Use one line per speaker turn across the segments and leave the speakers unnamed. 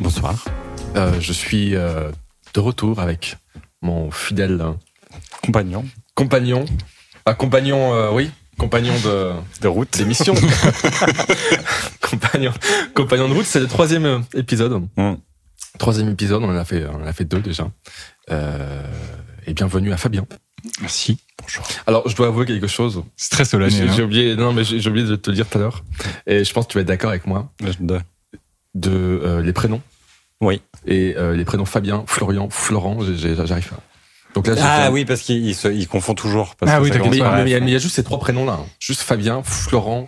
Bonsoir.
Euh, je suis euh, de retour avec mon fidèle euh,
Compagnon
compagnon. Ah, compagnon, euh, oui, compagnon de
de route.
d'émission. compagnon, compagnon de route, c'est le troisième euh, épisode.
Mm.
Troisième épisode, on en a fait, on en a fait deux déjà. Euh, et bienvenue à Fabien.
Merci. hein.
Alors, je dois avouer quelque chose.
C'est très
J'ai
solennel.
j'ai oublié, non, mais j'ai j'ai oublié de te le dire tout à l'heure. Et je pense que tu vas être d'accord avec moi de euh, les prénoms.
Oui.
Et euh, les prénoms Fabien, Florian, Florent, j'ai- j'ai- j'arrive pas. Donc là, j'ai-
Ah
j'ai-
oui, parce qu'ils ils se- ils confondent toujours. Parce
Ah
que
oui,
ça
t'inquiète
Mais,
commence
pas.
par
mais- mais-
F.
mais il y a juste ces trois prénoms là. hein. Juste Fabien, Florent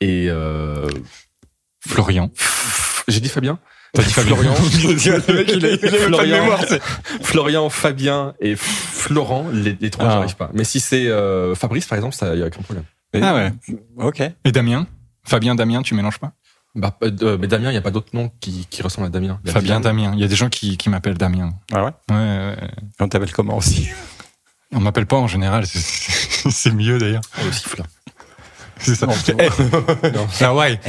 et. euh,
Florian.
J'ai dit Fabien
T'as dit Fabien.
Florian.
Le mec, il a- il a même pas de
Florian.
mémoire, c'est-
Florian, Fabien et Florent, les, les trois,
Ah.
j'arrive pas. Mais si c'est euh, Fabrice, par exemple, ça y a aucun problème.
Ah ouais.
Ok.
Et Damien Fabien, Damien, tu mélanges pas
Bah, euh, mais Damien, il n'y a pas d'autre nom qui, qui ressemble à Damien. Il y a
Fabien, Damien. Il y a des gens qui, qui m'appellent Damien.
Ah ouais
Ouais, ouais, ouais.
On t'appelle comment aussi
On m'appelle pas en général. c'est- C'est c'est mieux d'ailleurs.
Oh, le siffle.
C'est ça.
Non,
Non.
Ah ouais.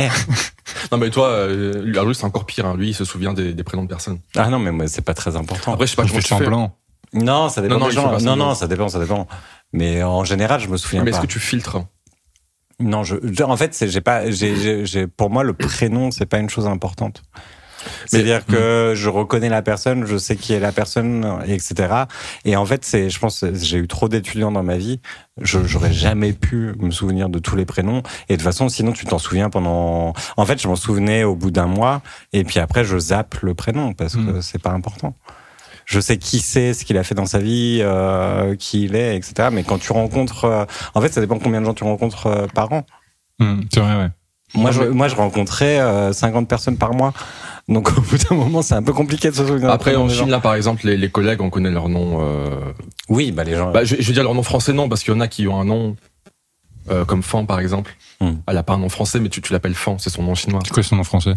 Non, mais toi, euh, lui, alors lui, c'est encore pire. hein. Lui, il se souvient des, des prénoms de personnes.
Ah non, mais moi, c'est pas très important.
Après, je sais pas
Il
comment
fait
tu fais.
semblant.
Non, ça dépend
Non, non,
des
il faut
gens.
pas
Non,
semblant.
non, ça dépend, ça dépend. Mais en général, je me souviens
Mais
pas.
est-ce que tu filtres hein
Non, je, je- en fait, c'est, j'ai pas, j'ai, j'ai- j'ai- pour moi, le prénom, c'est pas une chose importante. C'est-à-dire que je reconnais la personne, je sais qui est la personne, etc. Et en fait, c'est, je pense, que j'ai eu trop d'étudiants dans ma vie. Je, j'aurais jamais pu me souvenir de tous les prénoms. Et de toute façon, sinon, tu t'en souviens pendant, en fait, je m'en souvenais au bout d'un mois. Et puis après, je zappe le prénom parce que
Mm.
c'est pas important. Je sais qui c'est, ce qu'il a fait dans sa vie, euh, qui il est, etc. Mais quand tu rencontres, euh, en fait, ça dépend combien de gens tu rencontres euh, par an.
Hum, c'est vrai, ouais.
Non,
Moi, je,
mais-
moi, je rencontrais euh, 50 personnes par mois. Donc, au bout d'un moment, c'est un peu compliqué de se souvenir.
Après, en
des gens.
Chine, là, par exemple, les, les collègues, on connaît leur nom. euh,
Oui, bah, les gens.
Bah, je, je vais dire leur nom français, non, parce qu'il y en a qui ont un nom, euh, comme Fan, par exemple. Ah,
Hmm.
Elle a pas un nom français, mais tu, tu l'appelles Fan, c'est son nom chinois.
C'est quoi son nom français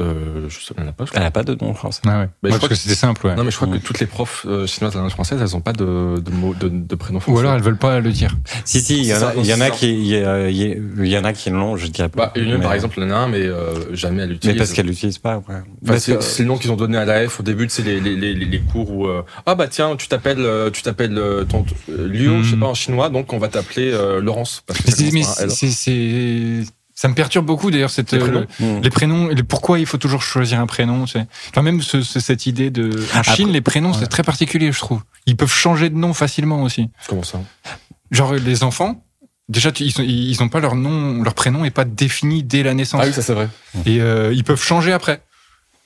Euh, je sais, elle en a pas, je crois.
elle n'a pas de nom français.
Ah ouais.
je
Ouais,
crois
parce que
que-
c'était simple, ouais.
Non, mais je crois
Hmm.
que toutes les profs euh, chinoises de la langue française, elles ont pas de, de, mots- de, de prénom français.
Ou alors elles veulent pas le dire.
Si, si, il y,
C'est
en
ça,
a-
non,
il y en
c'est
a
ça.
qui, il y, a- il y en a qui l'ont, je dirais pas.
Bah, une,
Mais-
par exemple, il y en a un, mais euh, jamais elle l'utilise.
Mais parce qu'elle l'utilise pas, ouais.
Enfin,
Parce
Bah, c'est
que-
c'est le nom qu'ils ont donné à la F au début, c'est les, les, les, les- les cours où euh, ah bah tiens tu t'appelles euh, tu t'appelles euh, ton euh, Liu
Hmm.
je sais pas en chinois donc on va t'appeler euh, Laurence parce que
Mais
ça
c'est- mais
commence par un L.
c'est- c'est- ça me perturbe beaucoup d'ailleurs cette euh,
Les prénoms
Mm.
les prénoms, et le- pourquoi il faut toujours choisir un prénom c'est Enfin, même ce- ce- cette idée de.
Ah,
En Chine, les prénoms, c'est très particulier, je trouve. Ils peuvent changer de nom facilement aussi.
comment
Ah
ça
Genre, les enfants, déjà, tu- ils n'ont ils ont pas leur nom, leur prénom est pas défini dès la naissance.
ah oui ça c'est vrai
Et euh, ils peuvent changer après.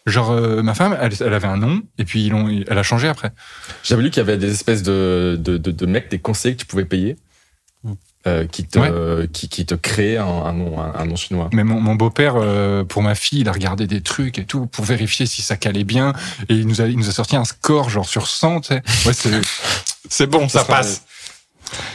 Genre, euh, ma femme, elle, elle avait un nom, et puis ils l'ont- elle a changé après.
J'avais lu qu'il y avait des espèces de, de, de, de mecs, des conseillers que tu pouvais payer, euh, qui, te,
Hmm. Ouais.
euh, qui, qui te créaient un, un nom, un, un nom chinois.
Mais mon, mon beau-père, euh, pour ma fille, il a regardé des trucs et tout pour vérifier si ça calait bien. Et il nous a, il nous a sorti un score genre sur 100. tu sais. Ouais, c'est, c'est bon, ça,
sera-
passe.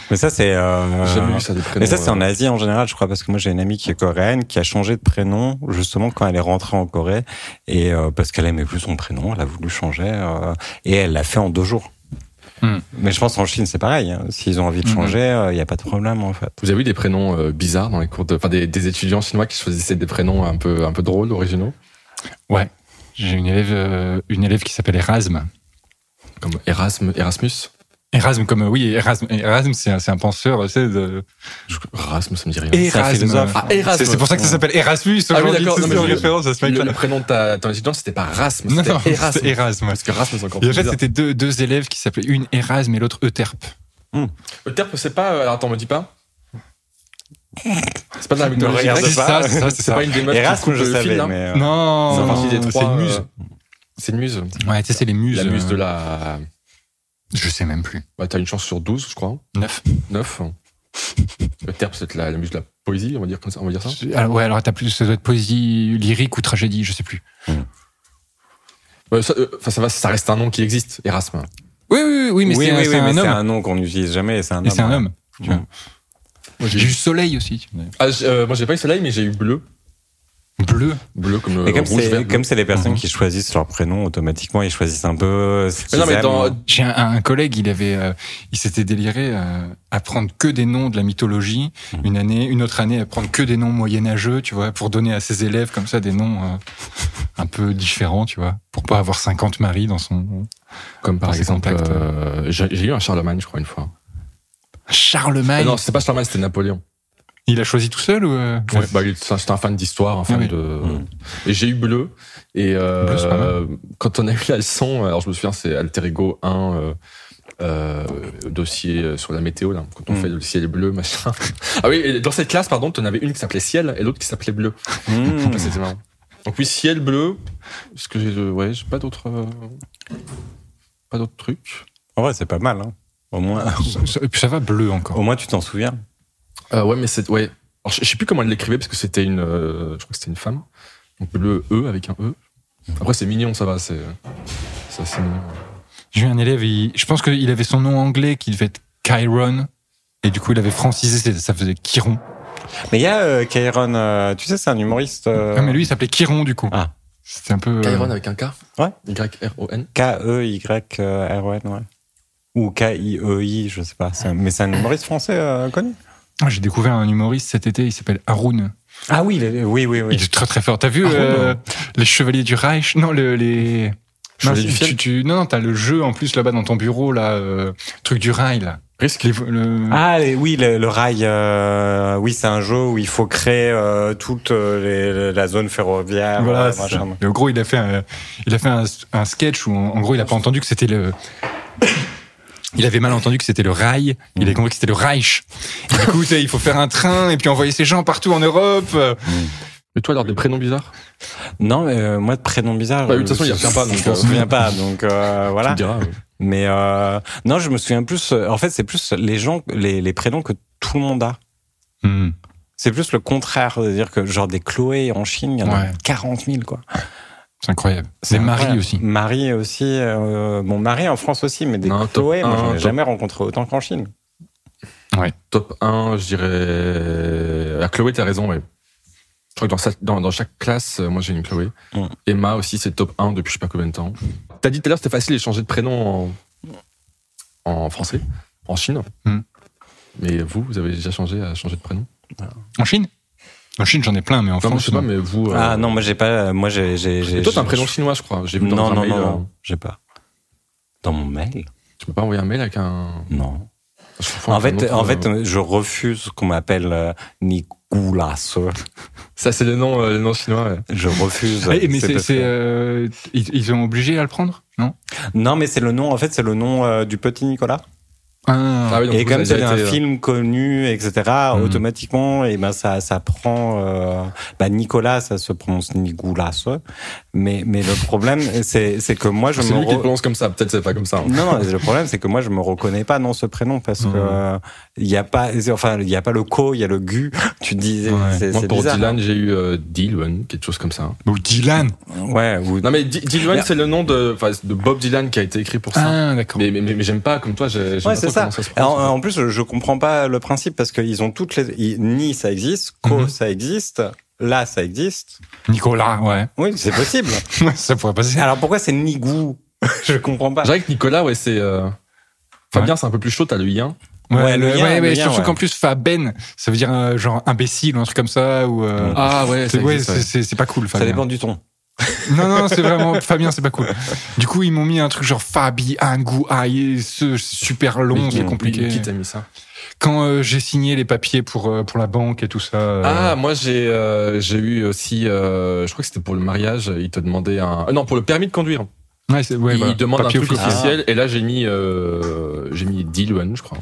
Mais ça, c'est,
Ah.
euh,
J'ai jamais lu ça des prénoms.
Mais ça, c'est
euh.
en Asie en général, je crois, parce que moi, j'ai une amie qui est coréenne, qui a changé de prénom, justement, quand elle est rentrée en Corée, et euh, parce qu'elle aimait plus son prénom, elle a voulu changer, euh, et elle l'a fait en deux jours.
Hmm.
Mais je pense qu'en Chine, c'est pareil. hein. S'ils ont envie de
Hmm.
Mhm.
changer, il n'y a pas de problème, en fait.
Vous avez eu des prénoms euh, bizarres dans les cours de. Enfin, des, des étudiants chinois qui choisissaient des prénoms un peu, un peu drôles, originaux,
J'ai une élève, euh, une élève qui s'appelle Erasme.
comme Erasme, Erasmus.
Erasme, comme euh, oui, Erasme, Erasme c'est, un, c'est un penseur, tu sais, de...
Je- Erasme, ça me dit rien.
C'est un philosophe.
Ah,
C'est,
Erasme
c'est pour ça que ça s'appelle Erasmus.
Ah oui,
aujourd'hui,
d'accord.
c'est
Non, mais
en
je-
référence à ce
le,
mec-là.
le prénom de ta, ton étudiant, c'était pas Rasme,
Non,
c'était
non,
Erasme.
c'était Erasme. ouais.
Parce que Rasme, c'est encore
Et
plus
en fait,
bizarre.
c'était deux, deux élèves qui s'appelaient une Erasme et l'autre E Euterpe.
Le terpe, c'est pas. euh, Alors attends, me dis pas. C'est pas de la
Ne
mythologie.
regarde
grecque,
c'est
pas.
ça, c'est ça, c'est
C'est
ça.
pas une des meufs qui
Erasme,
coupe
je
le
savais,
fil, hein. là.
mais... euh,
Non,
C'est partie des trois.
c'est une muse.
euh, c'est une muse.
Ouais, tu sais, c'est les muses.
La muse de
euh,
la.
Je sais même plus.
Bah, t'as une chance sur 12, je crois.
Neuf.
9. Le terme, c'est la, la muse de la poésie, on va dire comme ça. On va dire ça.
Alors, Ah, ouais, alors t'as plus, ça doit être poésie lyrique ou tragédie, je sais plus.
Ouais, ça, euh, enfin, ça va, ça reste un nom qui existe, Erasme.
Oui, oui, oui, mais
oui,
c'est un-
oui,
c'est
oui, mais
un,
c'est
homme.
un nom qu'on n'utilise jamais, et c'est un
Et c'est un
homme.
homme. tu vois.
Moi,
J'ai eu soleil aussi.
Ah, j'ai- euh, moi, j'ai pas eu soleil, mais j'ai eu bleu.
Bleu
Bleu comme le
Et comme
rouge vert.
c'est
bleu.
comme c'est les personnes
Mhm.
qui choisissent leur prénom automatiquement, ils choisissent un peu. ce
Mais non,
qu'ils
mais dans-
aiment. hein.
J'ai un, un collègue, il avait, euh, il s'était déliré euh, à prendre que des noms de la mythologie.
Mmh.
Mhm.
Une année, une autre année, à prendre que des noms moyenâgeux, tu vois, pour donner à ses élèves comme ça des noms euh, un peu différents, tu vois, pour pas avoir 50 maris dans son.
comme par
dans ses
exemple,
contacts.
euh, j'ai j'ai eu un Charlemagne, je crois, une fois. Ah
Charlemagne.
non, c'était pas Charlemagne, c'était Napoléon.
il a choisi tout seul ou euh,
Ouais, bah, il- c'est un- c'est un fan d'histoire, un fan
oui. Mm.
de. Et j'ai eu bleu. Et euh,
Bleu, c'est pas mal.
euh, quand on a eu la leçon, alors je me souviens, c'est Alter Ego 1, euh, euh, dossier euh, sur la météo, là, quand on
Mm.
fait le ciel bleu, machin. Ah oui, et dans cette classe, pardon, t'en avais une qui s'appelait ciel et l'autre qui s'appelait bleu.
Mhm.
Ah, C'était marrant. Donc oui, ciel bleu. Parce que j'ai, euh, ouais, j'ai pas d'autres. euh, pas d'autres trucs.
En vrai, c'est pas mal. hein. Au moins,
ça- ça- et puis ça va bleu
au
encore.
moins tu t'en souviens.
Euh, ouais, mais c'est. Ouais. Alors, je je sais plus comment elle l'écrivait parce que c'était une. euh, je crois que c'était une femme. Donc bleu E avec un E. Après, c'est mignon, ça va. C'est. Ça, c'est mignon. Oh.
J'ai eu un élève, il- je pense qu'il avait son nom anglais qui devait être Chiron. Et du coup, il avait francisé, c'est- ça faisait Chiron.
Mais il y a euh, Kyron, euh, tu sais, c'est un humoriste. euh,
Ah, mais lui, il s'appelait Chiron, du coup.
Ah.
C'était un peu. euh,
Kyron avec un K
Ouais.
Y-R-O-N.
E K-E-Y-R-O-N, ouais. Ou K-I-E-I, je sais pas. C'est un- Mais c'est un humoriste français euh, connu.
Ah, J'ai découvert un humoriste cet été, il s'appelle Haroun.
Ah oui, oui, oui, oui.
Il est très très fort. T'as vu
Haroun,
euh, les Chevaliers du Reich Non, le- les.
Chevaliers
Mince,
du
tu, tu- Non, non, t'as le jeu en plus là-bas dans ton bureau, là, euh, truc du rail, là.
Risque.
Les- le-
Ah les- oui, le, le rail, euh, oui, c'est un jeu où il faut créer euh, toute euh, les- la zone ferroviaire.
Voilà,
euh,
c'est ça.
machin.
Et au gros, il a fait un, il a fait un, un sketch où, en en gros, il a pas entendu que c'était le. Il avait mal entendu que c'était le rail. Il a compris que c'était le Reich. Et du coup, tu sais, il faut faire un train et puis envoyer ses gens partout en Europe.
Et toi, alors des prénoms bizarres
Non, mais euh, moi de prénom bizarre.
Bah oui, de toute façon, il y a rien pas, donc,
Je
euh,
me souviens pas, donc euh, voilà.
Tu me diras. oui.
Mais euh, non, je me souviens plus. euh, En fait, c'est plus les gens, les, les prénoms que tout le monde a.
Hmm.
C'est plus le contraire, c'est-à-dire que genre des Chloé en Chine, il y en a
Ouais.
40 000 quoi.
C'est incroyable.
C'est
C'est Marie
incroyable.
aussi.
Marie aussi. euh, bon, Marie en France aussi, mais des
Non, top
Chloé, moi,
un,
j'en ai
top-
jamais rencontré autant qu'en Chine.
Top 1, je dirais. Ah, Chloé, t'as raison, ouais. Je crois que dans, sa- dans, dans chaque classe, euh, moi j'ai une Chloé.
Mm.
Emma aussi, c'est top 1 depuis je sais pas combien de temps. T'as dit tout à l'heure, c'était facile de changer de prénom en, en français, en Chine.
Mm.
Mais vous, vous avez déjà changé à changer de prénom
En Chine En Chine, j'en ai plein, mais en
Enfin, moi, je
France.
sais pas,
non.
mais vous. euh,
Ah non, moi j'ai pas. Moi j'ai. j'ai-
mais
j'ai-
toi, t'as un
j'ai-
prénom chinois, je crois. J'ai vu dans
Non,
un
non,
mail.
non,
euh,
non, j'ai pas. Dans mon mail
Tu peux pas envoyer un mail avec un.
Non.
je confonds
En
avec un
fait,
autre,
en
euh,
fait, euh, je refuse qu'on m'appelle euh, Nicolas.
Ça, c'est le nom, euh, le nom chinois. ouais.
Je refuse.
Eh, mais c'est,
parce
c'est,
que-
euh, ils, ils ont obligé à le prendre, non
Non, mais c'est le nom. En fait, c'est le nom euh, du petit Nicolas.
Ah oui, donc
et
vous
comme
avez déjà
c'est un
été, euh,
film connu, etc.,
Hmm.
automatiquement, et ben ça, ça prend. euh, bah, Nicolas, ça se prononce Nicolas. hein. Mais mais le problème, c'est c'est que moi je
Ah, C'est
me.
lui qui le
re-
prononce comme ça, peut-être c'est pas comme ça. hein.
Non, non, le problème, c'est que moi, je me reconnais pas dans ce prénom parce
Hmm.
que il y a pas, enfin, il y a pas le co, il y a le gu. Tu dis,
Ouais.
c'est
Moi,
c'est
pour
bizarre. hein.
Dylan, j'ai eu euh, Dylan, quelque chose comme ça.
Ou Dylan
Ouais, ou-
Non, mais Di- Dylan,
Mais-
c'est le nom de, enfin, de Bob Dylan qui a été écrit pour ça.
Ah, d'accord.
Mais, mais, mais, mais j'aime pas, comme toi, j'ai- j'aime
Ouais,
pas
c'est
trop
ça.
comment se
En,
prononce.
en plus, je comprends pas le principe parce qu'ils ont toutes les. ils- Ni ça existe, co
Mhm.
ça existe, là ça existe.
Nicolas, ouais.
Oui, c'est possible.
ça pourrait passer.
Alors pourquoi c'est Nigou Je comprends pas.
Je dirais que Nicolas, ouais, c'est. euh, Fabien, c'est un peu plus chaud, t'as le lien.
Ouais, le lien,
ouais,
le
ouais,
lien,
surtout
ouais.
qu'en plus, Faben, ça veut dire euh, genre imbécile ou un truc comme ça. Ou, euh,
Ah ouais,
c'est,
c'est
ouais, c'est, c'est- c'est pas cool,
Ça
Fabien.
dépend du ton.
Non, non, c'est vraiment Fabien, c'est pas cool. Du coup, ils m'ont mis un truc genre Fabi, Angou, Aïe, ce c'est super long, c'est compliqué.
Qui t'a mis ça
Quand euh, j'ai signé les papiers pour euh, pour la banque et tout ça. euh,
Ah, moi j'ai euh, j'ai eu aussi, euh, je crois que c'était pour le mariage, il te demandait un. euh, Non, pour le permis de conduire.
ouais, c'est, ouais,
il
bah,
demande un
papier
truc
officiel.
officiel, et là j'ai mis, euh, j'ai mis Dylan, je crois.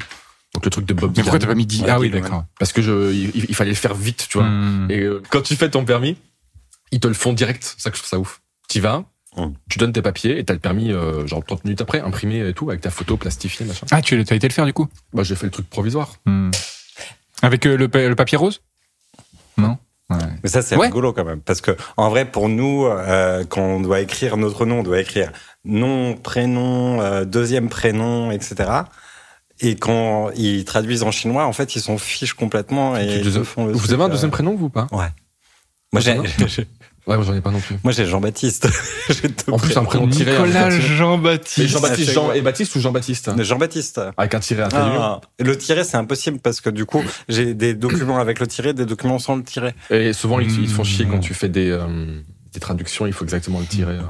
Donc le truc de Bob
Mais pourquoi
Dylan.
t'as pas mis dit
Ouais,
Ah oui,
Dylan.
d'accord.
Parce que je, il, il fallait le faire vite, tu vois.
Hmm.
Et euh, quand tu fais ton permis, ils te le font direct. C'est ça que je trouve ça ouf. Tu vas,
Hum.
tu donnes tes papiers et t'as le permis euh, genre 30 minutes après, imprimé et tout, avec ta photo plastifiée, machin.
Ah, tu as été le faire du coup
Bah, j'ai fait le truc provisoire.
Hmm. Avec euh, le, pa- le papier rose Non ouais.
Mais ça, c'est
Ouais.
rigolo quand même. Parce que, en vrai, pour nous, euh, quand on doit écrire notre nom, on doit écrire nom, prénom, euh, deuxième prénom, etc. Et quand ils traduisent en chinois, en fait, ils s'en fichent complètement et
Tu-
ils
deuxième-
font le
Vous
truc,
avez un
euh,
deuxième prénom, vous ou pas
Ouais. Moi, j'ai,
Ouais, moi j'en ai pas non plus.
moi, j'ai Jean-Baptiste. J'ai tout
En plus,
pris.
un prénom tiré. à
Nicolas
Jean-Baptiste. Mais Jean-Baptiste,
Jean-Baptiste.
c'est
Jean
quoi
et Baptiste ou Jean-Baptiste
Jean-Baptiste.
Avec un tiré à la fin
Ah, le tiret, c'est impossible parce que du coup, j'ai des documents avec le tiret, des documents sans le tiret.
du milieu. Et souvent, ils, ils te font chier
Mmh.
quand tu fais des, euh, des traductions, il faut exactement le tirer. euh.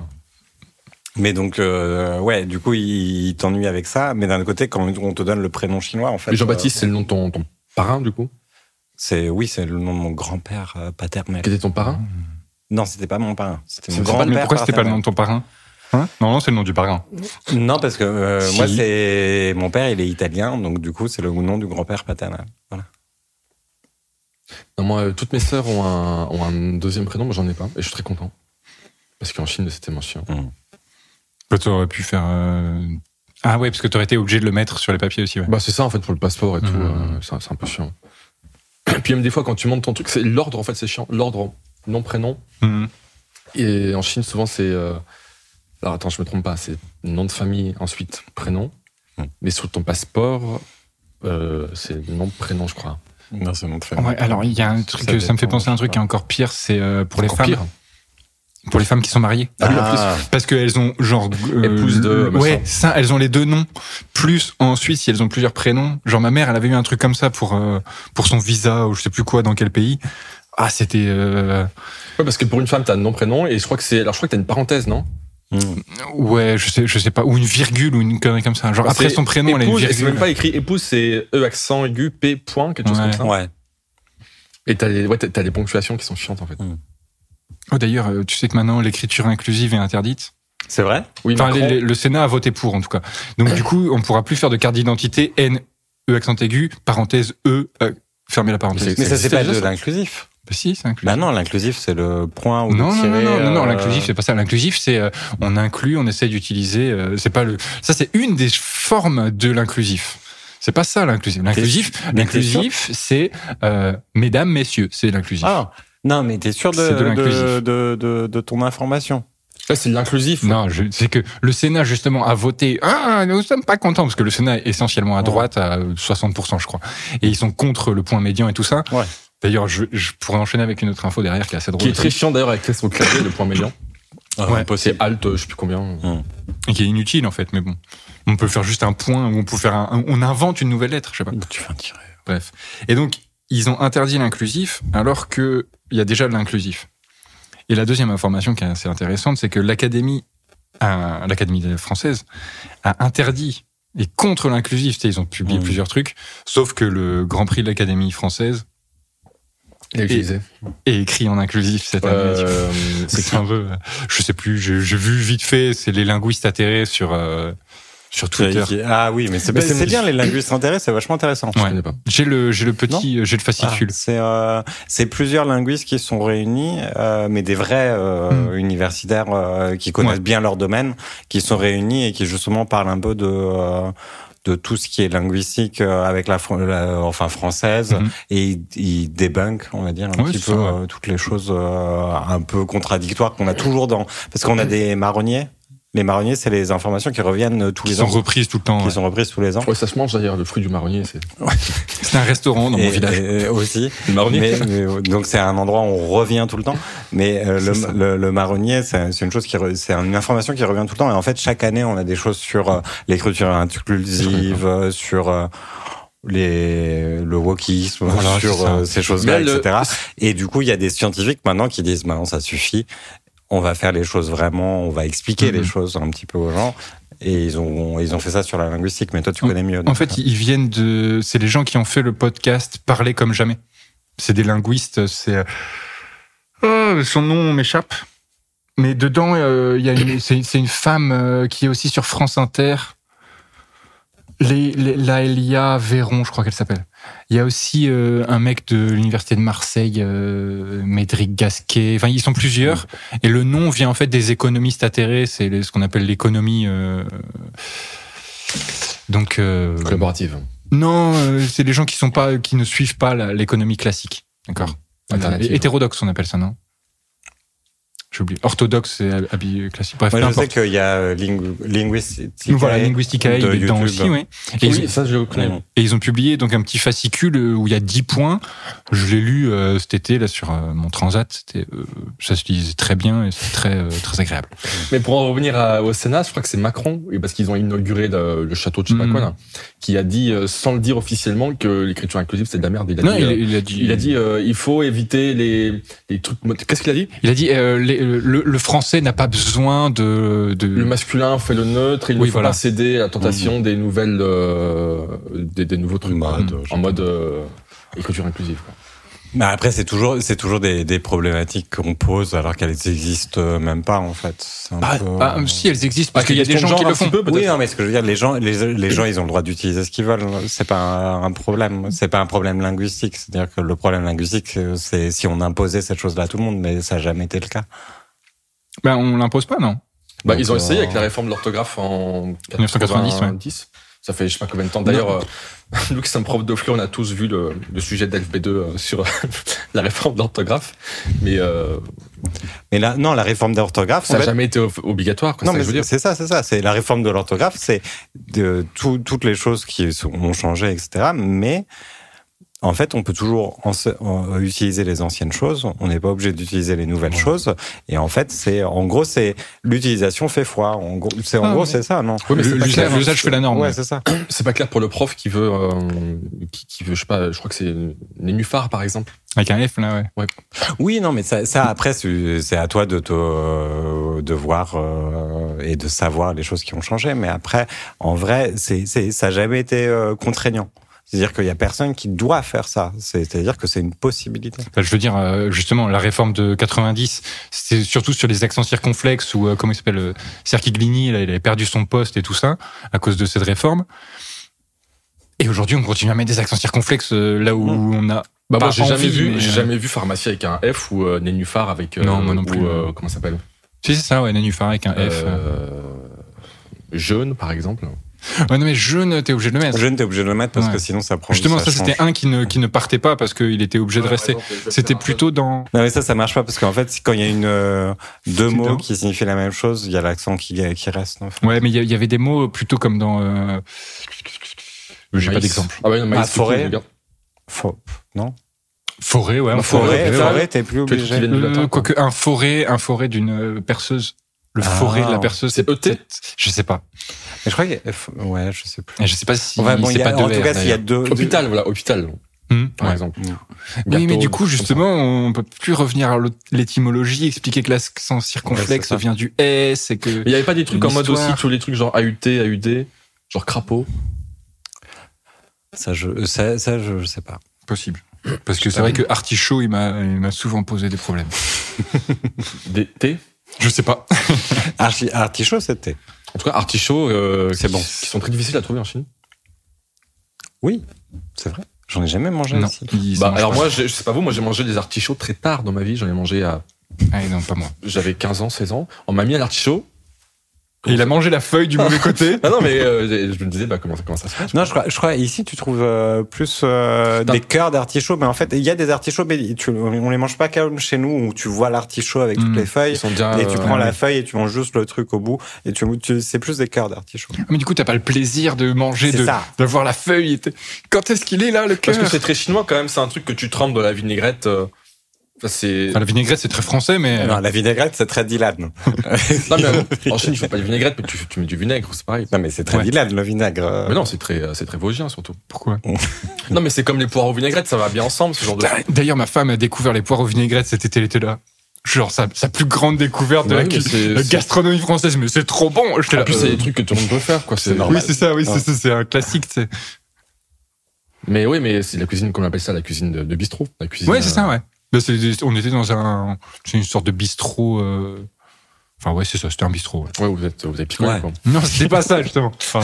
Mais donc, euh, ouais, du coup, il, il t'ennuie avec ça. Mais d'un autre côté, quand on te donne le prénom chinois, en fait.
Mais Jean-Baptiste, c'est le nom de ton, ton parrain, du coup
euh, c'est oui, c'est le nom de mon grand-père euh, paternel.
Qui était ton parrain
Non, c'était pas mon parrain. C'était mon
C'est pas-
Mais
grand-père.
pourquoi c'était pas le nom
paternel.
de ton parrain Hein Non, non, c'est le nom du parrain.
Non, parce que euh,
Si.
moi, c'est mon père, il est italien, donc du coup, c'est le nom du grand-père paternel. Voilà.
Non, moi, euh, toutes mes sœurs ont un, ont un deuxième prénom, moi j'en ai pas, et je suis très content. Parce qu'en Chine, c'était mon chien.
Bah, t'aurais pu faire. euh, Ah ouais, parce que t'aurais été obligé de le mettre sur les papiers aussi. Ouais.
Bah, c'est ça, en fait, pour le passeport et tout,
Mmh.
euh, c'est un- c'est un peu chiant. Et puis, même des fois, quand tu montes ton truc, c'est l'ordre, en fait, c'est chiant. L'ordre, nom, prénom.
Mhm.
Et en Chine, souvent, c'est. euh, Alors, attends, je me trompe pas, c'est nom de famille, ensuite prénom.
Mmh.
Mais sur ton passeport, euh, c'est nom, prénom, je crois.
Non, c'est mon
Ouais, alors il y a un truc, ça,
dépend,
me fait penser à un
je
truc qui est
crois.
encore pire, c'est euh, pour les
Encore
femmes,
pire.
pour les femmes qui sont mariées,
Ah,
parce qu'elles ont genre euh,
Épouse de,
le-
machin.
ouais, ça, elles ont les deux noms. Plus en Suisse, elles ont plusieurs prénoms. Genre ma mère, elle avait eu un truc comme ça pour euh, pour son visa ou je sais plus quoi dans quel pays. Ah, c'était euh,
Ouais, parce que pour une femme, t'as nom, prénom, et je crois que c'est. Alors, je crois que t'as une parenthèse, non
hmm.
ouais, je sais, je sais pas, ou une virgule ou une connerie comme ça. Genre
Enfin,
après
Bah, c'est
son prénom, elle a une
épouse, et C'est
virgule.
même pas écrit épouse, c'est E accent aigu, P point, quelque chose
Ouais.
comme ça.
ouais.
Et t'as les, ouais, t'as- t'as les ponctuations qui sont chiantes en fait.
Oh d'ailleurs, euh, tu sais que maintenant l'écriture inclusive est interdite.
C'est vrai
Oui,
Enfin,
Macron,
les- les- le Sénat a voté pour, en tout cas. Donc, du coup, on pourra plus faire de carte d'identité N, E accent aigu, parenthèse E, euh, fermez la parenthèse.
Mais ça, c'est
existait
pas
déjà,
de
ça
l'inclusif.
Bah, si, c'est inclusif.
Bah non, l'inclusif, c'est le point où
non,
le
non, non,
tiret,
non, non, non,
euh,
l'inclusif, c'est pas ça. L'inclusif, c'est euh, on inclut, on essaie d'utiliser. euh, c'est pas le. Ça, c'est une des formes de l'inclusif. C'est pas ça l'inclusif. L'inclusif,
mais t'es sûr
l'inclusif, c'est euh, mesdames, messieurs, c'est l'inclusif.
Ah non, mais t'es sûr de,
C'est de l'inclusif.
de, de, de- de ton information
Ouais, c'est de l'inclusif.
Non, je, c'est que le Sénat justement a voté. Ah, nous sommes pas contents parce que le Sénat est essentiellement à
Ouais.
droite à 60 je crois, et ils sont contre le point médian et tout ça.
Ouais.
D'ailleurs, je, je pourrais enchaîner avec une autre info derrière qui est assez drôle,
Qui est
aussi,
très chiant d'ailleurs avec son clavier, le point médian.
Ouais.
C'est alt, euh, je sais plus combien.
et qui est inutile en fait. Mais bon, on peut faire juste un point ou on peut faire un, on invente une nouvelle lettre, je sais pas.
Tu vas tirer.
Bref. Et donc, ils ont interdit l'inclusif alors que il y a déjà de l'inclusif. Et la deuxième information qui est assez intéressante, c'est que l'Académie, euh, l'Académie française, a interdit et contre l'inclusif. Tu sais, Ils ont publié
Mmh.
plusieurs trucs, sauf que le Grand Prix de l'Académie française
Il a utilisé.
est écrit en inclusif cette année.
Euh, c'est
C'est un peu, euh, je sais plus, j'ai j'ai vu vite fait, c'est les linguistes atterrés sur, euh, sur Twitter.
Ah oui, mais c'est
Mais
bah,
c'est-
c'est bien les linguistes intérêts, c'est vachement intéressant.
Je
Ouais.
connais pas.
J'ai le, j'ai le petit, j'ai le
Ah,
fascicule.
c'est euh, c'est plusieurs linguistes qui sont réunis, euh, mais des vrais euh, universitaires euh, qui connaissent
Hmm. Ouais.
bien leur domaine, qui sont réunis et qui justement parlent un peu de euh, de tout ce qui est linguistique euh, avec la, fr- la- enfin française
Mhm.
et ils ils débunkent, on va dire un
Ouais,
petit
c'est
peu
ça, ouais.
euh, toutes les choses euh, un peu contradictoires qu'on a toujours dans parce qu'on a
Hmm.
des marronniers. Les marronniers, c'est les informations qui reviennent tous
Qui
les
sont
ans,
reprises tout le temps.
qui
ouais.
sont reprises tous les ans.
Ouais, ça se mange d'ailleurs, le fruit du marronnier. C'est...
C'est un restaurant dans
Et-
mon village.
et- et aussi.
Le
Mais- mais- donc c'est un endroit où on revient tout le temps. Mais euh,
C'est ça.
le, le, le marronnier, c'est c'est une chose qui, re- c'est une information qui revient tout le temps. Et en fait, chaque année, on a des choses sur euh, l'écriture inclusive, euh, sur euh, les, le wokisme,
Voilà, c'est
sur
ça.
euh, ces choses-là,
Mais le-
etc. Et du coup, il y a des scientifiques maintenant qui disent maintenant ça suffit. On va faire les choses vraiment, on va expliquer les
Mhm.
choses un petit peu aux gens. Et ils ont, ils ont fait ça sur la linguistique, mais toi tu connais mieux.
En
donc.
fait, ils viennent de. C'est les gens qui ont fait le podcast Parler comme jamais. C'est des linguistes. C'est. Oh, son nom m'échappe. Mais dedans, euh, il y a une- c'est c'est une femme euh, qui est aussi sur France Inter. Les, les- Laëlia Véron, je crois qu'elle s'appelle. Il y a aussi euh, un mec de l'université de Marseille, euh, Médric Gasquet. Enfin, ils sont plusieurs. Et le nom vient en fait des économistes atterrés. C'est les- ce qu'on appelle l'économie. euh, Donc, euh,
Collaborative.
non, euh, c'est les gens qui sont pas, qui ne suivent pas la- l'économie classique, d'accord.
Alternative.
Hétérodoxe, on appelle ça, non J'oublie. Orthodoxe, c'est hab- habillé classique. Bref,
Moi,
peu
Bah, je sais
importe.
qu'il y a euh, Lingu- Linguisticae
Voilà, Linguisticae, il
euh, de
est dedans
YouTube.
aussi, ouais. Et ils-
Oui, ça, je le connais.
Mm.
Et ils ont publié donc un petit fascicule euh, où il y a 10 points. Je l'ai lu euh, cet été là sur euh, mon transat. C'était, euh, ça se lisait très bien et c'est très euh, très agréable.
Mais pour en revenir à- au Sénat, je crois que c'est Macron, oui, parce qu'ils ont inauguré le, le château de je sais pas
Mm.
quoi, là, qui a dit, euh, sans le dire officiellement, que l'écriture inclusive, c'est de la merde. Il a
non,
dit,
il,
euh,
il a dit,
il a dit, euh, il faut éviter les, les trucs. mo- Qu'est-ce qu'il a dit
il a dit, euh, les- le, le français n'a pas besoin de, de-
Le masculin fait le neutre, il
Mm. Oui,
ne faut
voilà.
pas céder à la tentation des nouvelles, euh, des, des nouveaux trucs.
Mmh.
quoi.
Mode, Bah, je-
en mode euh, écriture inclusive. Quoi.
Mais après, c'est toujours, c'est toujours des, des problématiques qu'on pose alors qu'elles existent euh, même pas, en fait. C'est un
Ah,
peu- euh,
ah, si elles existent parce qu'il y a des gens qui le font.
Oui, non, mais ce que je veux dire, les gens, les, les gens, ils ont le droit d'utiliser ce qu'ils veulent. C'est pas un, un problème. C'est pas un problème linguistique. C'est-à-dire que le problème linguistique, euh, c'est si on imposait cette chose-là à tout le monde, mais ça n'a jamais été le cas.
Ben, on l'impose pas non.
Bah,
Donc,
ils ont essayé
euh,
avec la réforme de l'orthographe en
1990, ouais.
90. Ça fait je sais pas combien de temps. D'ailleurs, euh, nous qui sommes profs de flux, on a tous vu le, le sujet d'LFB2 euh, sur la réforme de l'orthographe. Mais euh,
Mais là, non, la réforme d'orthographe,
ça
en
n'a
fait,
jamais été o- obligatoire. Quoi,
Non,
ça,
mais
je veux dire.
c'est ça, c'est ça. C'est la réforme de l'orthographe, c'est de tout- toutes les choses qui sont- ont changé, etc. Mais en fait, on peut toujours ense- en- utiliser les anciennes choses. On n'est pas obligé d'utiliser les nouvelles choses. Et en fait, c'est en gros, c'est l'utilisation fait foi. En gros, c'est en
Ah,
gros,
ouais.
c'est ça, non
Oui, mais c'est pas
L'usage
clair.
l'usage fait la norme.
Ouais, c'est ça.
C'est pas clair pour le prof qui veut, euh, qui, qui veut, je sais pas, je crois que c'est Nénuphar par exemple.
Avec un F là, ouais.
Oui, non, mais ça, ça après, c'est c'est à toi de te, euh, de voir euh, et de savoir les choses qui ont changé. Mais après, en vrai, c'est, c'est, ça n'a jamais été euh, contraignant. C'est-à-dire qu'il y a personne qui doit faire ça. C'est- C'est-à-dire que c'est une possibilité.
Enfin, je veux dire, euh, justement, la réforme de 90, c'est surtout sur les accents circonflexes ou, euh, comment il s'appelle, euh, Serkiglini, là, il avait perdu son poste et tout ça à cause de cette réforme. Et aujourd'hui, on continue à mettre des accents circonflexes euh, là où on a.
Bah,
pas
moi, j'ai jamais
envie,
vu,
mais,
j'ai
euh,
jamais vu pharmacie avec un F ou euh, Nénuphar avec, euh,
Non, moi non
ou,
plus.
euh, comment ça s'appelle?
Si, c'est ça, ouais, Nanufar avec un F. hein.
Euh, Jeune par exemple.
Ouais, non, mais jeune, t'es obligé de le mettre.
Je ne t'es obligé de le mettre parce
Ouais.
que sinon ça prend.
Justement, ça,
change.
c'était un qui ne, qui ne partait pas parce qu'il était obligé de rester. C'était plutôt dans.
Non mais ça, ça marche pas parce qu'en fait, quand il y a une euh, deux
C'est bien.
mots qui signifient la même chose, il y a l'accent qui, qui reste. en fait.
Ouais, mais il y a- il y, avait des mots plutôt comme dans. euh, J'ai pas
Maïs.
d'exemple.
Ah ouais, non,
Ah,
maïs, c'est
forêt.
cool, regarde.
Faux.
Forêt, ouais.
Bah,
on
forêt,
Forêt,
ouais,
forêt, t'es plus
Tu as dit qu'il
obligé.
est-
Le-
Latin, quoi.
Quoique un forêt, un forêt d'une euh, perceuse. Le
Ah.
forêt de la perceuse,
C'est ET?
peut-être- Je sais pas.
Mais je crois que F- ouais, je sais plus.
Et Je sais pas si
Enfin, bon,
c'est
il y a-
pas de
en
verre,
tout cas, s'il y a
d'ailleurs. Oh,
deux
Hôpital, voilà, hôpital,
Hmm.
par
Ouais.
exemple.
Mm.
oui, mais
Gâteau,
du coup,
je comprends.
justement, on peut plus revenir à l'autre- l'étymologie, expliquer que l'accent
Ouais,
circonflexe
c'est ça.
vient du S et que.
Mais il n'y avait pas des trucs en
Une
mode
histoire.
aussi, tous les trucs genre AUT, AUD, genre crapaud.
Ça, je, euh, ça, ça, je, je sais pas.
Possible. Parce que c'est vrai que artichaut, il m'a, il m'a souvent posé des problèmes.
Des T.
Je sais pas.
Archi- artichaut, c'était.
En tout cas, artichaut, euh,
C'est
qui,
bon.
qui sont très difficiles à trouver en Chine.
Oui, c'est vrai. J'en ai jamais mangé
Non.
ici.
Ils en
Bah,
mangent
alors
pas.
moi, je, je sais pas vous, moi j'ai mangé des artichauts très tard dans ma vie. J'en ai mangé à,
Ah, non, pas moi.
j'avais 15 ans, 16 ans. On m'a mis un artichaut.
Et il a mangé la feuille du mauvais côté.
Ah non, mais euh, je me disais, bah, comment, comment ça se fait
Non, je crois, je crois ici tu trouves euh, plus euh,
Putain.
des cœurs d'artichauts, mais en fait il y a des artichauts, mais tu, on les mange pas comme chez nous où tu vois l'artichaut avec toutes
Mm.
les
Ils
feuilles
sont déjà.
et
euh,
tu prends
ouais.
la feuille et tu manges juste le truc au bout et tu, tu- c'est plus des cœurs d'artichaut.
Ah, Mais du coup, t'as pas le plaisir de manger,
C'est
de,
ça.
d'avoir la feuille. et t'es- Quand est-ce qu'il est là, le cœur
Parce que c'est très chinois quand même, c'est un truc que tu trempes dans la vinaigrette. euh, enfin, c'est.
Enfin, La vinaigrette, c'est très français, mais.
Non, la vinaigrette c'est très Dylan.
Non, mais en Chine, tu fais pas de vinaigrette, mais tu, tu mets du vinaigre, c'est pareil.
Non mais c'est très
Ouais.
Dylan le vinaigre.
Mais non, c'est très, euh, c'est très vosgien surtout.
Pourquoi
Non, mais c'est comme les poireaux vinaigrettes, ça va bien ensemble, ce genre de.
Putain, D'ailleurs, ma femme a découvert les poireaux vinaigrettes cet été, elle était là. Genre, sa, sa plus grande découverte de la,
Ouais, mais c'est-
la
c'est-
gastronomie française, mais c'est trop bon! J'étais
En
là,
plus,
euh,
c'est des trucs que tout le monde peut faire, quoi.
C'est normal.
oui, c'est ça, oui, c'est-
Ouais.
c'est c'est un classique, tu sais.
Mais oui, mais c'est la cuisine, qu'on appelle ça la cuisine de, de bistrot. La cuisine,
Ouais, c'est
euh,
ça, ouais. Là, c'est- on était dans un, c'est une sorte de bistrot. euh, Enfin, ouais, c'est ça, c'était un bistrot. ouais.
Ouais, vous êtes, vous êtes picolé,
Ouais.
quoi.
Non, c'était pas ça, justement. Enfin,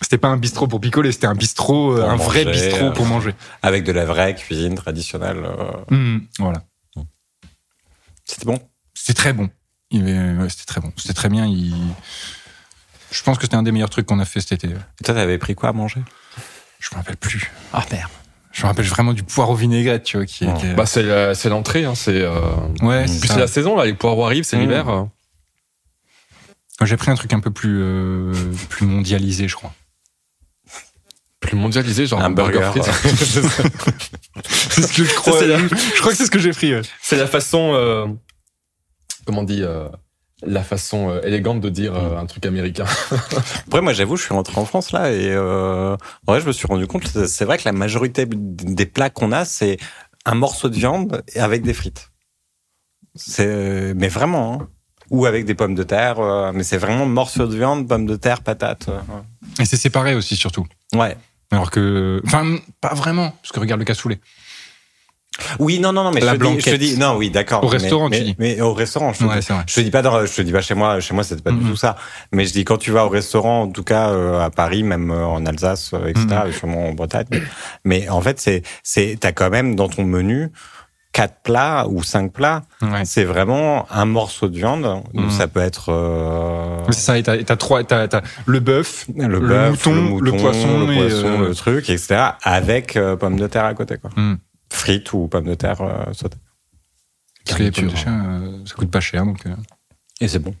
c'était pas un bistrot pour picoler, c'était un bistrot, euh,
Pour
un vrai
manger,
bistrot
euh.
pour manger.
Avec de la vraie cuisine traditionnelle. euh,
Hum, voilà.
C'était bon.
C'était très bon. Il y avait- ouais, c'était très bon. C'était très bien. il- Je pense que c'était un des meilleurs trucs qu'on a fait cet été.
Et toi t'avais pris quoi à manger
Je me rappelle plus.
Ah merde.
Je Je me rappelle vraiment du poireau vinaigrette, tu vois, qui, est-
Ouais.
qui est-
Bah, c'est la- c'est l'entrée, hein, c'est. euh,
ouais, c'est
Puis
ça.
c'est la saison, là, les poireaux arrivent, c'est
Mmh.
l'hiver. euh.
Moi, J'ai pris un truc un peu plus, euh, plus mondialisé, je crois.
Plus mondialisé, genre
Un burger.
frites.
C'est ce que je
crois.
je crois que c'est ce que j'ai pris. ouais.
C'est la façon. euh, Comment on dit euh, La façon euh, élégante de dire euh, un truc américain.
Après, moi, j'avoue, je suis rentré en France là et euh, en vrai, je me suis rendu compte. c'est- C'est vrai que la majorité des plats qu'on a, c'est un morceau de viande avec des frites. C'est mais vraiment. hein. Ou avec des pommes de terre, euh, mais c'est vraiment morceau de viande, pommes de terre, patates. euh,
Et c'est séparé aussi, surtout.
Ouais.
Alors que. Enfin, pas vraiment, parce que regarde le cassoulet.
Oui, non, non, non, mais
La
je, te dis, je te
blanquette.
dis, non, oui, d'accord.
Au
mais-
restaurant,
mais,
tu dis.
Mais au restaurant, je te
Ouais, c'est vrai.
Je te dis pas dans, je te dis pas chez moi, chez moi c'est pas
Mhm.
du tout ça. Mais je dis quand tu vas au restaurant, en tout cas euh, à Paris, même euh, en Alsace, euh, etc.,
Mhm.
et sûrement en Bretagne. Mais en fait, c'est, c'est, t'as quand même dans ton menu quatre plats ou cinq plats.
Ouais.
C'est vraiment un morceau de viande. où
Mhm.
Ça peut être euh,
C'est ça, et t'as- et t'as trois. T'as t'as le bœuf,
le,
le
bœuf,
mouton, le poisson
le
et,
poisson,
euh,
le truc, etc. Avec euh, pommes de terre à côté, quoi.
Mhm.
Frites ou pommes de terre euh, sautées.
parce que les pommes de
Garniture.
chien, euh, ça coûte pas cher, donc. euh,
Et c'est bon.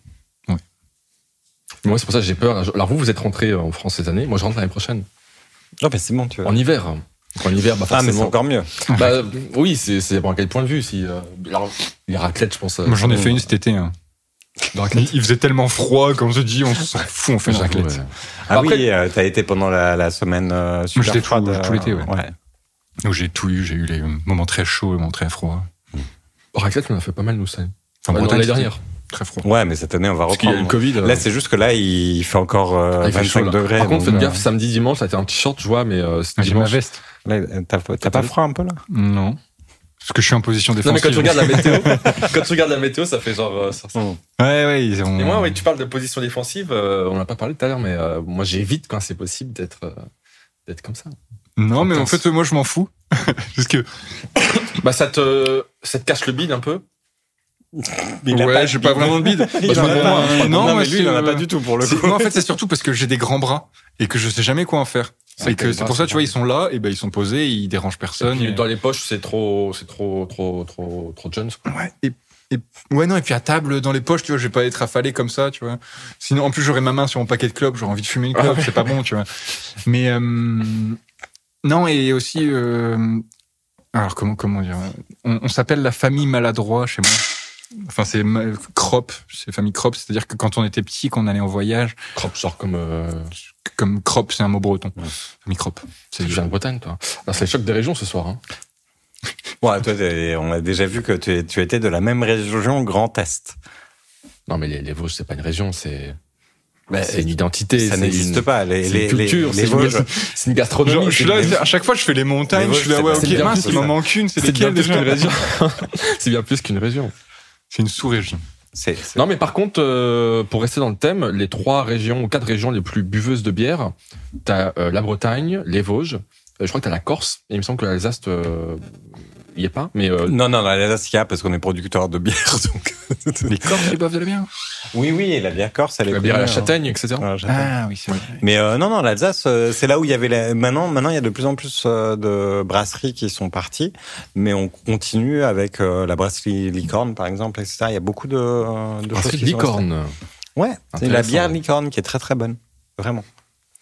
Moi, c'est pour ça que j'ai peur. Alors, vous, vous êtes rentré euh, en France cette année. Moi, je rentre l'année prochaine.
Non, Ah, mais c'est bon, tu vois.
En hiver. Donc, en hiver, bah,
Ah, mais c'est
forcément.
encore mieux.
bah, euh, oui, c'est c'est pour quel point de vue. Si, euh, alors, les raclettes, je pense. euh,
Moi, j'en ai
sont-
fait une cet été. hein.
Des
Il
raclettes.
il faisait tellement froid, comme je dis, on s'en fout, on fait une raclette.
Ouais.
Ah
Après-
oui, euh, t'as été pendant la, la semaine euh, super
j'étais tout-
froide, euh,
tout l'été, ouais. Donc j'ai tout eu, j'ai eu les moments très chauds, les moments très froids.
Raclette, on en a fait pas mal, nous, ça. Ouais,
Enfin,
non,
Bretagne,
L'année
c'était
dernière.
Très froid.
Ouais, mais cette année, on va
Parce qu'il y a eu le
reprendre.
Covid.
Là, c'est juste que là, il fait encore euh,
Ah, il fait
25
chaud, là.
degrés.
Par contre,
donc,
faites gaffe, samedi, dimanche, ça a été un petit short, je vois, mais euh, c'était
J'ai ma
dimanche.
veste.
euh, là, t'as, t'as pas froid un peu là
Non. Parce que je suis en position
Non,
défensive.
mais quand tu regardes la météo, quand tu regardes la météo, ça fait genre. euh, ça-
Ouais, ouais, ils ont-
Et moi, oui, tu parles de position défensive, euh, on n'a pas parlé tout à l'heure, mais euh, moi, j'évite quand c'est possible d'être. euh, d'être comme ça.
Non, mais en
Intense.
fait, moi, je m'en fous. Parce que.
Bah ça te ça te cache le bide un peu.
il a
ouais,
pas-
j'ai pas vraiment de bide.
Il
Parce
en
que
a
moi,
pas.
moi,
Enfin,
non,
non,
moi,
mais lui,
c'est- euh,
il en a pas du tout pour le
c'est-
coup.
moi, en fait, c'est surtout parce que j'ai des grands bras et que je sais jamais quoi en faire.
Ouais,
C'est
t'as
que
les
c'est
bras,
pour ça,
c'est
tu vois,
bon.
ils sont là, et ben ils sont posés, ils dérangent
Et
personne.
puis,
et-
Dans les poches, c'est trop c'est trop trop trop trop jeune. quoi.
Ouais, Ah, et, et- ouais, non, et puis à table, dans les poches, tu vois, je vais pas être affalé comme ça, tu vois. Sinon, en plus, j'aurais ma main sur mon paquet de clopes, j'aurais envie de fumer une
Ah
clope, c'est pas bon, tu vois. Mais, euh, non, et aussi, euh, alors, comment, comment dire, on, on s'appelle la famille maladroit chez moi. Enfin, c'est ma- crop, c'est famille crop, c'est-à-dire que quand on était petit, qu'on allait en voyage,
Crop genre comme euh,
comme crop, c'est un mot breton.
Ouais.
Famille crop. C'est
tu viens de Bretagne toi. Alors, c'est le choc des régions ce soir. hein.
Ouais, toi, t'es- on a déjà vu que tu, es- tu étais de la même région Grand Est.
Non mais les, les Vosges c'est pas une région, c'est
Bah,
c'est une identité,
ça
c'est
n'existe
une-
pas. Les,
C'est
les,
une culture,
les-
c'est
les
une-
Vosges.
c'est une gastronomie.
Genre, je
c'est
suis
une-
là, à chaque fois, je fais les montagnes,
Mais
je suis là,
ouais,
ouais,
c'est
ok,
bien
mince,
plus
il
que
m'en
ça.
manque une, c'est
C'est bien
lesquelles
plus qu'une
déjà
région. c'est bien plus qu'une région.
C'est une sous-région.
C'est, c'est-
Non, mais par contre, euh, pour rester dans le thème, les trois régions ou quatre régions les plus buveuses de bière, t'as euh, la Bretagne, les Vosges, euh, je crois que t'as la Corse, et il me semble que l'Alsace euh, y est pas, mais euh,
non, non, non, l'Alsace, il y a parce qu'on est producteur de bière. Donc...
Les corps qui boivent de la bière
oui, oui, et la bière corse, elle est
la bière à la
connue, hein.
châtaigne, etc.
Ah, la châtaigne.
Ah oui, c'est vrai.
Mais euh, non, non, l'Alsace, euh, c'est là où il y avait. la- Maintenant, maintenant, il y a de plus en plus euh, de brasseries qui sont parties, mais on continue avec euh, la brasserie licorne, par exemple, etc. Il y a beaucoup de, euh, de choses
Brasserie
qui sont restées.
Ah, licorne.
Ouais, c'est la
Intéressant,
bière
ouais.
licorne qui est très très bonne, vraiment.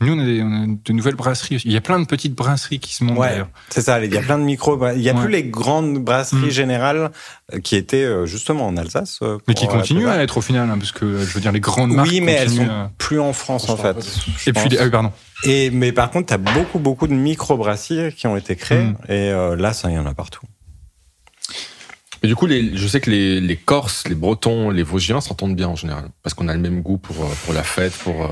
Nous, on a, des, on a de nouvelles brasseries aussi. Il y a plein de petites brasseries qui se montent
Ouais,
Mm, d'ailleurs.
c'est ça. Il y a plein de micros. bah, Il y a
Ouais.
plus les grandes brasseries
Mm.
générales euh, qui étaient euh, justement en Alsace, euh,
Mais qui
pour la
continuent
plupart.
à être au final, hein, parce que euh, je veux dire, les grandes marques.
Oui, mais elles
continuent
sont
à-
plus en France en
Franchement,
fait. je
Et puis,
pense.
les- ah oui, pardon.
Et mais par contre, t'as beaucoup beaucoup de micro brasseries qui ont été créées,
Mm.
et euh, là, ça, il y en a partout.
Mais du coup, les, je sais que les, les Corses, les Bretons, les Vosgiens s'entendent bien en général, parce qu'on a le même goût pour, euh, pour la fête, pour, euh,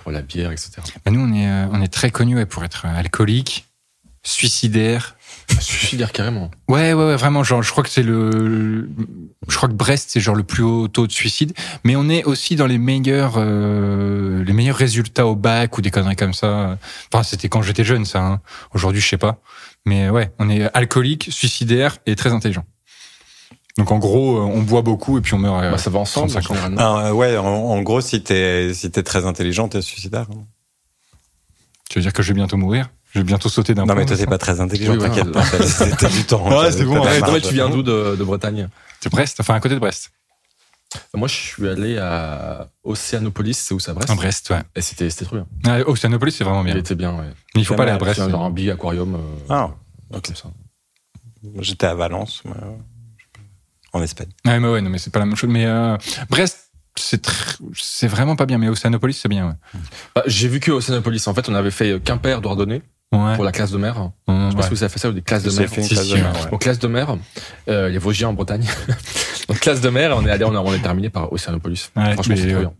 pour la bière, etc.
Bah, nous, on est, euh, on est très connus ouais, pour être euh, alcooliques, suicidaires.
Ça suffit de dire carrément.
Ouais, ouais, ouais, vraiment. Genre, je crois que c'est le. Je crois que Brest, c'est genre le plus haut taux de suicide. Mais on est aussi dans les meilleurs, euh, les meilleurs résultats au bac ou des conneries comme ça. Enfin, c'était quand j'étais jeune, ça. hein. Aujourd'hui, je sais pas. Mais ouais, on est alcoolique, suicidaire et très intelligent. Donc, en gros, euh, on boit beaucoup et puis on meurt. euh,
Bah, ça va ensemble,
35 ans.
généralement.
Ah, euh, ouais, en, en gros, si t'es si t'es très intelligent, t'es suicidaire. hein.
Tu veux dire que je vais bientôt mourir Je vais bientôt sauter d'un
Non,
pont,
mais toi, t'es
ça.
pas très intelligent,
Oui, voilà.
t'inquiète pas. t'as- C'était du temps.
Ah, Ouais,
t'as-
c'est bon,
t'as
ouais,
la
Ouais,
marche.
non, mais
marge.
tu viens d'où de, de Bretagne
De Brest, enfin à côté de Brest.
Moi, je suis allé à Océanopolis, c'est où ça, Brest
En Brest, ouais.
Et c'était c'était trop bien.
Ah, Océanopolis, c'est vraiment bien.
Il
Mais
était bien, ouais.
il faut
c'est
pas aller à
mal,
Brest.
C'est genre un billet aquarium. euh,
Ah,
comme ça.
j'étais à Valence, mais, euh, en Espagne.
Ouais, mais ouais, non, mais c'est pas la même chose. Mais euh, Brest, c'est tr- c'est vraiment pas bien. Mais Océanopolis, c'est bien.
Bah, J'ai vu que Océanopolis, en fait, on avait fait euh, Quimper, Dordogne,
Ouais. Ouais.
pour la classe de mer.
Ouais.
Je pense que ça fait ça ou des classes de
J'ai
mer.
fait une
si,
classe
si,
de mer, ouais.
Aux classes de mer, euh, les Vosgiens en Bretagne. Donc classe de mer, on est allé, on a, on est terminé par Océanopolis.
Ouais,
Franchement,
mais, euh,
c'est trop
ouais.
bien.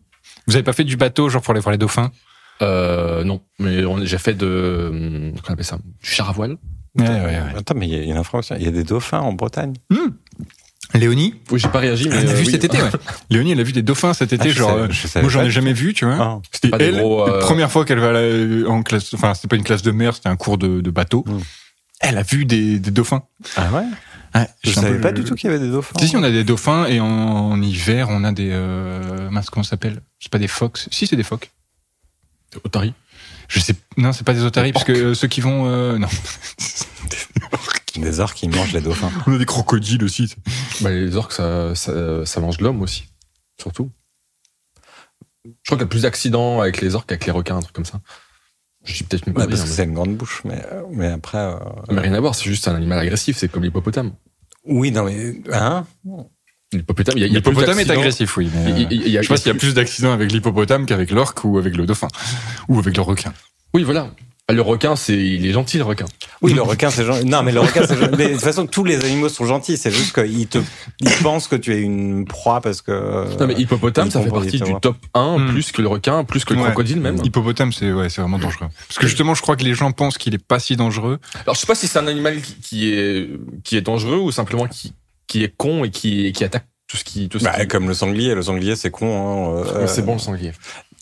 Vous avez pas fait du bateau, genre pour aller voir les dauphins
Euh, non, mais on- j'ai fait de, hum, qu'on appelle ça, du char à voile.
Ouais, ouais, ouais.
Attends, mais il y a une information. Il y a des dauphins en Bretagne.
Léonie
Oui, j'ai pas réagi,
Elle
mais euh,
a Ah, vu
oui.
cet été, ouais. Léonie, elle a vu des dauphins cet
Ah,
été,
je
genre.
savais-
euh,
je savais
moi, j'en
pas
ai
que-
jamais vu, tu vois.
Ah.
C'était pas des
Elle,
gros. euh,
Première fois qu'elle va à la- en classe, enfin, c'était pas une classe de mer, c'était un cours de, de bateau.
Mm.
Elle a vu des, des dauphins.
Ah ouais
Ouais,
Je savais pas du tout qu'il y avait des dauphins.
Si, si, on a des dauphins et en, en hiver, on a des. Euh, mince, comment ça s'appelle C'est pas des phoques Si, c'est des phoques.
Otarie.
Je sais. Non, c'est pas des otaries,
Des
parce que euh, ceux qui vont. euh, non.
Des orques qui mangent les dauphins.
On a des crocodiles aussi.
Bah, les orques, ça, ça, ça mange l'homme aussi, surtout. Je crois qu'il y a plus d'accidents avec les orques qu'avec les requins, un truc comme ça. Je dis peut-être une
Ouais,
Bah,
connerie,
parce que
hein,
c'est une grande bouche, mais, euh, mais après. euh,
mais... mais rien à voir, c'est juste un animal agressif, c'est comme l'hippopotame.
Oui, non, mais. Hein
L'hippopotame, il y a, il y a plus
L'hippopotame est
d'accidents.
agressif, oui.
Il-
mais, euh,
il- il y a-
je pense qu'il y a plus d'accidents avec l'hippopotame qu'avec l'orque ou avec le dauphin. Ou avec le requin.
Oui, voilà. Ah, Le requin, c'est il est gentil, le requin.
Oui, le requin, c'est gentil. Non, mais le requin, c'est gen- mais De toute façon, tous les animaux sont gentils. C'est juste qu'ils te... ils pensent que tu es une proie parce que. euh,
Non, Euh, mais hippopotame,
il
ça fait
comprend,
partie du
évidemment.
top 1,
Hmm.
plus que le requin, plus que le
Ouais.
crocodile même.
Hippopotame, c'est ouais, c'est vraiment dangereux. Parce que justement, je crois que les gens pensent qu'il est pas si dangereux.
Alors, je sais pas si c'est un animal qui, qui est qui est dangereux ou simplement qui qui est con et qui qui attaque tout ce qui tout ce
Bah,
qui-
comme le sanglier, le sanglier c'est con. hein, euh,
Mais c'est bon le sanglier.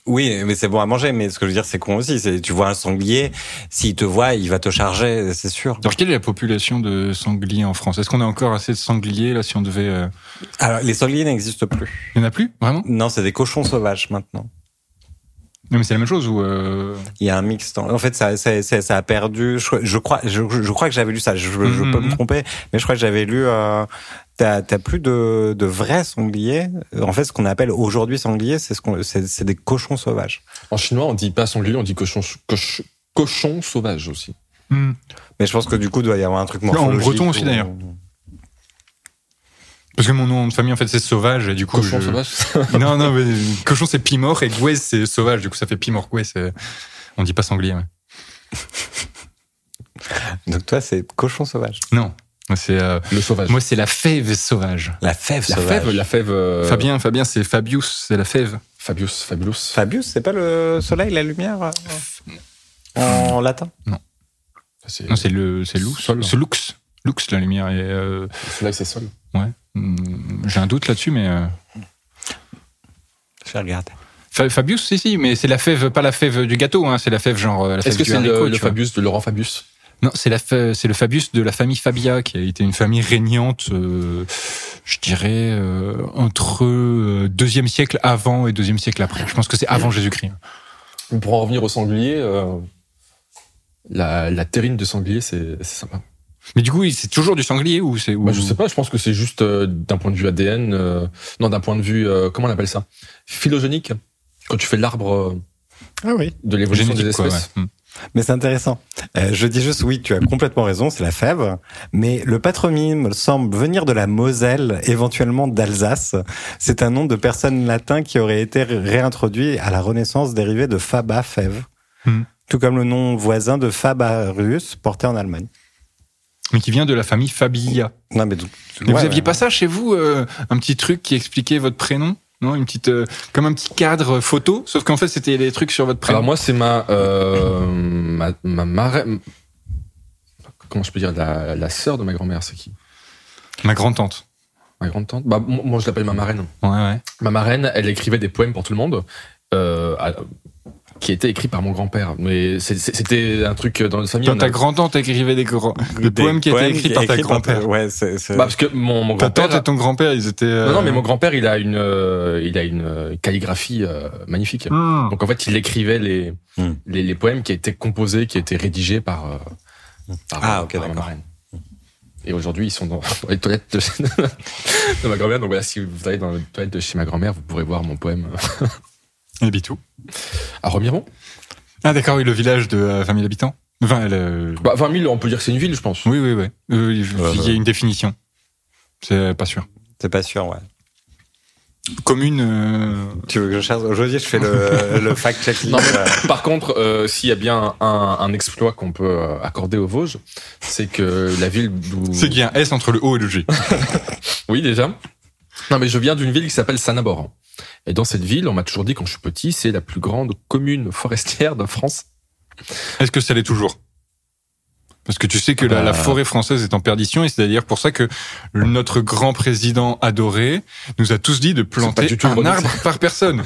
Oui, mais c'est bon à manger, mais ce que je veux dire c'est con aussi. C'est tu vois un sanglier, s'il te voit, il va te charger, c'est sûr.
Alors, quelle est la population de sangliers en France Est-ce qu'on a encore assez de sangliers, là, si on devait. euh,
Alors les sangliers n'existent plus.
Il y en a plus, vraiment
Non, c'est des cochons sauvages maintenant.
Non, mais c'est la même chose ou. euh,
Il y a un mix. dans- En fait, ça, ça, ça, ça a perdu. Je, je crois, je, je crois que j'avais lu ça. Je, je
Mhm.
peux me tromper, mais je crois que j'avais lu. Euh, T'as t'as plus de, de vrais sangliers. En fait, ce qu'on appelle aujourd'hui sangliers, c'est ce qu'on, c'est c'est des cochons sauvages.
En chinois, on dit pas sanglier, on dit cochon coch- cochon sauvage aussi.
hmm.
Mais je pense que du coup, il doit y avoir un truc
en
morphologique.
breton aussi,
ou-
d'ailleurs. Parce que mon nom de famille, en fait, c'est sauvage, et du coup.
Cochon
je-
sauvage.
Non, non, mais cochon, c'est pimor, et gouez, c'est sauvage, du coup, ça fait pimor, gouez. c'est- On dit pas sanglier, ouais.
Donc toi, c'est cochon sauvage.
Non. Moi, C'est, euh,
le sauvage.
moi, c'est la fève sauvage.
La fève
la
sauvage.
fève, la fève. euh,
Fabien, Fabien, c'est Fabius, c'est la fève.
Fabius, Fabulus.
Fabius, c'est pas le soleil, la lumière euh, en latin.
C'est-
Non, c'est le, c'est lux.
Sol.
C'est lux. Lux, la lumière. Et, euh,
Soleil, c'est sol.
ouais. Hmm, J'ai un doute là-dessus, mais. euh,
Je vais regarder.
Fa- Fabius, si, si, mais c'est la fève, pas la fève du gâteau, hein, c'est la fève genre. euh, la fève
Est-ce que
du
c'est
haricot,
le, le
tu vois.
Fabius de Laurent Fabius
Non, c'est la fa- c'est le Fabius de la famille Fabia qui a été une famille régnante, euh, je dirais euh, entre euh, deuxième siècle avant et deuxième siècle après. Je pense que c'est avant Jésus-Christ. hein.
Pour en revenir au sanglier, euh, la, la terrine de sanglier, c'est c'est sympa.
Mais du coup, il- c'est toujours du sanglier ou c'est ou...
Bah, je sais pas, je pense que c'est juste euh, d'un point de vue ADN, euh, non, d'un point de vue, euh, comment on appelle ça Phylogénique. Quand tu fais l'arbre euh,
Ah oui.
de l'évolution
Génétique,
des
quoi,
espèces.
ouais. Hmm.
Mais c'est intéressant. Euh, je dis juste oui, tu as complètement raison, c'est la fève. Mais le patronyme semble venir de la Moselle, éventuellement d'Alsace. C'est un nom de personne latin qui aurait été ré- réintroduit à la Renaissance dérivé de faba fève.
Hmm.
Tout comme le nom voisin de Fabarius porté en Allemagne.
Mais qui vient de la famille Fabia.
Non, mais donc,
Mais
ouais,
vous aviez
ouais.
pas ça chez vous, euh, un petit truc qui expliquait votre prénom Non, une petite euh, comme un petit cadre photo, sauf qu'en fait c'était les trucs sur votre prénom.
Alors moi, c'est ma, euh, ma, ma marraine- comment je peux dire, la, la sœur de ma grand-mère, c'est qui
Ma grand tante.
Ma grande-tante Bah, m- moi, je l'appelle ma marraine.
Ouais, ouais.
Ma marraine, elle écrivait des poèmes pour tout le monde. Euh, à- qui était écrit par mon grand-père. Mais c'est- c'est- c'était un truc euh, dans notre famille.
Quand
on a-
ta grand-tante écrivait des, gros- des poèmes qui étaient écrits par ta grand-père.
Ouais, c'est. c'est-
Bah, parce que mon, mon
Ta tante
grand-père.
et ton grand-père, ils étaient. euh,
Non, non, mais mon grand-père, il a une, euh, il a une euh, calligraphie euh, magnifique.
hmm.
Donc en fait, il écrivait les,
Hmm.
les, les poèmes qui étaient composés, qui étaient rédigés par, euh, par, euh,
Ah, ok,
par ma
d'accord.
marraine. Et aujourd'hui, ils sont dans les toilettes de, de ma grand-mère. Donc voilà, si vous allez dans les toilettes de chez ma grand-mère, vous pourrez voir mon poème euh,
Et Bitou.
à Remiron.
Ah, d'accord, oui, le village de euh, 20 000 habitants. Enfin, le-
Bah, 20 000, on peut dire que c'est une ville, je pense.
Oui, oui, oui. Euh, il
Euh,
il y a une définition. C'est pas sûr.
C'est pas sûr, ouais.
Commune. euh,
Tu veux que je cherche Aujourd'hui, je fais le, le fact-checking.
Non, mais-
euh,
Par contre, euh, s'il y a bien un, un exploit qu'on peut euh, accorder aux Vosges, c'est que la ville d'où...
C'est qu'il y a un S entre le O et le G.
Oui, déjà. Non, mais je viens d'une ville qui s'appelle Sanabor. Et dans cette ville, on m'a toujours dit quand je suis petit, c'est la plus grande commune forestière de France.
Est-ce que ça l'est toujours Parce que tu sais que la, la
Euh.
forêt française est en perdition et c'est d'ailleurs pour ça que notre grand président adoré nous a tous dit de planter
du tout
un
ironique,
arbre par personne.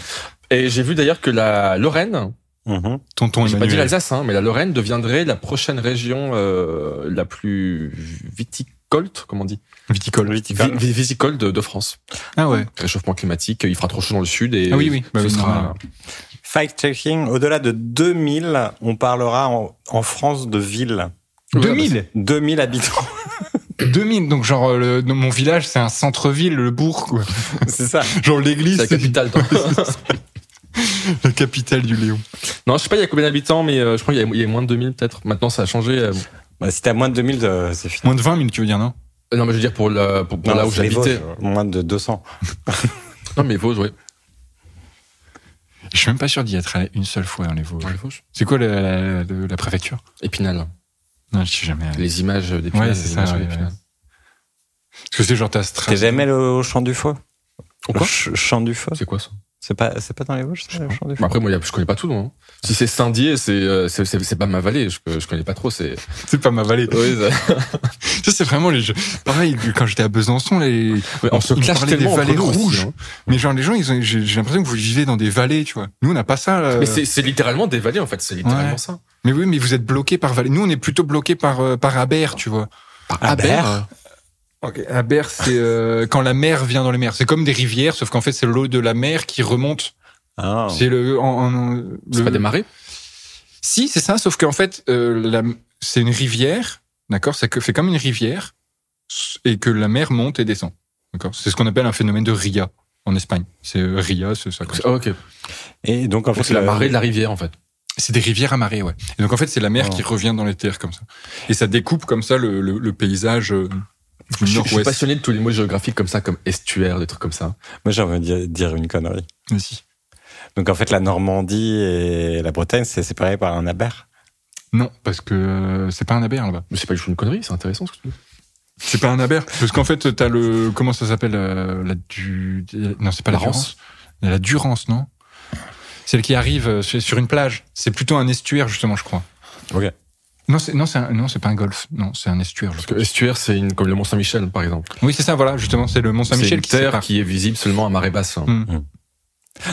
Et j'ai vu d'ailleurs que la Lorraine,
mhm.
Tonton
j'ai pas dit
Emmanuel.
l'Alsace, hein, mais la Lorraine deviendrait la prochaine région euh, la plus viticolte, comment on dit
Viticole.
Viticole.
Vi- vi- Viticole de, de France.
Ah ouais.
Réchauffement climatique, il fera trop chaud dans le sud et
Ah oui, oui. Bah
ce
oui,
sera...
normal.
Fact-checking, au-delà de 2000, on parlera en, en France de ville.
Oui,
2000
2000 habitants,
2000 Donc genre euh, le- dans mon village c'est un centre-ville, le bourg quoi.
c'est ça.
Genre
C'est
l'église,
la
c'est
capitale. dans-
la capitale du Léon.
non, je sais pas, il y a combien d'habitants, mais euh, je crois qu'il y, a- il y a moins de 2000 peut-être. Maintenant, ça a changé. euh,
Bah, si t'as moins de 2000, euh, c'est fini.
Moins de 20 000 tu veux dire non
Non, mais je veux dire pour, la, pour, pour
Non,
là où
c'est les
j'habitais.
Vosges, hein. Moins de 200.
Non, mais Vosges, oui.
Je suis même pas sûr d'y être allé une seule fois dans les Vosges.
Dans les Vosges.
C'est quoi la, la- la- la préfecture
Épinal.
Non, je suis jamais allé.
Les images des
Ouais, c'est ça. ouais, ouais. Parce que c'est genre ta
T'es jamais allé au Champ du Feu
Au quoi
Le Ch- Champ du Feu
C'est quoi ça
C'est pas, c'est pas dans les Vosges, ça, le Champ du Feu
Bah, Après, moi, y a- je connais pas tout, non Si c'est Saint-Dié, c'est euh, c'est- c'est- c'est pas ma vallée. Je, je connais pas trop. C'est.
C'est pas ma vallée.
Ouais, ça-
Ça, c'est vraiment les jeux. Pareil, quand j'étais à Besançon, les...
Mais on se
Ils me
clash
parlaient
tellement
des
entre
vallées
nous aussi,
rouges.
hein.
mais genre, les gens, ils ont, j'ai, j'ai l'impression que vous vivez dans des vallées, tu vois. Nous, on n'a pas ça. là.
Mais c'est c'est littéralement des vallées, en fait. C'est littéralement
Ouais.
ça.
Mais oui, mais vous êtes bloqués par vallée. Nous, on est plutôt bloqués par, euh, par Aber, tu vois.
Ah, euh,
Aber
Ok. Aber, c'est euh, quand la mer vient dans les mers. C'est comme des rivières, sauf qu'en fait, c'est l'eau de la mer qui remonte.
Bah,
Ah.
C'est le, en, en-
C'est
le-
pas des marais
Si, c'est ça, sauf qu'en fait, euh, la- c'est une rivière, d'accord Ça que- fait comme une rivière, et que la mer monte et descend, d'accord C'est ce qu'on appelle un phénomène de ria en Espagne. C'est euh, ria, c'est ça. quoi.
Ah, Ok.
Et donc, en fait,
Oh, C'est la
le-
marée de la rivière, en fait.
C'est des rivières à marée, ouais. Et donc en fait, c'est la mer
Oh.
qui revient dans les terres comme ça. Et ça découpe comme ça le, le- le paysage euh,
Je
du
suis- je suis
nord-ouest.
passionné de tous les mots géographiques comme ça, comme estuaire, des trucs comme ça.
Moi, j'ai envie de dire- dire une connerie.
Mais si.
Donc, en fait, la Normandie et la Bretagne, c'est séparé par un aber.
Non, parce que euh, c'est pas un aber là-bas.
Mais c'est pas du tout une connerie, c'est intéressant ce que tu dis.
C'est pas un aber. Parce qu'en fait, t'as le comment ça s'appelle euh, la du non c'est pas la,
La
Durance. La Durance, non Celle qui arrive euh, sur sur une plage. C'est plutôt un estuaire justement, je crois.
Ok.
Non, c'est non, c'est un- non, c'est pas un golfe. Non, c'est un estuaire. je
Parce que estuaire, c'est une, comme le Mont Saint-Michel, par exemple.
crois. Oui, c'est ça. Voilà, justement, c'est le Mont
C'est
Saint-Michel
une
qui
terre
sépare.
qui est visible seulement à marée basse. hein.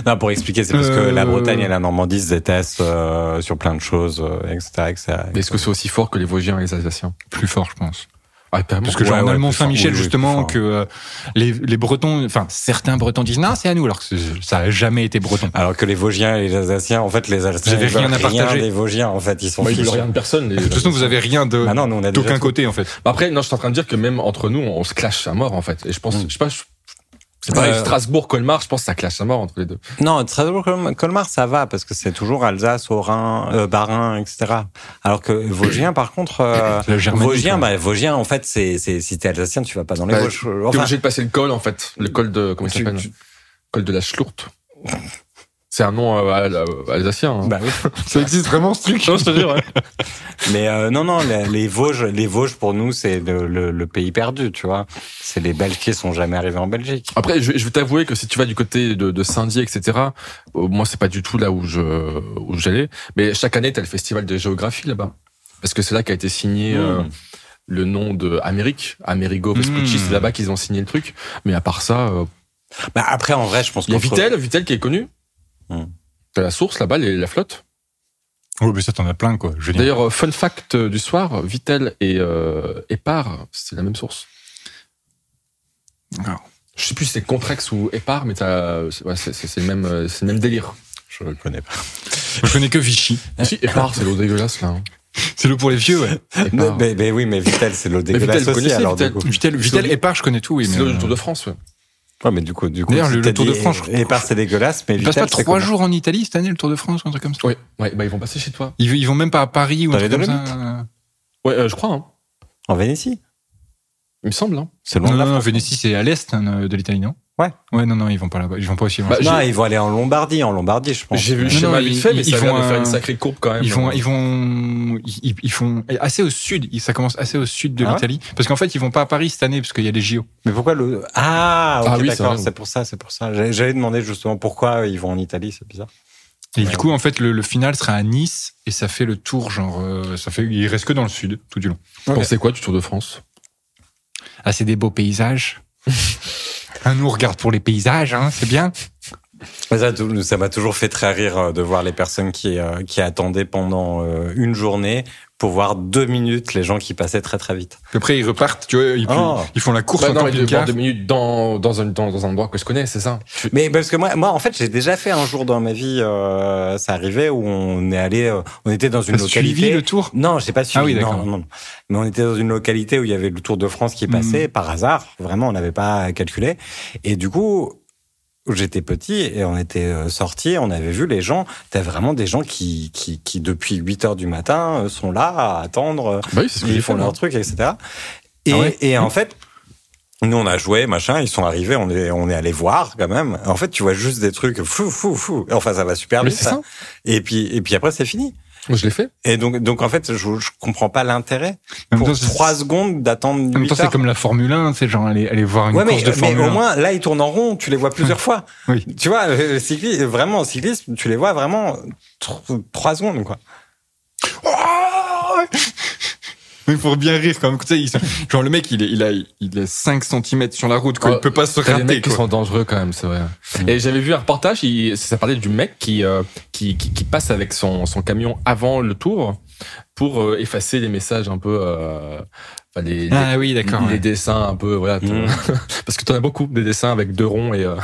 Non, pour expliquer, c'est parce que
Euh,
la Bretagne et la Normandie se détestent euh, sur plein de choses, euh, etc. etc.
Mais Est-ce que c'est aussi fort que les Vosgiens et les Alsaciens
plus fort, je pense.
Ah, carrément.
Parce que
Ouais,
genre, on a
ouais,
le Mont
plus fort.
Saint-Michel,
Oui, oui, plus
justement,
fort.
que euh, les, les Bretons, enfin, certains Bretons disent non, c'est à nous, alors que c'est- ça a jamais été breton.
Alors que les Vosgiens et les Alsaciens, en fait, les Alsaciens,
Vous avez
ils veulent
rien à partager.
des Vosgiens, en fait, ils sont
Moi, ils
fichus.
veulent rien de personne. les-
De toute façon, vous avez rien de
Bah non, nous, on a déjà
d'aucun
tout.
côté, en fait.
Après, non, je suis en train de dire que même entre nous, on se clash à mort, en fait. Et je pense,
Mm.
je sais pas, je- c'est pareil,
Euh,
Strasbourg, Colmar, je pense que ça clash à mort entre les deux.
Non, Strasbourg-Colmar, ça va, parce que c'est toujours Alsace, Haut-Rhin, euh, Bas-Rhin, etc. Alors que Vosgien, par contre, euh,
La Germanie,
Vosgien,
quoi.
bah, Vosgien, en fait, c'est, c'est, si t'es Alsacien, tu vas pas dans les
Bah,
Vosges.
T'es
Enfin,
obligé de passer le col, en fait. Le col de, comment il
tu-
s'appelle?
tu-
Col de la Schlourte. C'est un nom euh, al- euh, alsacien. hein.
bah oui.
Ça existe vraiment, ce truc
Non, je te jure, ouais.
Mais euh, non, non, les, les Vosges, les Vosges pour nous, c'est le, le- le pays perdu, tu vois. C'est les Belges qui sont jamais arrivés en Belgique.
Après, je, je vais t'avouer que si tu vas du côté de, de Saint-Dié, etc., euh, moi, c'est pas du tout là où je où j'allais. Mais chaque année, t'as le festival de géographie là-bas, parce que c'est là qu'a été signé euh,
Mm.
le nom de Amérique, Amerigo Vespucci.
Mm.
C'est là-bas qu'ils ont signé le truc. Mais à part ça, euh,
Bah, après, en vrai, je pense
il y a
qu'on se-
Vitel, Vitel qui est connu.
Hmm.
Mm.
T'as la source là-bas, les- la flotte.
Oui, Oh, mais ça, t'en as plein, quoi. Je veux dire.
D'ailleurs, euh, fun fact euh, du soir, Vitel et euh, Épar, c'est la même source.
Alors.
Je sais plus si c'est Contrex ou Épar, mais t'as- c'est ouais, c'est- c'est- c'est le, même, euh, c'est le même délire.
Je le connais pas.
je connais que Vichy.
Si, Épar, c'est l'eau dégueulasse, là. hein.
C'est l'eau pour les vieux, ouais.
Mais,
Épar.
mais- mais oui, mais Vitel, c'est l'eau
Vitel,
dégueulasse
vous
aussi,
connaissez
alors
Vitel
du coup.
Vitel, Vitel
C'est l'eau-
Épar, je connais tout, oui.
C'est
mais,
l'eau du
euh,
Tour de France, ouais.
Ouais, mais du coup, du coup.
D'ailleurs, le-
si t'as
le Tour de
dit,
France, je crois.
Et par c'est dégueulasse, mais
Ils passent
Vitel,
pas
c'est
trois
comment
jours en Italie cette année, le Tour de France ou un truc comme ça
Ouais, ouais, bah, ils vont passer chez toi.
Ils, ils vont même pas à Paris ou un
Dans les
truc comme ça
Ouais, euh, je crois, hein.
En Vénétie.
Il me semble, hein.
C'est loin
Non,
de la
non,
France.
non, Vénétie, c'est à l'est hein, de l'Italie, non
Ouais.
Ouais, non, non, ils vont pas là-bas. Ils vont pas aussi loin.
Bah,
Non,
j'ai-
ils vont aller en Lombardie, en Lombardie, je pense.
J'ai vu le
Euh,
Non,
schéma
non,
vite
ils-
fait, mais
ils
ça a
font
l'air de
un-
faire une sacrée courbe
Ah,
quand même.
Ils vont, ils vont, ils, ils font assez au sud. Ça commence assez au sud de
Ah ouais
l'Italie, parce qu'en fait, ils vont pas à Paris cette année, parce qu'il y a les JO.
Mais pourquoi le. Ah, ok,
Ah oui, c'est
d'accord,
vrai.
c'est pour ça, c'est pour ça. J'allais- J'allais demander justement pourquoi euh, ils vont en Italie, c'est bizarre.
Et
Ouais.
du coup, en fait, le, le final sera à Nice, et ça fait le tour, genre, euh, ça fait, il reste que dans le sud tout du long.
Vous Pensez quoi du Tour de France
Ah, c'est des beaux paysages. Un nous regarde pour les paysages, hein, c'est bien.
Mais Ça tou- ça m'a toujours fait très rire euh, de voir les personnes qui, euh, qui attendaient pendant euh, une journée pour voir deux minutes les gens qui passaient très très vite.
Puis Après, ils repartent, tu vois, ils,
Oh.
ils font la course
Bah
en
non, mais de voir
camping-car.
deux minutes dans, dans, un, dans, dans un endroit que je connais, c'est ça.
Mais parce que moi, moi en fait, j'ai déjà fait un jour dans ma vie, euh, ça arrivait où on est allé, euh, on était dans une
T'as suivi
localité.
le tour
Non, j'ai pas suivi.
Ah oui,
non,
d'accord.
non, non. Mais on était dans une localité où il y avait le Tour de France qui passait par hasard. Vraiment, on n'avait pas calculé. Et du coup, j'étais petit et on était sorti. On avait vu les gens. T'as vraiment des gens qui, qui, qui depuis 8 heures du matin euh, sont là à attendre. euh,
Bah oui, c'est ce que j'ai
ils
fait.
font
moi.
leur truc, etc. Et,
Ah ouais
et en fait, nous on a joué, machin, ils sont arrivés, on est, on est allé voir quand même. En fait, tu vois juste des trucs fou, fou, fou. Enfin, ça va super
Mais
vite.
c'est Ah ça.
ça. Et puis, et puis après, c'est fini.
Moi, je l'ai fait.
Et donc, donc en fait, je, je comprends pas l'intérêt
En même
pour
temps, c'est-
trois secondes d'attendre
en même temps,
8
c'est
heures.
comme la Formule 1, c'est genre aller, aller voir une
Ouais, mais,
course de
mais
Formule 1.
au moins, là, ils tournent en rond, tu les vois plusieurs fois.
Oui.
Tu vois, euh, cycli- vraiment, en cyclisme, tu les vois vraiment tr- trois secondes, quoi.
Mais pour Ah bien rire, quand même. Tu sais, ils sont- Genre, le mec, il, est, il, a, il a 5 cm sur la route, quoi.
Oh,
il peut pas se
T'as des
rater,
mecs qui
quoi.
sont dangereux quand même, c'est vrai. Et j'avais vu un reportage, il- ça parlait du mec qui, euh, qui, qui, qui passe avec son, son camion avant le tour pour euh, effacer les messages un peu. euh, enfin, les, les-
Ah oui, d'accord.
les
ouais.
dessins un peu. Voilà, t'en-
Mm.
Parce que t'en as beaucoup, des dessins avec deux ronds et. euh,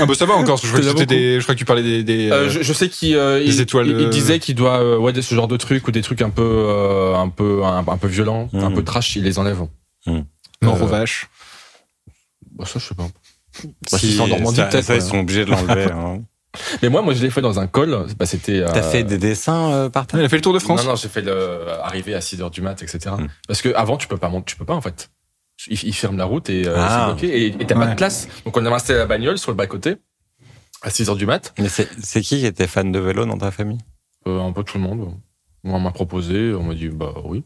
Ah, bah, ça va encore. Je crois que,
T'en as
c'était
beaucoup.
des- je crois que tu parlais des. des,
Euh, je, je sais qu'il euh,
Des
il,
étoiles,
il- il
euh,
disait qu'il doit euh, ouais, des- ce genre de trucs ou des trucs un peu euh, un peu un, un peu violents,
Mhm.
un peu trash, il les enlève.
morts aux
euh,
vaches.
Bah, ça je sais pas. Si,
Bah, s'ils sont en Normandie,
ça-
peut-être,
ça, ils
ils sont obligés de l'enlever. hein.
Mais moi moi je l'ai fait dans un col, bah, c'était euh,
T'as fait des dessins, euh, par terre
Ah, Il a fait le tour de France.
Non non, j'ai fait le arriver à 6h du mat etc.
Mhm.
Parce que avant tu peux pas monter, tu peux pas en fait. Ils, ils ferment la route et euh,
Ah.
c'est bloqué et et t'as pas
Ouais.
de classe. Donc on a resté à la bagnole sur le bas côté à 6h du mat,
Mais c'est c'est qui qui était fan de vélo dans ta famille
Euh, un peu tout le monde. Moi, on m'a proposé, on m'a dit bah oui.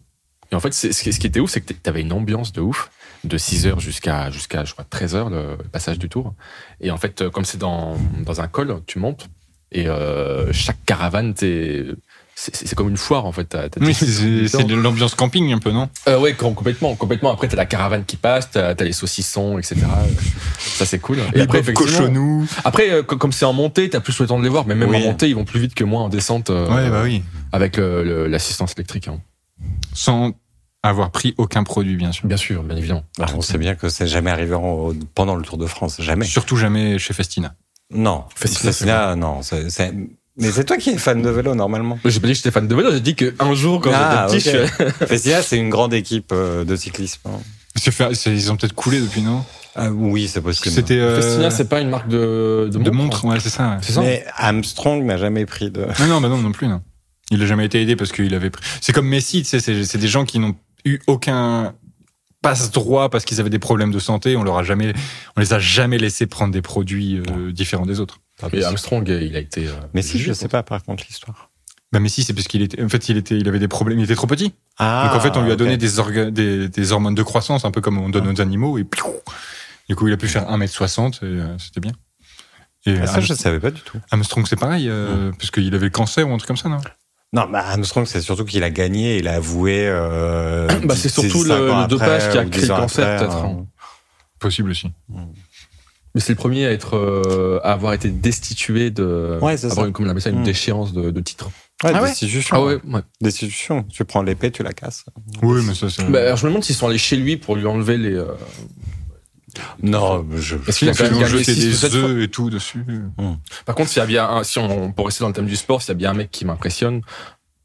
Et en fait, c'est- ce qui, ce qui était ouf, c'est que t'avais une ambiance de ouf, de 6h jusqu'à, jusqu'à je crois, 13h, le passage du tour. Et en fait, euh, comme c'est dans, dans un col, tu montes, et euh, chaque caravane, t'es- c'est c'est- c'est comme une foire, en fait. T'as- t'as-
Oui, c'est c'est de l'ambiance camping, un peu, non
Euh, ouais, com- complètement, complètement. Après, t'as la caravane qui passe, t'as t'as les saucissons, etc. Ça, c'est cool. Et après, effectivement,
cochonou.
après euh, co- comme c'est en montée, t'as plus le temps de les voir, mais même
Oui.
en montée, ils vont plus vite que moi en descente. euh,
Ouais, bah oui.
avec le- le- l'assistance électrique. hein.
Sans avoir pris aucun produit, bien sûr.
Bien sûr, bien évidemment.
Alors, Bah, On sait bien que c'est jamais arrivé en- pendant le Tour de France, jamais.
Surtout jamais chez Festina.
Non,
Festina,
Festina, non. c'est- c'est- Mais c'est toi qui es fan de vélo normalement.
J'ai pas dit que j'étais fan de vélo, j'ai dit qu'un jour, quand
Ah,
j'étais petit,
ok.
je-
Festina, c'est une grande équipe euh, de cyclisme. hein.
C'est fait- c'est- Ils ont peut-être coulé depuis, non
Ah oui, c'est possible.
C'était. euh,
Festina, c'est pas une marque de, hein. de,
de
montre.
montre, ouais, c'est ça. ouais.
C'est ça
Mais Armstrong n'a jamais pris de.
Non, non, bah non, non plus, non. Il a jamais été aidé parce qu'il avait pris. C'est comme Messi, tu sais, c'est c'est des gens qui n'ont eu aucun passe droit parce qu'ils avaient des problèmes de santé. On leur a jamais, on les a jamais laissés prendre des produits euh, différents des autres.
Et Ah, Armstrong, il a été. euh,
Mais si,
jugé,
je
quoi.
sais pas par contre l'histoire.
Bah Messi, c'est parce qu'il était, en fait, il était, il avait des problèmes, il était trop petit.
Ah,
Donc en fait, on lui
ok.
a
Ah.
donné des, orga- des, des hormones de croissance, un peu comme on donne aux animaux, et piou du coup, il a pu faire 1m60, et euh, c'était bien. Et
Ah, ça,
Arm-
je savais pas du tout.
Armstrong, c'est pareil, euh, parce qu'il avait le cancer ou un truc comme ça, non
Non, bah, Armstrong, c'est surtout qu'il a gagné, il a avoué. euh,
Bah, c'est
10,
surtout
5
le-
ans
le dopage qui a
ou 10
créé le
ans
cancer,
après,
peut-être,
hein.
Possible aussi.
Mais c'est le premier à être, euh, à avoir été destitué de.
Ouais, c'est
avoir
ça.
Euh, une- comme on appelle ça, une
Mm.
déchéance de, de titre.
Ouais,
Ah ouais
destitution.
Ah ouais, ouais.
Destitution. Tu prends l'épée, tu la casses.
Oui, mais ça, c'est.
Bah, alors, je me demande s'ils sont allés chez lui pour lui enlever les. euh,
Non, je.
Parce
Il
qu'il
a
a quand même gagné
jeté
six ou
des
sept fois.
œufs et tout dessus.
Par contre, s'il y a bien un- si on, pour rester dans le thème du sport, s'il y a bien un mec qui m'impressionne,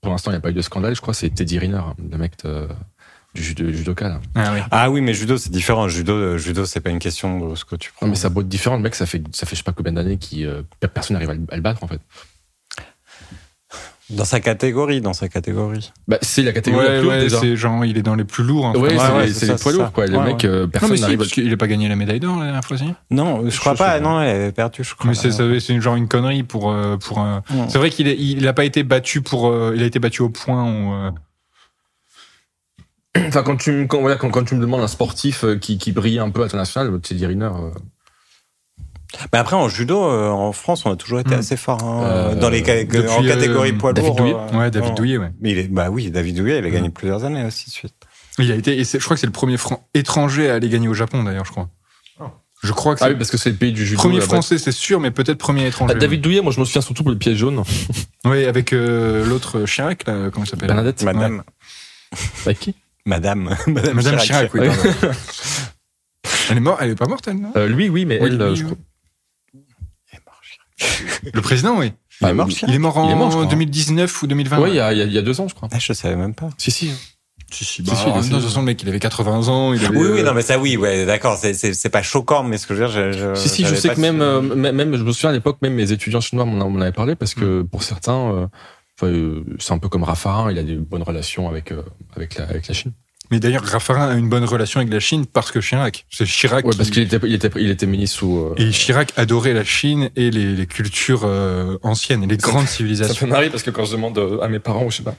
pour l'instant, il n'y a pas eu de scandale, je crois, c'est Teddy Riner, hein, le mec de- du judo- judoka, là.
Ah oui.
Ah oui, mais judo, c'est différent. Judo, euh, judo, c'est pas une question de ce que tu prends.
Non, Ah, mais ça botte différent. Le mec, ça fait, ça fait je sais pas combien d'années qui euh, personne n'arrive à, le- à le battre, en fait.
Dans sa catégorie, dans sa catégorie.
Bah, c'est la catégorie la
Ouais,
plus
ouais,
haute, déjà.
c'est genre, il est dans les plus lourds. hein.
Ouais,
Ouais,
c'est
ouais,
les-
c'est
c'est
ça,
les poids
c'est
lourds,
ça.
quoi. Le
Ouais,
mec,
ouais.
euh,
Non,
personne
mais si,
n'arrive à
parce qu'il a pas gagné la médaille d'or la dernière fois, si.
Non, je crois
sais
pas.
pas.
Non, elle avait perdu, je crois.
Mais c'est, ça, c'est une- genre une connerie pour. euh, pour un-
Non.
C'est vrai qu'il est- il a pas été battu pour. euh, il a été battu au point où. euh,
le- Enfin, quand tu, me- quand, voilà, quand, quand tu me demandes un sportif euh, qui, qui brille un peu à l'international, Teddy Riner, euh,
Mais après, en judo, euh, en France, on a toujours été
Hmm.
assez fort. hein,
Euh,
dans les ca-
depuis,
en catégorie
euh,
poids
David
lourd.
Douillet.
euh,
ouais, David
non.
Douillet, ouais.
Mais il est, bah oui, David Douillet, il a gagné plusieurs années aussi de suite.
Il a été. Et c'est- je crois que c'est le premier franc étranger à aller gagner au Japon, d'ailleurs, je crois. Je crois que c'est.
Ah oui, parce que c'est le pays du judo.
Premier
là-bas.
français, c'est sûr, mais peut-être premier étranger.
Ah, David Douillet, moi je me souviens surtout pour le pied jaune.
Oui, avec euh, l'autre euh, Chirac, là, comment ça s'appelle
Bernadette.
Madame.
Avec qui
Madame. Madame.
Madame Chirac, oui.
Ouais.
pardon. elle est morte, elle est pas morte, elle, non
Euh, lui, oui, mais
Oui,
elle,
lui,
euh, je
oui.
crois.
Le président, oui.
Il est
Ah,
mort,
oui.
Chirac
Il est mort en
Il est mort, je crois.
2019 ou 2020.
Ouais, il y a, il y a- il y a deux ans, je crois.
Ah, je savais même pas.
Si, si.
Si, si,
bah,
si, si,
alors,
non, de toute
c'est-
façon, le mec, il avait 80 ans. Il avait,
Ah Oui, oui,
euh,
non, mais ça, oui, ouais, d'accord, c'est- c'est c'est pas choquant, mais ce que je veux dire, je. je
Si, si, je
j'avais
sais
pas
que même,
su-
euh, même, même- je me souviens à l'époque, même mes étudiants chinois m'en m'en avaient parlé parce que
Hmm.
pour certains, euh, enfin, euh, c'est un peu comme Raffarin, il a des bonnes relations avec, euh, avec, la, avec la Chine.
Mais d'ailleurs, Raffarin a une bonne relation avec la Chine parce que Chirac. C'est Chirac
Ouais,
qui-
parce qu'il était, il était, il était ministre sous. euh,
Et Chirac adorait la Chine et les, les cultures euh, anciennes et les
Ça-
grandes
ça
civilisations.
fait marrer parce que quand je demande euh, à mes parents, ou je sais pas,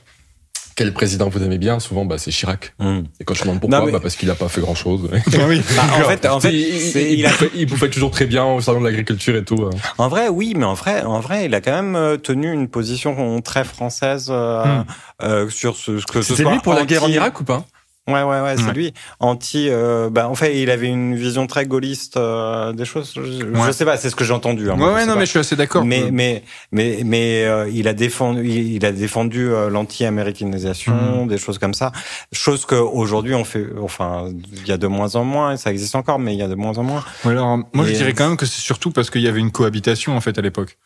quel président vous aimez bien, souvent, bah, c'est Chirac.
Hmm.
Et quand je demande pourquoi,
Non, mais-
bah, parce qu'il a pas fait grand chose.
Ah oui.
Bah, en fait, en fait, c'est- il a
il bouffait toujours très bien au salon de l'agriculture et tout. euh.
En vrai, oui, mais en vrai, en vrai, il a quand même euh, tenu une position très française euh,
Hmm.
euh, sur ce que ce
C'était
soit
lui pour la guerre en
anti-
Irak ou pas
Ouais, ouais, ouais, c'est
Ouais.
lui. Anti. euh, bah, en fait, il avait une vision très gaulliste euh, des choses. Je, je
Ouais.
sais pas, c'est ce que j'ai entendu. hein,
Ouais,
moi, je
ouais,
sais
non,
pas.
mais je suis assez d'accord.
Mais mais mais mais euh, il a défendu il il a défendu euh, l'anti-américanisation,
Mm-hmm.
des choses comme ça, chose que aujourd'hui on fait enfin il y a de moins en moins et ça existe encore mais il y a de moins en moins.
Ou alors, moi, je
Et-
dirais quand même que c'est surtout parce qu'il y avait une cohabitation, en fait, à l'époque.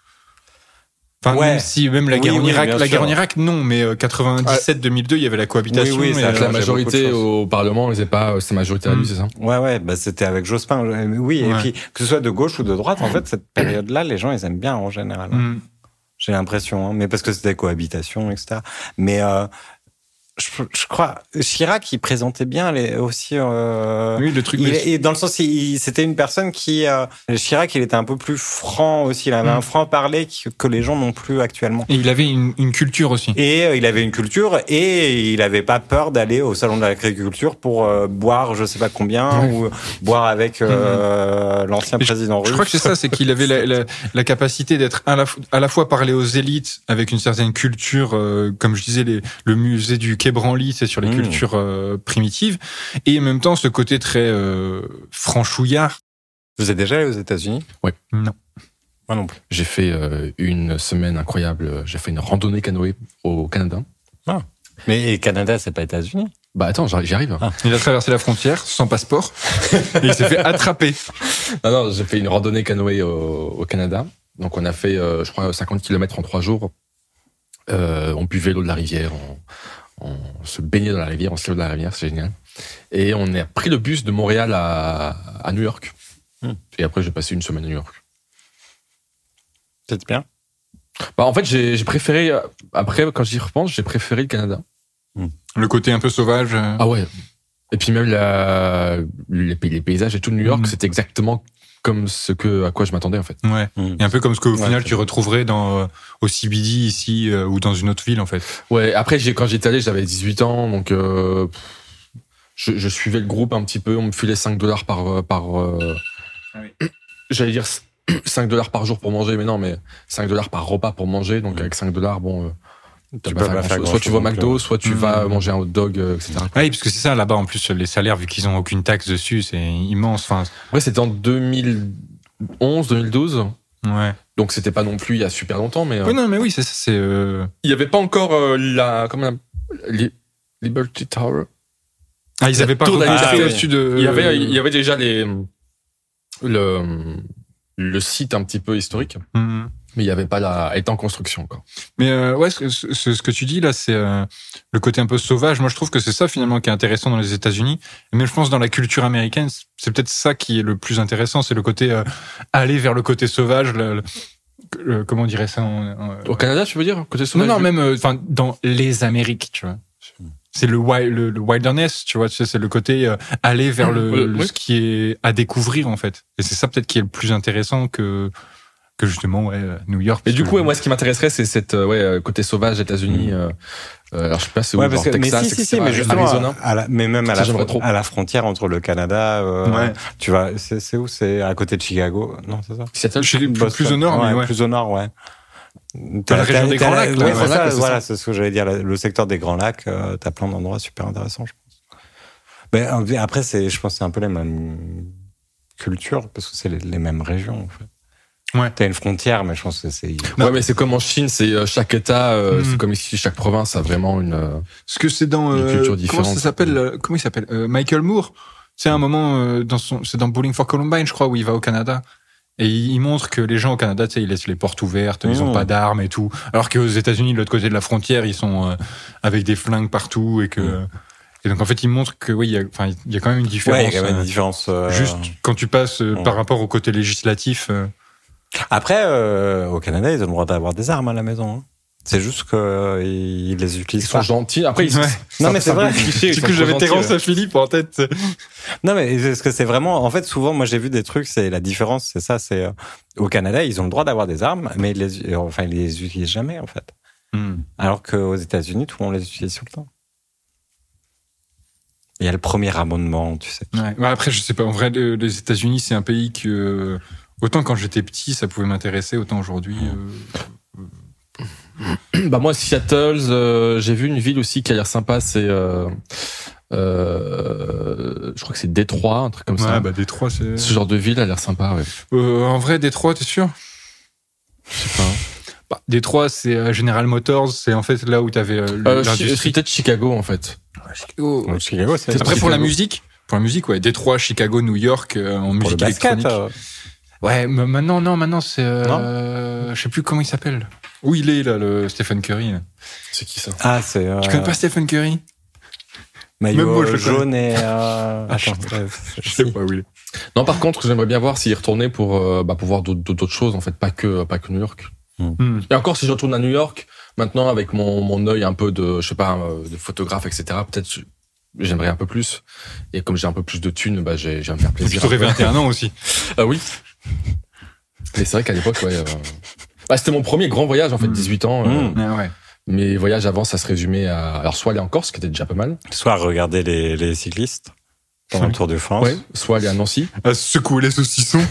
Enfin,
Ouais.
même si, même la
Oui,
guerre en
oui,
Irak,
bien
la guerre
sûr.
en Irak, non, mais euh, 97-2002, il y avait la cohabitation.
Oui, oui,
et,
ça,
euh,
C'est-à-dire que la
j'ai beaucoup de
majorité
choses.
au Parlement, c'est pas euh, sa majorité à
Mm.
lui, c'est ça
Ouais ouais, bah c'était avec Jospin euh, oui et
Ouais.
puis que ce soit de gauche ou de droite en fait cette période-là les gens ils aiment bien en général. hein.
hmm.
J'ai l'impression, hein, mais parce que c'était cohabitation, etc. Mais euh, je, je crois Chirac, il présentait bien les, aussi. euh,
Oui, le truc.
il,
mais-
et dans le sens, il- c'était une personne qui euh, Chirac, il était un peu plus franc aussi. Il avait
Mm.
un franc parler que les gens n'ont plus actuellement.
Et il avait une, une culture aussi.
Et euh, il avait une culture et il n'avait pas peur d'aller au salon de l'agriculture pour euh, boire, je sais pas combien,
Ouais.
ou boire avec euh, l'ancien
Mais
président russe.
Je crois que c'est ça, c'est qu'il avait la, la- la capacité d'être à la, fo- à la fois parler aux élites avec une certaine culture, euh, comme je disais, les- le musée du Quai Branly, c'est sur les
Mmh.
cultures euh, primitives, et en même temps ce côté très euh, franchouillard.
Vous êtes déjà allé aux États-Unis
Ouais.
Non.
Moi non plus.
J'ai fait euh, une semaine incroyable. euh, J'ai fait une randonnée canoë au Canada.
Mais Canada, c'est pas États-Unis.
Bah attends, j'arri- j'y arrive.
Il a traversé la frontière sans passeport et il s'est fait attraper.
Non, non, j'ai fait une randonnée canoë au, au Canada. Donc on a fait, euh, je crois, 50 km en trois jours. Euh, on buvait l'eau de la rivière, on, on se baignait dans la rivière, on se levait de la rivière, c'est génial. Et on a pris le bus de Montréal à, à New York.
Hmm.
Et après, j'ai passé une semaine à New York.
C'est bien.
Bah, en fait, j'ai j'ai préféré, euh, après, quand j'y repense, j'ai préféré le Canada.
Le côté un peu sauvage. euh,
Ah ouais. Et puis même la, les, pays- les paysages et tout de New York,
Mhm.
c'était exactement comme ce que, à quoi je m'attendais en fait.
Ouais.
Mm.
Et un peu comme ce qu'au
Ouais,
final
c'est
tu retrouverais dans euh, au CBD ici euh, ou dans une autre ville en fait.
Ouais, après, j'ai, quand j'étais allé, j'avais 18 ans, donc euh, pff, je, je suivais le groupe un petit peu. On me filait 5 dollars par. euh, par euh,
Ah oui.
J'allais dire 5 dollars par jour pour manger, mais non, mais 5 dollars par repas pour manger. Donc avec 5 dollars, bon. euh, t'as
Tu
pas
peux
fait
pas faire
grand-chose.
grand-chose
Soit tu vas au
non plus,
McDo, soit tu
Mhm.
vas manger un hot dog, euh, etc.
Ah oui, parce que c'est ça là-bas en plus les salaires vu qu'ils ont aucune taxe dessus, c'est immense. Enfin,
Après, c'était en 2011, 2012.
Ouais.
Donc c'était pas non plus il y a super longtemps, mais euh,
Oui, non, mais oui, c'est. c'est, euh,
il n'y avait pas encore euh, la, comment la Li- Liberty Tower.
Ah, ils
La
avaient pas
tour de euh, la
reconstruit
liberté.
au-dessus de.
Il y avait, il y avait déjà les le le site un petit peu historique,
Hmm.
mais il n'y avait pas la est en construction quoi.
Mais euh, ouais, ce, ce- ce- ce que tu dis là, c'est euh, le côté un peu sauvage. Moi, je trouve que c'est ça finalement qui est intéressant dans les États-Unis. Mais je pense dans la culture américaine, c'est peut-être ça qui est le plus intéressant, c'est le côté euh, aller vers le côté sauvage. le- le- le- comment on dirait ça en- en-
Au Canada, tu veux dire côté
Non,
sauvage
non,
du-
même euh, enfin dans les Amériques, tu vois. C'est le, wi- le, le wilderness, tu vois. tu sais, c'est le côté euh, aller vers le,
Euh,
le-
oui.
ce qui est à découvrir en fait. Et c'est ça peut-être qui est le plus intéressant que que justement ouais, euh, New York.
Et du
parce
coup,
que-
ouais, moi, ce qui m'intéresserait, c'est cette euh, ouais, euh, côté sauvage États-Unis. euh, euh, alors, je sais pas, c'est où,
Ouais,
genre
parce que, mais
Texas,
si, si, si,
etc.,
mais justement, euh,
Arizona.
à la- mais même à
Ça,
la,
j'aimerais
fron-
trop.
à la frontière entre le Canada, euh,
Ouais.
tu vas, c'est c'est où C'est à côté de Chicago Non, c'est ça
Seattle,
Chez les plus,
Boston.
plus au nord, mais
Ouais,
ouais.
Plus au nord, ouais. T'as-
la région
t'as-
des
t'as
Grands
la-
Lacs,
ouais,
là,
c'est
Grands
ça,
Lacs, c'est
voilà, c'est ce que j'allais dire. la- Le secteur des Grands Lacs, euh, t'as plein d'endroits super intéressants, je pense. Mais euh, après, c'est, je pense, que c'est un peu les mêmes cultures, parce que c'est les, les mêmes régions, en fait.
Ouais.
T'as une frontière, mais je pense que c'est.
Ouais, mais c'est comme en Chine, c'est euh, chaque État, euh,
Mm.
c'est comme ici, chaque province a vraiment une. euh,
Ce que c'est dans
Une
euh,
culture
comment ça
différente.
s'appelle euh, Comment il s'appelle Euh, Michael Moore. C'est un moment euh, dans son c'est dans Bowling for Columbine, je crois, où il va au Canada. Et il il montre que les gens au Canada, tu sais, ils laissent les portes ouvertes, ils ont
Mmh.
pas d'armes et tout. Alors qu'aux États-Unis, de l'autre côté de la frontière, ils sont euh, avec des flingues partout et que. Et donc en fait, il montre que oui, il y a- enfin, il y a quand même une différence.
Mm. Ouais, il y a quand même
euh,
une différence. Mm. euh,
Juste quand tu passes euh,
Ouais.
par rapport au côté législatif. euh,
Après, euh, au Canada, ils ont le droit d'avoir des armes à la maison. hein. C'est juste qu'ils les
Ils
utilisent
sont
pas.
gentils. Après, ils
Ouais.
Non, mais c'est vrai.
Du coup, j'avais Terence à Philippe en tête.
Non, mais est-ce que c'est vraiment. En fait, souvent, moi, j'ai vu des trucs, c'est la différence, c'est ça, c'est. euh, au Canada, ils ont le droit d'avoir des armes, mais ils les, enfin, ils les utilisent jamais, en fait. Mm. Alors qu'aux États-Unis, tout le monde les utilise tout le temps. Il y a le premier amendement, tu sais.
Ouais. Ouais, après, je sais pas. En vrai, le- les États-Unis, c'est un pays que euh, autant quand j'étais petit, ça pouvait m'intéresser, autant aujourd'hui. euh,
Bah moi, Seattle, euh, j'ai vu une ville aussi qui a l'air sympa. C'est, euh, euh, je crois que c'est Détroit, un truc comme ça.
bah Détroit, c'est.
Ce genre de ville a l'air sympa. Ouais.
Euh, en vrai, Détroit, t'es sûr
Je sais pas.
bah, Détroit, c'est euh, General Motors, c'est en fait là où t'avais euh, le-
Euh, Chi-
l'industrie.
C'était de Chicago en fait.
Oh.
Donc, Chicago, c'est.
Après, pour la
Chicago.
musique. Pour la musique, ouais. Détroit, Chicago, New York, euh, en
Pour le
musique
basket. euh.
électronique. Ouais, mais maintenant, non, maintenant c'est.
Non
euh, je sais plus comment il s'appelle. Où il est là, le Stephen Curry là.
C'est qui ça
euh, Ah, c'est. euh,
Tu connais pas Stephen Curry
Maillot
Même moi, je le
jaune et. euh,
Ah, je
Attends, euh, si.
pas où il est.
Non, par contre, j'aimerais bien voir s'y retourner pour euh, bah, pour voir d'autres- d'autres d'autres choses en fait, pas que pas que New York.
Hmm.
Et encore, si je retourne à New York maintenant avec mon mon œil un peu de je sais pas euh, de photographe etc. Peut-être je- j'aimerais un peu plus. Et comme j'ai un peu plus de thunes, bah j'ai j'ai à me faire
Et puis
plaisir.
t'aurais 21 ans aussi.
Ah oui. Mais c'est vrai qu'à l'époque, ouais. euh, bah, c'était mon premier grand voyage en fait,
Mm.
18 ans. euh,
Mm.
Ah ouais.
Mes voyages avant, ça se résumait à alors soit aller en Corse, ce qui était déjà pas mal,
Soit regarder les, les cyclistes pendant le Tour de France.
Ah ouais, soit aller à Nancy,
à secouer les saucissons.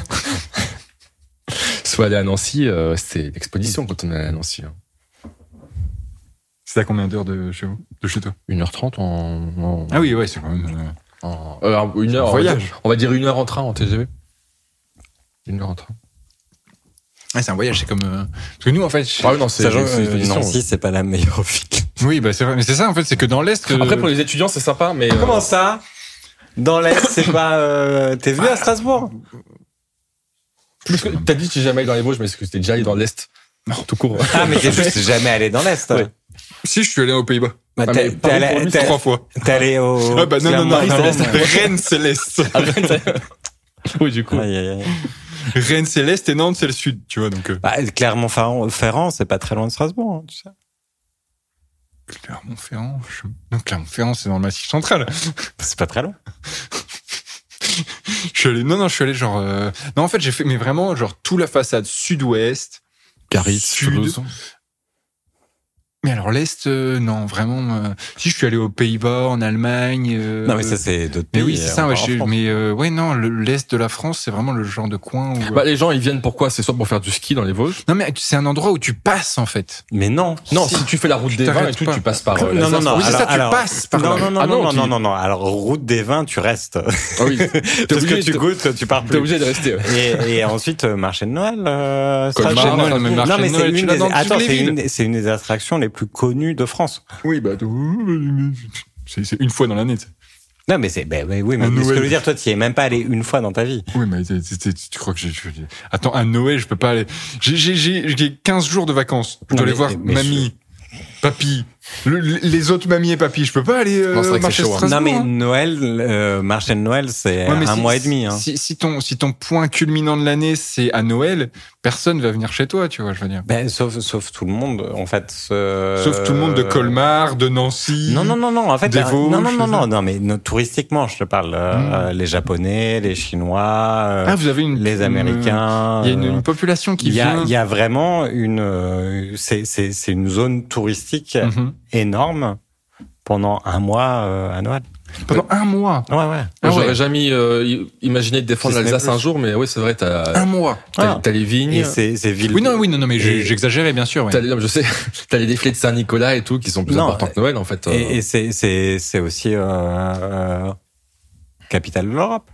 soit aller à Nancy, euh, c'était l'expédition quand on allait à Nancy. hein.
C'est à combien d'heures de chez vous De chez toi
1h30 en, en,
Ah oui, ouais, c'est quand même.
en- euh, une heure, on
Un
va,
voyage.
dire, on va dire une heure en train en TGV. Une heure en train.
c'est un voyage, c'est comme. euh, Parce que nous, en fait. je-
Ah oui, non, c'est
Sachant
c'est
que euh,
l'expédition.
Nancy, c'est pas la meilleure ville.
Oui, bah c'est vrai. Mais c'est ça, en fait, c'est que dans l'Est. euh,
Après pour les étudiants, c'est sympa, mais euh,
Comment ça Dans l'Est, c'est pas. euh, T'es venu à Strasbourg
plus que- t'as dit que t'es jamais allé dans les Vosges, mais est-ce que t'es déjà allé dans l'est Tout court.
Ah, mais t'es juste jamais allé dans l'Est.
Ouais.
Si, je suis allé aux Pays-bas.
Bah,
Ah,
t'es
mais
t'es
pardon pour
allé,
lui,
t'es-
Trois fois.
t'es allé au.
Ah bah non, non, non,
Clermont-
non,
Clermont-
Rennes, c'est l'Est.
oui, du coup.
Aïe, aïe, aïe.
Rennes, c'est l'Est et Nantes, c'est le Sud, tu vois, donc. euh,
Bah, Clermont-Ferrand, c'est pas très loin de Strasbourg, hein, tu sais.
Clermont-Ferrand. je- Non, Clermont-Ferrand, c'est dans le Massif Central.
C'est pas très loin.
Je suis allé. Non, non, je suis allé genre. euh, Non, en fait, j'ai fait, mais vraiment, genre, toute la façade sud-ouest.
Caris,
Sud.
Toulouse.
Mais alors l'Est, euh, non, vraiment. euh, si je suis allé aux Pays-Bas, en Allemagne. euh,
Non, mais ça, c'est d'autres
mais
pays,
oui, c'est
euh,
ça. ouais,
encore en
je-
France.
mais euh, ouais, non, le- l'Est de la France, c'est vraiment le genre de coin où. euh,
Bah, les gens, ils viennent pourquoi C'est soit pour faire du ski dans les Vosges.
non, mais c'est un endroit où tu passes, en fait.
Mais non.
Non, si tu fais la route des vins et
t'arrêtes
tout,
pas.
tu passes par. euh,
Non,
l'Alsace.
non, non.
oui, c'est
alors-
ça, tu
alors-
passes par
non,
là.
non, non,
Ah
non,
non,
non,
tu-
non, non, non. Alors, route des vins, tu restes.
Ah oui. T'es
Parce que
obligé,
tu
t'es-
goûtes, tu pars
t'es
plus.
obligé de rester. ouais.
Et, et ensuite, euh, marché de Noël. euh,
Colmar,
marché de Noël.
non, mais
non,
marché
mais
de
c'est
Noël, tu
une,
l'as
des-
dans toutes
attends,
les
c'est
villes.
une, c'est une des attractions les plus connues de France.
Oui, bah. C'est une fois dans l'année.
Non, mais c'est, ben oui, oui, mais
Un
ce que
Noël.
je veux dire, toi, tu y es même pas allé une fois dans ta vie.
Oui, mais t'es- t'es- t'es- tu crois que j'ai. je- Attends, à Noël, je peux pas aller. J'ai- J'ai j'ai- j'ai 15 jours de vacances. Je
Non,
dois aller
mais-
eh,
voir
mais
mamie, papy, le- les autres mamies et papy. Je peux pas aller euh,
Non, c'est vrai que
marcher
c'est chaud, hein.
Strasbourg.
non, mais
hein.
Noël, euh, marché de Noël, c'est
Ouais, mais
un
si-
mois et demi. Hein.
Si, si ton, si ton point culminant de l'année, c'est à Noël, personne va venir chez toi, tu vois, je veux dire.
Ben, sauf, sauf tout le monde, en fait. ce-
Sauf tout le monde de
Euh.
Colmar, de Nancy.
Non, non, non, non, en fait,
Des
euh,
Vosges,
non, non, non,
je Hmm.
non, non, mais no- touristiquement, je te parle. euh, Les Japonais, les Chinois, euh,
Ah, vous avez une.
les
une-
Américains.
Il y a une,
euh,
une population qui
il y a,
vient.
il y a vraiment une, euh, c'est, c'est, c'est une zone touristique
Mhm.
énorme pendant un mois euh, à Noël.
Pendant un mois.
Ouais, ouais.
Ah
J'aurais
ouais.
jamais euh, i- imaginé de défendre
C'est
l'Alsace
Snapple.
un jour, mais oui, c'est vrai, t'as
Un mois.
t'as-
Ah.
t'as les vignes.
Et c'est, c'est ville.
Oui, non, oui, non, non, mais j'ai-
Et-
j'exagérais, bien sûr. ouais.
T'as les, non, mais je sais, t'as les défilés de Saint-Nicolas et tout qui sont plus
Non,
importants que Noël en fait.
Et, et c'est, c'est, c'est aussi euh, euh, capitale de l'Europe.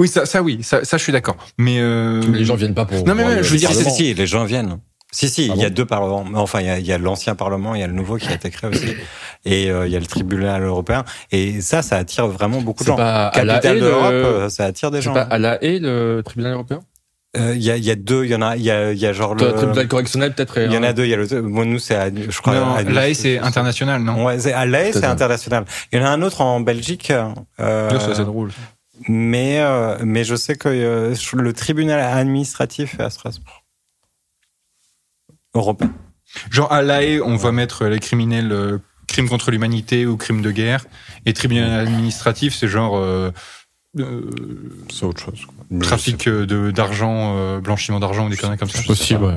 Oui, ça, ça, oui, ça, ça, je suis d'accord. Mais euh,
Euh, les gens viennent pas pour.
Non, mais
voir
ouais,
le
je veux dire,
Si, si,
Parlement.
si, les gens viennent. Si, si, il
Ah
y a
bon
deux parlements. Mais Enfin, il y a- il y a, l'ancien parlement, il y a le nouveau qui a été créé aussi. Et euh, il y a le tribunal européen. Et ça, ça attire vraiment beaucoup de
C'est
gens.
pas à la
Capitale
haie,
de l'Europe,
le...
euh, ça attire des
c'est
gens.
pas
hein.
à la haie le tribunal européen
Euh, Il y, a, il y a deux, il y en a, il y a, il y a genre
Le
le.
tribunal correctionnel peut-être. est
Il y en
un-
a deux, il y a le. Bon, nous, c'est à. Je crois.
non,
à-
là, c'est international, non
Ouais, c'est à l'AE, c'est
Peut-être.
international. Il y en a un autre en Belgique, euh,
Non, ça, c'est drôle.
mais euh, mais je sais que euh, le tribunal administratif est à Strasbourg, européen.
Genre à La Haye, on va mettre les criminels euh, crimes contre l'humanité ou crimes de guerre, et tribunal administratif, c'est genre euh, euh,
C'est autre chose.
trafic euh, de d'argent, euh, blanchiment d'argent ou des conneries comme ça.
Possible, ouais.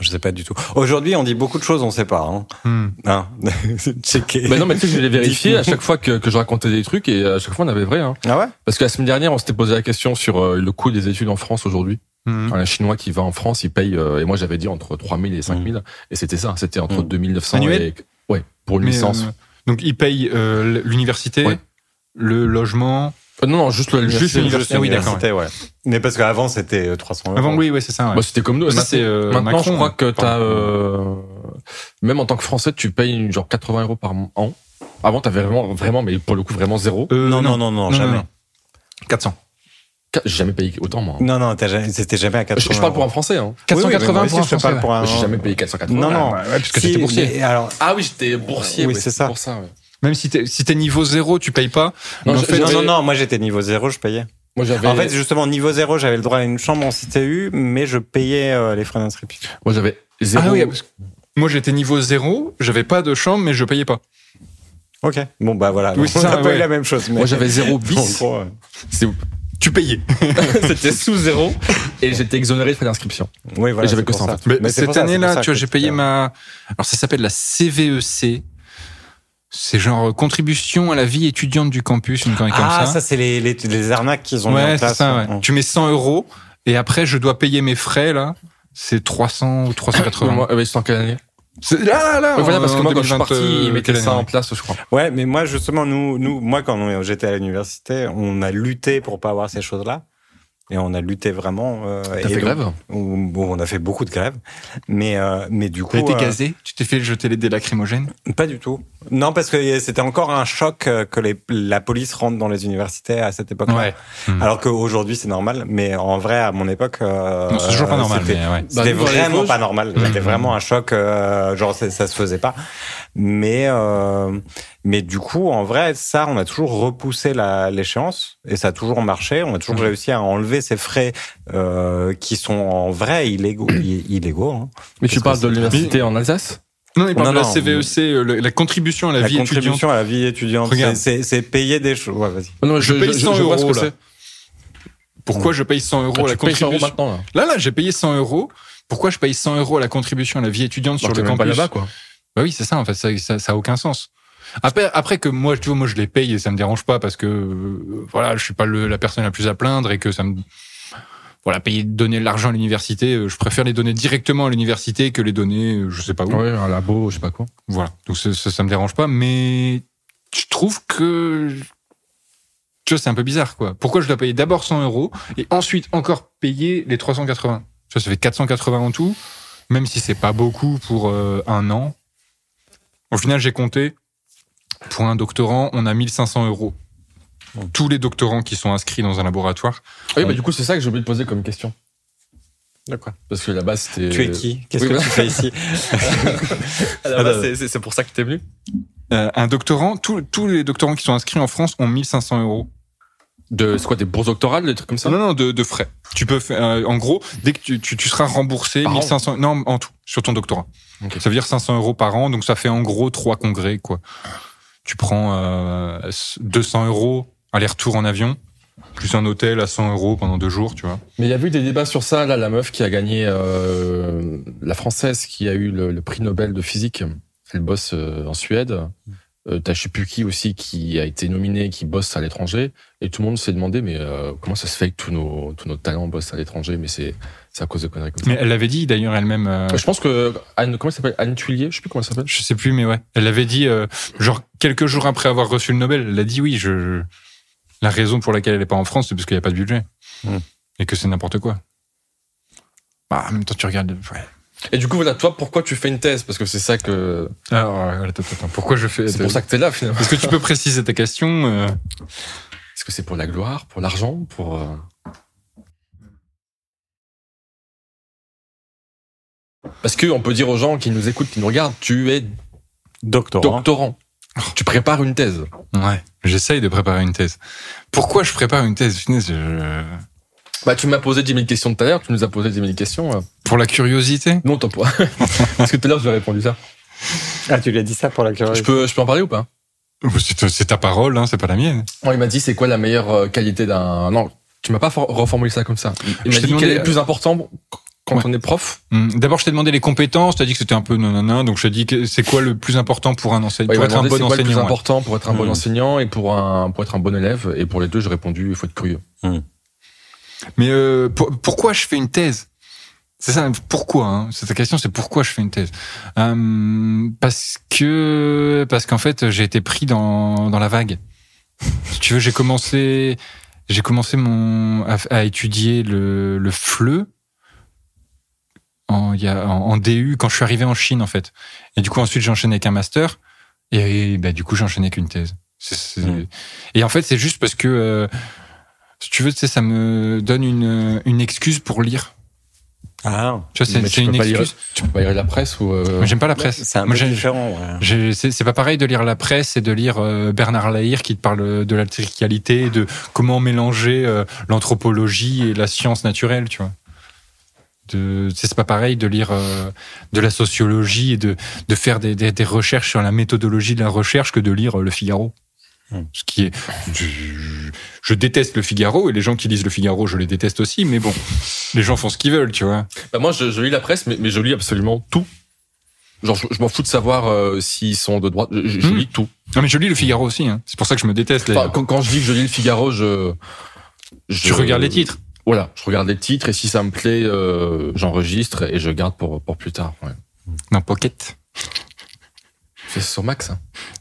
Je sais pas du tout. Aujourd'hui, on dit beaucoup de choses, on sait pas. Hein.
Hmm.
Hein. Checker.
Mais Bah non, mais tu sais que je l'ai vérifié à chaque fois que, que je racontais des trucs et à chaque fois on avait vrai. Hein.
Ah ouais.
Parce que la semaine dernière, on s'était posé la question sur euh, le coût des études en France aujourd'hui.
Hmm.
Un Chinois qui va en France, il paye, euh, et moi j'avais dit entre 3000 et 5000, et c'était ça, c'était entre
Mm.
2900
Mm. Annuel
et. Ouais, pour une
Mais,
licence.
euh, donc ils payent euh, l'université,
Ouais.
le logement.
Euh, non, non, juste le.
Juste
le-
l'université. Ah oui, d'accord.
Université, ouais. Mais parce qu'avant, c'était euh, 300 euros.
Avant, oui, oui, c'est ça. ouais.
Bah, c'était comme nous.
Ça, c'est, euh,
maintenant,
Macron,
je crois que
hein.
t'as. euh, même en tant que Français, tu payes genre 80 euros par an. Avant, t'avais vraiment, vraiment, mais pour le coup, vraiment zéro.
Euh,
non, non, non, non, jamais.
400.
Qu- J'ai jamais payé autant, moi. hein.
Non, non, t'as jamais- c'était jamais à 400
Je, je parle pour un Français. Hein.
Oui, oui, mais moi
480
aussi,
pour un
je te parle
Français,
pour un-
J'ai jamais payé 480.
Non, non.
Ouais, ouais, parce que
Si,
t'étais boursier.
mais alors,
Ah oui, j'étais boursier.
Oui,
ouais,
c'est ça.
Pour ça ouais.
Même si t'es si t'es niveau zéro, tu payes pas.
Non,
Mais en
je-
fait,
non,
j'avais-
non, non, moi j'étais niveau zéro, je payais.
Moi, j'avais.
En fait, justement, niveau zéro, j'avais le droit à une chambre en CTU, mais je payais euh, les frais d'inscription.
Moi, j'avais zéro.
Ah oui, parce que moi j'étais niveau zéro, j'avais pas de chambre, mais je payais pas.
Ok. Bon, bah voilà.
Oui,
on
c'est
n'a
ça,
pas
ouais.
eu la même chose. Mais...
Moi, j'avais zéro
En
bis.
gros, euh,
C'est-
Tu payais.
C'était sous zéro et j'étais exonéré de frais d'inscription.
Oui, voilà.
Et j'avais
c'est
que
pour
ça, en
Mais
Mais c'est pour ça, c'est
cette
pour
année-là,
ça
tu vois,
que
j'ai
tu
payé
as-
ma. Alors, ça s'appelle la CVEC. C'est genre euh, contribution à la vie étudiante du campus, une connerie
Ah,
comme
ça,
ça.
c'est les, les, les arnaques qu'ils ont mis
ouais,
en
c'est
place.
ça, ouais.
Hum.
Tu mets 100 euros et après, je dois payer mes frais, là. C'est 300 ou 380.
Moi, euh, c'était en quelle année
C'est- là, là,
Ouais, Voilà, parce
Ah, en
que moi, quand je suis
2020,
parti, ils
euh,
mettaient
quelle
ça
année
en place, je crois.
Ouais, mais moi justement, nous, nous, moi quand on- j'étais à l'université, on a lutté pour pas avoir ces choses-là. Et on a lutté vraiment. euh, et
T'as fait
donc,
grève
on, bon, on a fait beaucoup de grèves, mais euh, mais du coup,
T'as été
euh,
gazé Tu t'es fait jeter les dés lacrymogènes
pas du tout. Non, parce que c'était encore un choc euh, que les, la police rentre dans les universités à cette époque-là.
Hmm.
Alors qu'aujourd'hui c'est normal, mais en vrai à mon époque, euh,
Non, c'est toujours pas
euh,
normal.
c'était-
mais ouais.
Bah,
C'était
nous, dans les
vraiment
Vosges-
pas normal. C'était
Mhm.
vraiment un choc. euh, genre, ça, ça se faisait pas. Mais, euh, mais du coup, en vrai, ça, on a toujours repoussé la- l'échéance et ça a toujours marché. On a toujours
Hmm.
réussi à enlever ces frais euh, qui sont en vrai illégaux. i- illégaux hein.
Mais tu
Parce
parles
que
de
c'est-
l'université en Alsace
Non,
Oh
il parle
Non,
de la
non,
CVEC, euh, le- la contribution à la,
La,
vie
contribution
étudiante.
à la vie étudiante,
Regarde.
c'est- c'est c'est payer des choses. Ouais, vas-y.
Non,
Je paye 100
vois ce
euros,
que
là.
c'est.
Pourquoi je paye 100 euros à
Ah,
la
tu payes 100 euros
contribution
maintenant, là.
Là, là, j'ai payé 100 euros. Pourquoi je paye 100 euros à la contribution à la vie étudiante
Sur
sur le
Bah, même pas
campus
là-bas, quoi.
Bah oui, c'est ça, en fait, ça, ça, ça a aucun sens. Après, après que moi, tu vois, moi je les paye et ça me dérange pas parce que euh, voilà, je suis pas le- la personne la plus à plaindre et que ça me voilà, payer, donner de l'argent à l'université, euh, je préfère les donner directement à l'université que les donner, euh, je sais pas où.
Ouais, un labo, je sais pas quoi.
Voilà, donc ça, ça, ça me dérange pas, mais je trouve que tu vois, c'est un peu bizarre quoi. Pourquoi je dois payer d'abord 100 euros et ensuite encore payer les 380 Tu vois, ça fait 480 en tout, même si c'est pas beaucoup pour euh, un an. Au final, j'ai compté pour un doctorant, on a 1500 euros. Tous les doctorants qui sont inscrits dans un laboratoire.
Ah oui, bah du coup, c'est ça que j'ai oublié de poser comme question. D'accord. Parce que la base, c'était.
Tu es qui Qu'est-ce
oui,
que
voilà.
tu fais ici
À la base, c'est- c'est c'est pour ça que t'es venu
euh, un doctorant, tous- tous les doctorants qui sont inscrits en France ont 1500 euros.
de, C'est quoi, des bourses doctorales, des trucs comme ça
Ah Non, non, de, de frais. Tu peux faire, euh, en gros, dès que tu, tu, tu seras remboursé
Par an
1500, non, en tout, sur ton doctorat.
Ok.
Ça veut dire 500 euros par an, donc ça fait en gros trois congrès, quoi. Tu prends euh, 200 euros aller-retour en avion, plus un hôtel à 100 euros pendant deux jours, tu vois.
Mais il y a eu des débats sur ça, là, la meuf qui a gagné, euh, la française qui a eu le, le prix Nobel de physique, elle bosse euh, en Suède. Euh, T'as je sais plus qui aussi qui a été nominé, qui bosse à l'étranger. Et tout le monde s'est demandé, mais euh, comment ça se fait que tous nos, tous nos talents bossent à l'étranger Mais c'est c'est à cause de conneries comme ça.
Mais elle l'avait dit d'ailleurs elle-même. euh,
Je pense que Anne, comment elle s'appelle Anne Tuillier, je sais plus comment elle s'appelle.
je sais plus, mais ouais, elle l'avait dit euh, genre quelques jours après avoir reçu le Nobel. Elle a dit oui, je, je- la raison pour laquelle elle n'est pas en France, c'est parce qu'il n'y a pas de budget
Hmm.
et que c'est n'importe quoi. Bah, en même temps, tu regardes. ouais.
Et du coup, voilà, toi, pourquoi tu fais une thèse Parce que c'est ça que.
Alors, euh, attends, attends, pourquoi je fais euh,
C'est pour ça que t'es là finalement.
Est-ce que tu peux préciser ta question euh,
Est-ce que c'est pour la gloire, pour l'argent, pour. euh, Parce qu'on peut dire aux gens qui nous écoutent, qui nous regardent, tu es
Doctorant.
doctorant. Tu prépares une thèse.
Ouais, j'essaye de préparer une thèse. Pourquoi je prépare une thèse Finesse, je-
Bah, tu m'as posé 10 000 questions tout à l'heure, tu nous as posé 10 000 questions. euh.
Pour la curiosité
Non, t'en pourras. Parce que tout à l'heure, je lui ai répondu ça.
Ah, tu lui as dit ça pour la
Je
curiosité.
peux, je peux en parler ou pas
C'est c'est ta parole, hein, c'est pas la mienne.
Non, Il m'a dit, c'est quoi la meilleure euh, qualité d'un. Non, tu m'as pas for- reformulé ça comme ça. Il m'a
Je t'ai
dit,
demandé-
quel est le plus important quand
Ouais.
on est prof
Hum, D'abord, je t'ai demandé les compétences, t'as dit que c'était un peu nanana, donc je t'ai dit que c'est quoi le plus important pour un enseignant,
Ouais, il
pour
m'a
être un
demandé
bon
c'est quoi le plus
enseignant. ouais. Hmm.
important pour être un bon
Mm.
enseignant et pour un pour être un bon élève et pour les deux j'ai répondu il faut être curieux.
Mais euh, pour- pourquoi je fais une thèse C'est ça, pourquoi hein C'est ta question, c'est pourquoi je fais une thèse Euh, Parce que parce qu'en fait, j'ai été pris dans, dans la vague. Si tu veux, j'ai commencé j'ai commencé mon à, à étudier le le FLE en, il y a, en, en DU quand je suis arrivé en Chine en fait. Et du coup ensuite j'ai enchaîné avec un master et, bah, du coup j'ai enchaîné qu'une thèse. C'est- c'est-
Mm.
Et en fait c'est juste parce que euh, si tu veux, tu sais, ça me donne une, une excuse pour lire.
Ah,
Tu vois, c'est
Mais
c'est
tu peux
une
pas lire-
excuse.
tu peux pas lire la presse ou euh,
J'aime pas la presse.
c'est un
Moi,
peu
j'ai-
différent. ouais.
j'ai- C'est c'est pas pareil de lire la presse et de lire euh, Bernard Lahire qui te parle de la trivialité, de comment mélanger euh, l'anthropologie et la science naturelle, tu vois. De- C'est c'est pas pareil de lire euh, de la sociologie et de, de faire des, des, des recherches sur la méthodologie de la recherche que de lire euh, Le Figaro.
Hmm.
Ce qui est, je, je- je déteste Le Figaro et les gens qui lisent Le Figaro, je les déteste aussi. Mais bon, les gens font ce qu'ils veulent, tu vois.
bah, moi je, je lis la presse mais, mais je lis absolument tout. Genre je, je m'en fous de savoir euh, s'ils sont de droite, je, je- je
Mm.
lis tout.
Non mais je lis le Figaro aussi, hein. c'est pour ça que je me déteste.
Enfin,
d'ailleurs.
quand, quand je dis que je lis le Figaro, je, je
tu regardes les titres.
Voilà, je regarde les titres et si ça me plaît, euh, j'enregistre et je garde pour pour plus tard. Ouais.
Non, Pocket.
C'est sur Max. hein.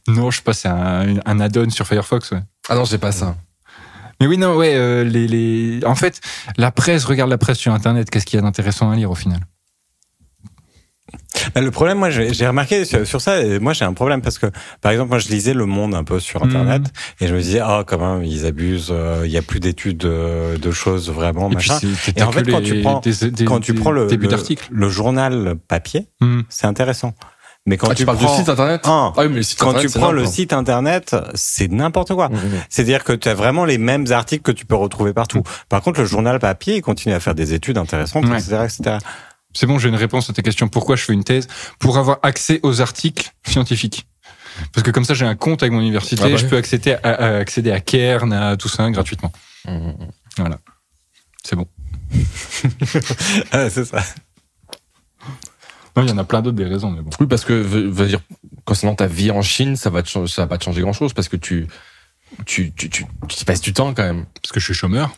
Non, je sais pas, c'est un, un add-on sur Firefox. Ouais.
Ah non, j'ai pas ça.
Mais oui, non, ouais, euh, les, les... en fait, la presse, regarde la presse sur Internet, qu'est-ce qu'il y a d'intéressant à lire au final
Bah, Le problème, moi, j'ai j'ai remarqué sur, sur ça, et moi, j'ai un problème parce que, par exemple, moi, je lisais Le Monde un peu sur Internet et je me disais, ah, quand même, ils abusent, euh, il y a plus d'études euh, de choses vraiment,
puis,
machin.
c'est-
Et en
t'as
fait,
que
quand
les-
tu prends-
des- des-
Quand tu
des
prends le,
débuts
le,
d'article.
le journal papier,
Hmm.
c'est intéressant. Mais quand
Ah, tu,
tu,
parles
prends,
de site internet
Ah.
Ah oui, mais le site
quand
internet,
tu
c'est
prends
énorme,
le
hein.
site internet, c'est n'importe quoi.
Mm, mm.
C'est-à-dire que tu as vraiment les mêmes articles que tu peux retrouver partout. Par contre, le journal papier, il continue à faire des études intéressantes,
Ouais.
etc., etc.
C'est bon, j'ai une réponse à ta question. Pourquoi je fais une thèse Pour avoir accès aux articles scientifiques. Parce que comme ça, j'ai un compte avec mon université,
Ah bah
je
oui.
peux accéder à, à- accéder à Kern, à tout ça gratuitement.
Mm, mm.
C'est bon.
Ah, c'est ça.
Non, il y en a plein d'autres des raisons, mais bon.
Oui, parce que veut, veut dire concernant ta vie en Chine, ça va te ch- ça va pas te changer grand chose parce que tu tu tu tu, tu y passes du temps quand même.
Parce que je suis chômeur.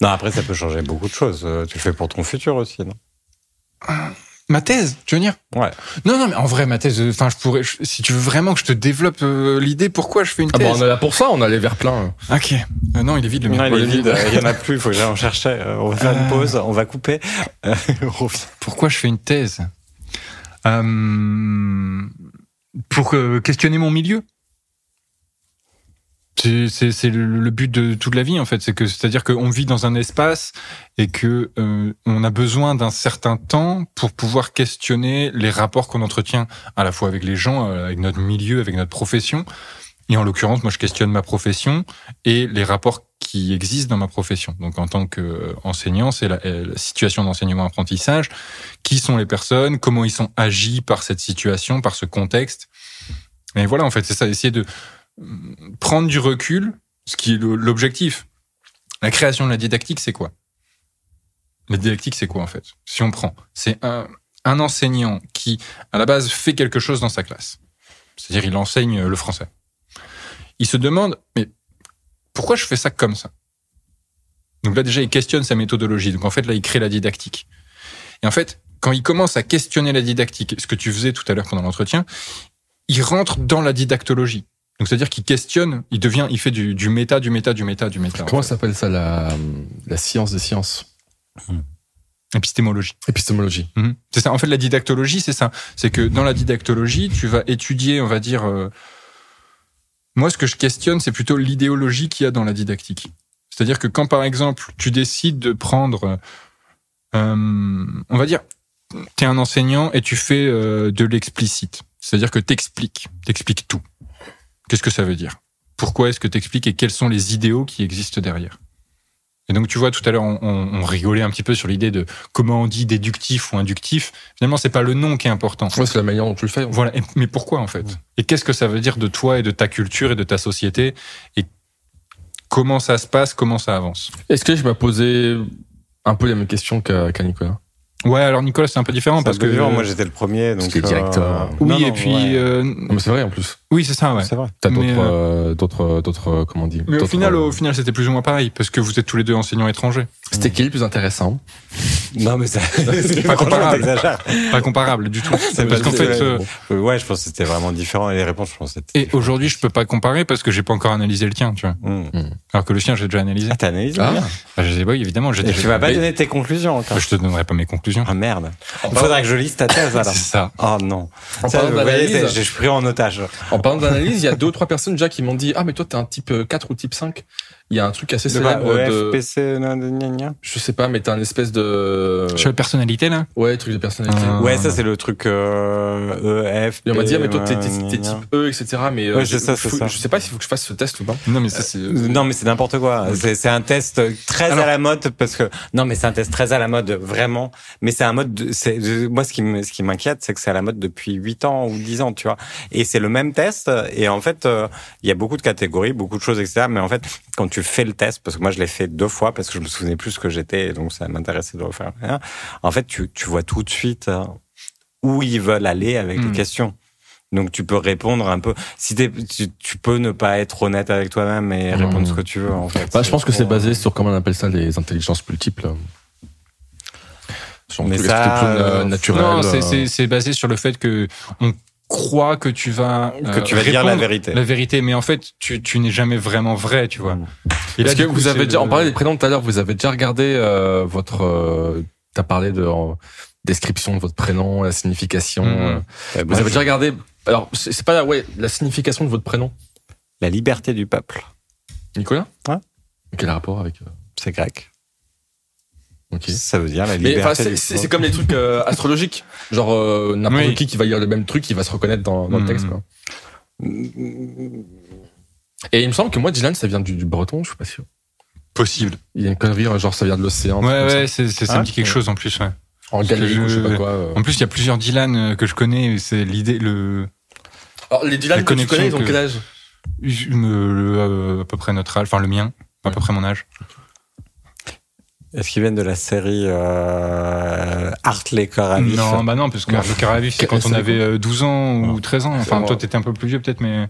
Non, après, ça peut changer beaucoup de choses. Euh, Tu le fais pour ton futur aussi, non
Ma thèse, tu veux dire
Ouais.
Non, non, mais en vrai, ma thèse, euh, enfin, je pourrais. je- si tu veux vraiment que je te développe euh, l'idée, pourquoi je fais une
Ah
thèse
bon, on est là pour ça, on a les verres pleins.
Ok. Euh, non, il est vide le
Non,
mien.
il est
Olivier.
vide. euh, Il y en a plus. Il faut que j'aille en chercher. Euh, On va faire
Euh.
une pause. On va couper. Euh, on revient.
Pourquoi je fais une thèse Euh, Pour euh, questionner mon milieu. C'est- C'est c'est le, le but de toute la vie en fait, c'est que c'est-à-dire qu'on vit dans un espace et que euh, on a besoin d'un certain temps pour pouvoir questionner les rapports qu'on entretient à la fois avec les gens, euh, avec notre milieu, avec notre profession. Et en l'occurrence, moi, je questionne ma profession et les rapports qui existent dans ma profession. Donc, en tant qu'enseignant, c'est la, euh, la situation d'enseignement-apprentissage qui sont les personnes, comment ils sont agis par cette situation, par ce contexte. Et voilà, en fait, c'est ça, essayer de euh, prendre du recul, ce qui est le- l'objectif. La création de la didactique, c'est quoi La didactique, c'est quoi, en fait Si on prend, c'est un, un enseignant qui, à la base, fait quelque chose dans sa classe. C'est-à-dire, il enseigne euh, le français. Il se demande, mais pourquoi je fais ça comme ça Donc là, déjà, il questionne sa méthodologie. Donc, en fait, là, il crée la didactique. Et en fait, quand il commence à questionner la didactique, ce que tu faisais tout à l'heure pendant l'entretien, il rentre dans la didactologie. Donc c'est-à-dire qu'il questionne, il devient, il fait du, du méta, du méta, du méta, du méta. en
Comment
fait.
ça s'appelle ça la la science des sciences,
Épistémologie.
épistémologie.
Mhm. C'est ça. En fait, la didactologie, c'est ça. C'est que dans la didactologie, tu vas étudier, on va dire. euh, Moi, ce que je questionne, c'est plutôt l'idéologie qu'il y a dans la didactique. C'est-à-dire que quand, par exemple, tu décides de prendre, euh, on va dire, t'es un enseignant et tu fais euh, de l'explicite. C'est-à-dire que t'expliques, t'expliques tout. Qu'est-ce que ça veut dire Pourquoi est-ce que t'expliques et quels sont les idéaux qui existent derrière Et donc, tu vois, tout à l'heure, on- on- on rigolait un petit peu sur l'idée de comment on dit déductif ou inductif. Finalement, c'est pas le nom qui est important.
Ouais, c'est la manière dont tu le fais.
Voilà. Et- mais pourquoi en fait Et qu'est-ce que ça veut dire de toi et de ta culture et de ta société Et comment ça se passe Comment ça avance
Est-ce que je m'as posé un peu la même question qu'à qu'à Nicolas
Ouais, alors Nicolas, c'est un peu différent
Ça
parce que
peut vivre, moi j'étais le premier. Donc, euh,
que directeur.
oui,
non, non,
et puis
ouais.
euh,
Non, mais c'est vrai en plus.
oui, c'est ça. Ouais.
C'est vrai.
T'as d'autres,
Mais,
euh, d'autres, d'autres, comment on dit
Mais au
d'autres- euh,
final, au final, c'était plus ou moins pareil parce que vous êtes tous les deux enseignants étrangers.
c'était qui le plus intéressant
Non, mais ça. c'est
pas
pas
comparable.
comparable.
Pas comparable du tout.
C'est
parce
pas-
qu'en
c'est
fait,
vrai.
euh,
Ouais, je pense que c'était vraiment différent. Et les réponses, je pense que c'était.
et aujourd'hui, je peux pas comparer parce que j'ai pas encore analysé le tien, tu vois.
Hmm.
Alors que le sien, j'ai déjà analysé.
Ah, t'as analysé
Ah.
bien.
Bah, je sais pas, oui, évidemment. j'ai
Et tu
déjà- Bah,
m'as pas donné tes conclusions encore.
Je te donnerai pas mes conclusions.
Ah merde. Il faudrait que je lise ta thèse
C'est
alors.
ça.
Oh non.
En
Ça,
parlant
vous voyez, c'est-
d'analyse,
je suis pris en otage.
en parlant d'analyse, il y a deux ou trois personnes déjà qui m'ont dit Ah, mais toi, t'es un type euh, 4 ou type 5. Il y a un truc assez célèbre de.
EFPC, nan, nan, nan, nan.
Je sais pas, mais t'as un espèce de.
Euh.
Sur la personnalité là.
Ouais, truc de personnalité.
Ah.
Ouais, ça c'est le truc euh, EF.
Et on m'a dit, ah, mais toi, t'es, t'es-
nan,
t'es
nan, nan.
type E, etc. Mais euh,
Ouais, c'est
je,
ça, c'est
faut-
ça.
je sais pas s'il faut que je fasse ce test ou pas.
Non, mais ça c'est.
Non mais c'est euh, n'importe quoi. C'est- C'est un test très
Alors-
à la mode parce que non mais c'est un test très à la mode vraiment. Mais c'est un mode. de- c'est je- moi ce qui me- ce qui m'inquiète c'est que c'est à la mode depuis 8 ans ou 10 ans tu vois. Et c'est le même test et en fait euh, il y a beaucoup de catégories, beaucoup de choses etc. Mais en fait quand tu fais le test parce que moi je l'ai fait deux fois parce que je me souvenais plus ce que j'étais et donc ça m'intéressait de refaire. En fait tu tu vois tout de suite euh, où ils veulent aller avec
Hmm.
les questions. Donc tu peux répondre un peu. Si t'es- tu, tu peux ne pas être honnête avec toi-même et
Hmm.
répondre ce que tu veux en fait. Euh,
Bah, je pense que c'est
pour-
basé sur, comment on appelle ça, les intelligences multiples. Genre,
Mais
est-ce que
ça,
tu es plus,
euh,
naturel.
Non, c'est-
euh,
c'est c'est basé sur le fait que on croit que tu vas
que
euh,
tu vas dire la
répondre
vérité.
la vérité, mais en fait, tu, tu n'es jamais vraiment vrai, tu vois.
Mm.
Et
Parce
là,
que
du coup,
vous avez
c'est
déjà,
le-
on parlait des prénoms tout à l'heure, vous avez déjà regardé euh, votre, euh, t'as parlé de euh, description de votre prénom, la signification.
Mhm.
euh,
Ouais,
vous
bref,
avez déjà regardé, alors c'est c'est pas la, ouais, la signification de votre prénom,
La liberté du peuple,
Nicolas
Ouais.
Quel rapport avec euh,
c'est grec.
ok.
Ça veut dire la
Mais enfin,
liberté
c'est-
du
c'est
peuple.
c'est comme les trucs euh, astrologiques, genre euh, n'importe
Oui.
qui qui va lire le même truc, il va se reconnaître dans, dans le
Mhm.
texte. quoi.
Mmh.
Et il me semble que moi, Dylan, ça vient du, du breton, je suis pas sûr.
possible.
Il y a une connerie, euh, genre ça vient de l'océan. un truc
Ouais,
comme Ah,
ouais, c'est c'est- ça me dit quelque
Ouais.
chose en plus. ouais.
ça. En gaélique ou je sais pas quoi. euh.
En plus, il y a plusieurs Dylan euh, que je connais. C'est l'idée le,
Alors les Dylan
les
que tu connais, ils ont
connexions
quel
que-
âge
une- le- euh, à peu près notre âge, enfin le mien, à peu près mon âge.
Est-ce qu'ils viennent de la série euh, Hartley Corps à vif
Non, bah non, parce que
Non.
le Caravis, c'est quand on
C'est Ah.
avait euh, 12 ans ou
Non.
13 ans. Enfin,
C'est
toi,
bon.
t'étais un peu plus vieux, peut-être, mais.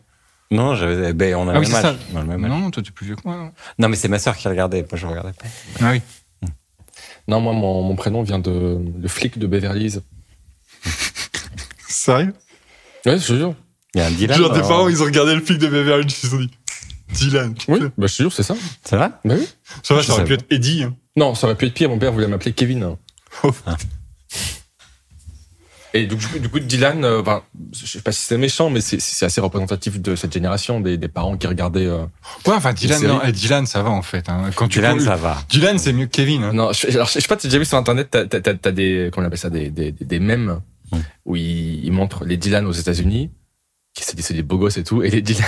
Non, j'avais, ben, on a
Ah
le
oui,
même
c'est
âge.
ça.
On a le même âge.
Non, toi, t'es plus vieux que moi. hein. non
Non, mais c'est ma sœur qui regardait, moi je regardais pas.
Ah oui.
Non, moi, mon, mon prénom vient de le flic de Beverly Hills.
Sérieux
Ouais, je te jure.
Il y a un euh, deal.
Genre, tes parents, ils ont regardé le flic de Beverly Hills, ils se sont dit Dylan.
Oui, bah, je te jure, c'est ça.
C'est vrai
Bah oui.
Ça va,
Je
ça aurait
sais
pu être Eddie. hein.
Non, ça aurait pu être pire. Mon père voulait m'appeler Kevin.
Oh.
Et du coup, du coup Dylan, euh, ben, je sais pas si c'est méchant, mais c'est- c'est assez représentatif de cette génération, des, des parents qui regardaient. euh,
Ouais, enfin, Dylan,
Une série.
non, eh, Dylan, ça va, en fait. hein. Quand tu
Dylan,
prends-
ça va.
Dylan, c'est mieux que Kevin. hein.
Non, je, alors, je sais pas, tu as déjà vu sur internet, t'as, t'as, t'as- t'as des, comment on appelle ça, des, des, des, des mèmes
Mm.
où ils, ils montrent les Dylan aux États-Unis, qui c'est des, c'est des beaux gosses et tout, et les Dylan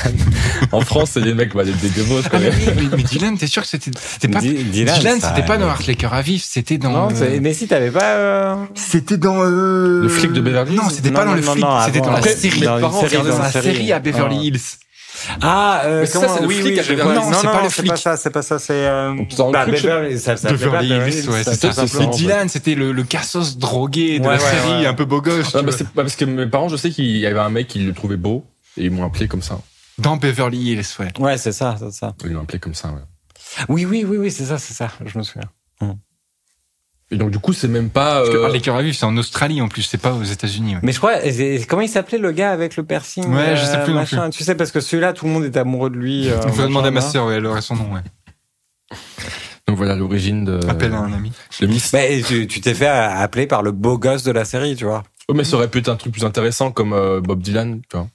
en France, c'est des mecs, bah, des, des dévots.
Ah, mais, oui, mais- mais Dylan, t'es sûr que c'était c'était pas.
Di-
Dylan,
ça-
c'était pas dans Heart Laker à vif, c'était dans.
Non,
euh,
c'est- mais si t'avais pas. euh,
C'était dans. euh,
Le flic de Beverly Hills
Non, c'était
Non,
pas dans
non,
le
non,
flic,
non,
c'était
avant,
dans la
après,
série.
mais dans
Mes
une
parents
série,
regardaient
dans
dans la
une
série
série.
à Beverly
Ah.
Hills.
Ah, euh,
Mais ça,
comment-
c'est le
oui,
flic
oui,
à
je
Beverly
vois.
Hills.
Non,
Non, c'est
non,
pas le
c'est pas
flic.
ça, c'est pas ça, c'est. euh,
Dans le
bah,
truc, je-
Beverly, ça s'appelait pas
Beverly
Beverly
Hills, ouais,
ça
c'est
s'appelait
ça,
tout
c'est
Mais
simplement.
Dylan, c'était le, le cassos drogué de
Ouais,
la
ouais,
série,
ouais.
un peu beau gosse. tu
Ah, bah,
vois.
c'est- bah, parce que mes parents, je sais qu'il y avait un mec qui le trouvait beau, et ils m'ont appelé comme ça.
Dans Beverly Hills, ouais.
Ouais, c'est ça, c'est ça.
Ils l'ont appelé comme ça, ouais.
Oui, oui, oui, oui, c'est ça, c'est ça, je me souviens.
Et donc, du coup, c'est même pas.
Parce que
euh,
Heart Laker à vif, c'est en Australie en plus, c'est pas aux États-Unis. ouais.
Mais je crois, et- comment il s'appelait le gars avec le piercing euh,
Ouais, je sais plus non
machin, Tu sais, parce que celui-là, tout le monde est amoureux de lui. euh,
Il faudrait
machin,
demander à ma
là.
sœur, ouais, elle aurait son nom, ouais.
Donc, voilà l'origine
Euh,
de.
Appelle à hein. un ami.
Le mystère.
Bah, et tu tu t'es fait appeler par le beau gosse de la série, tu vois.
Oh, mais ça aurait pu être un truc plus intéressant comme euh, Bob Dylan, tu vois.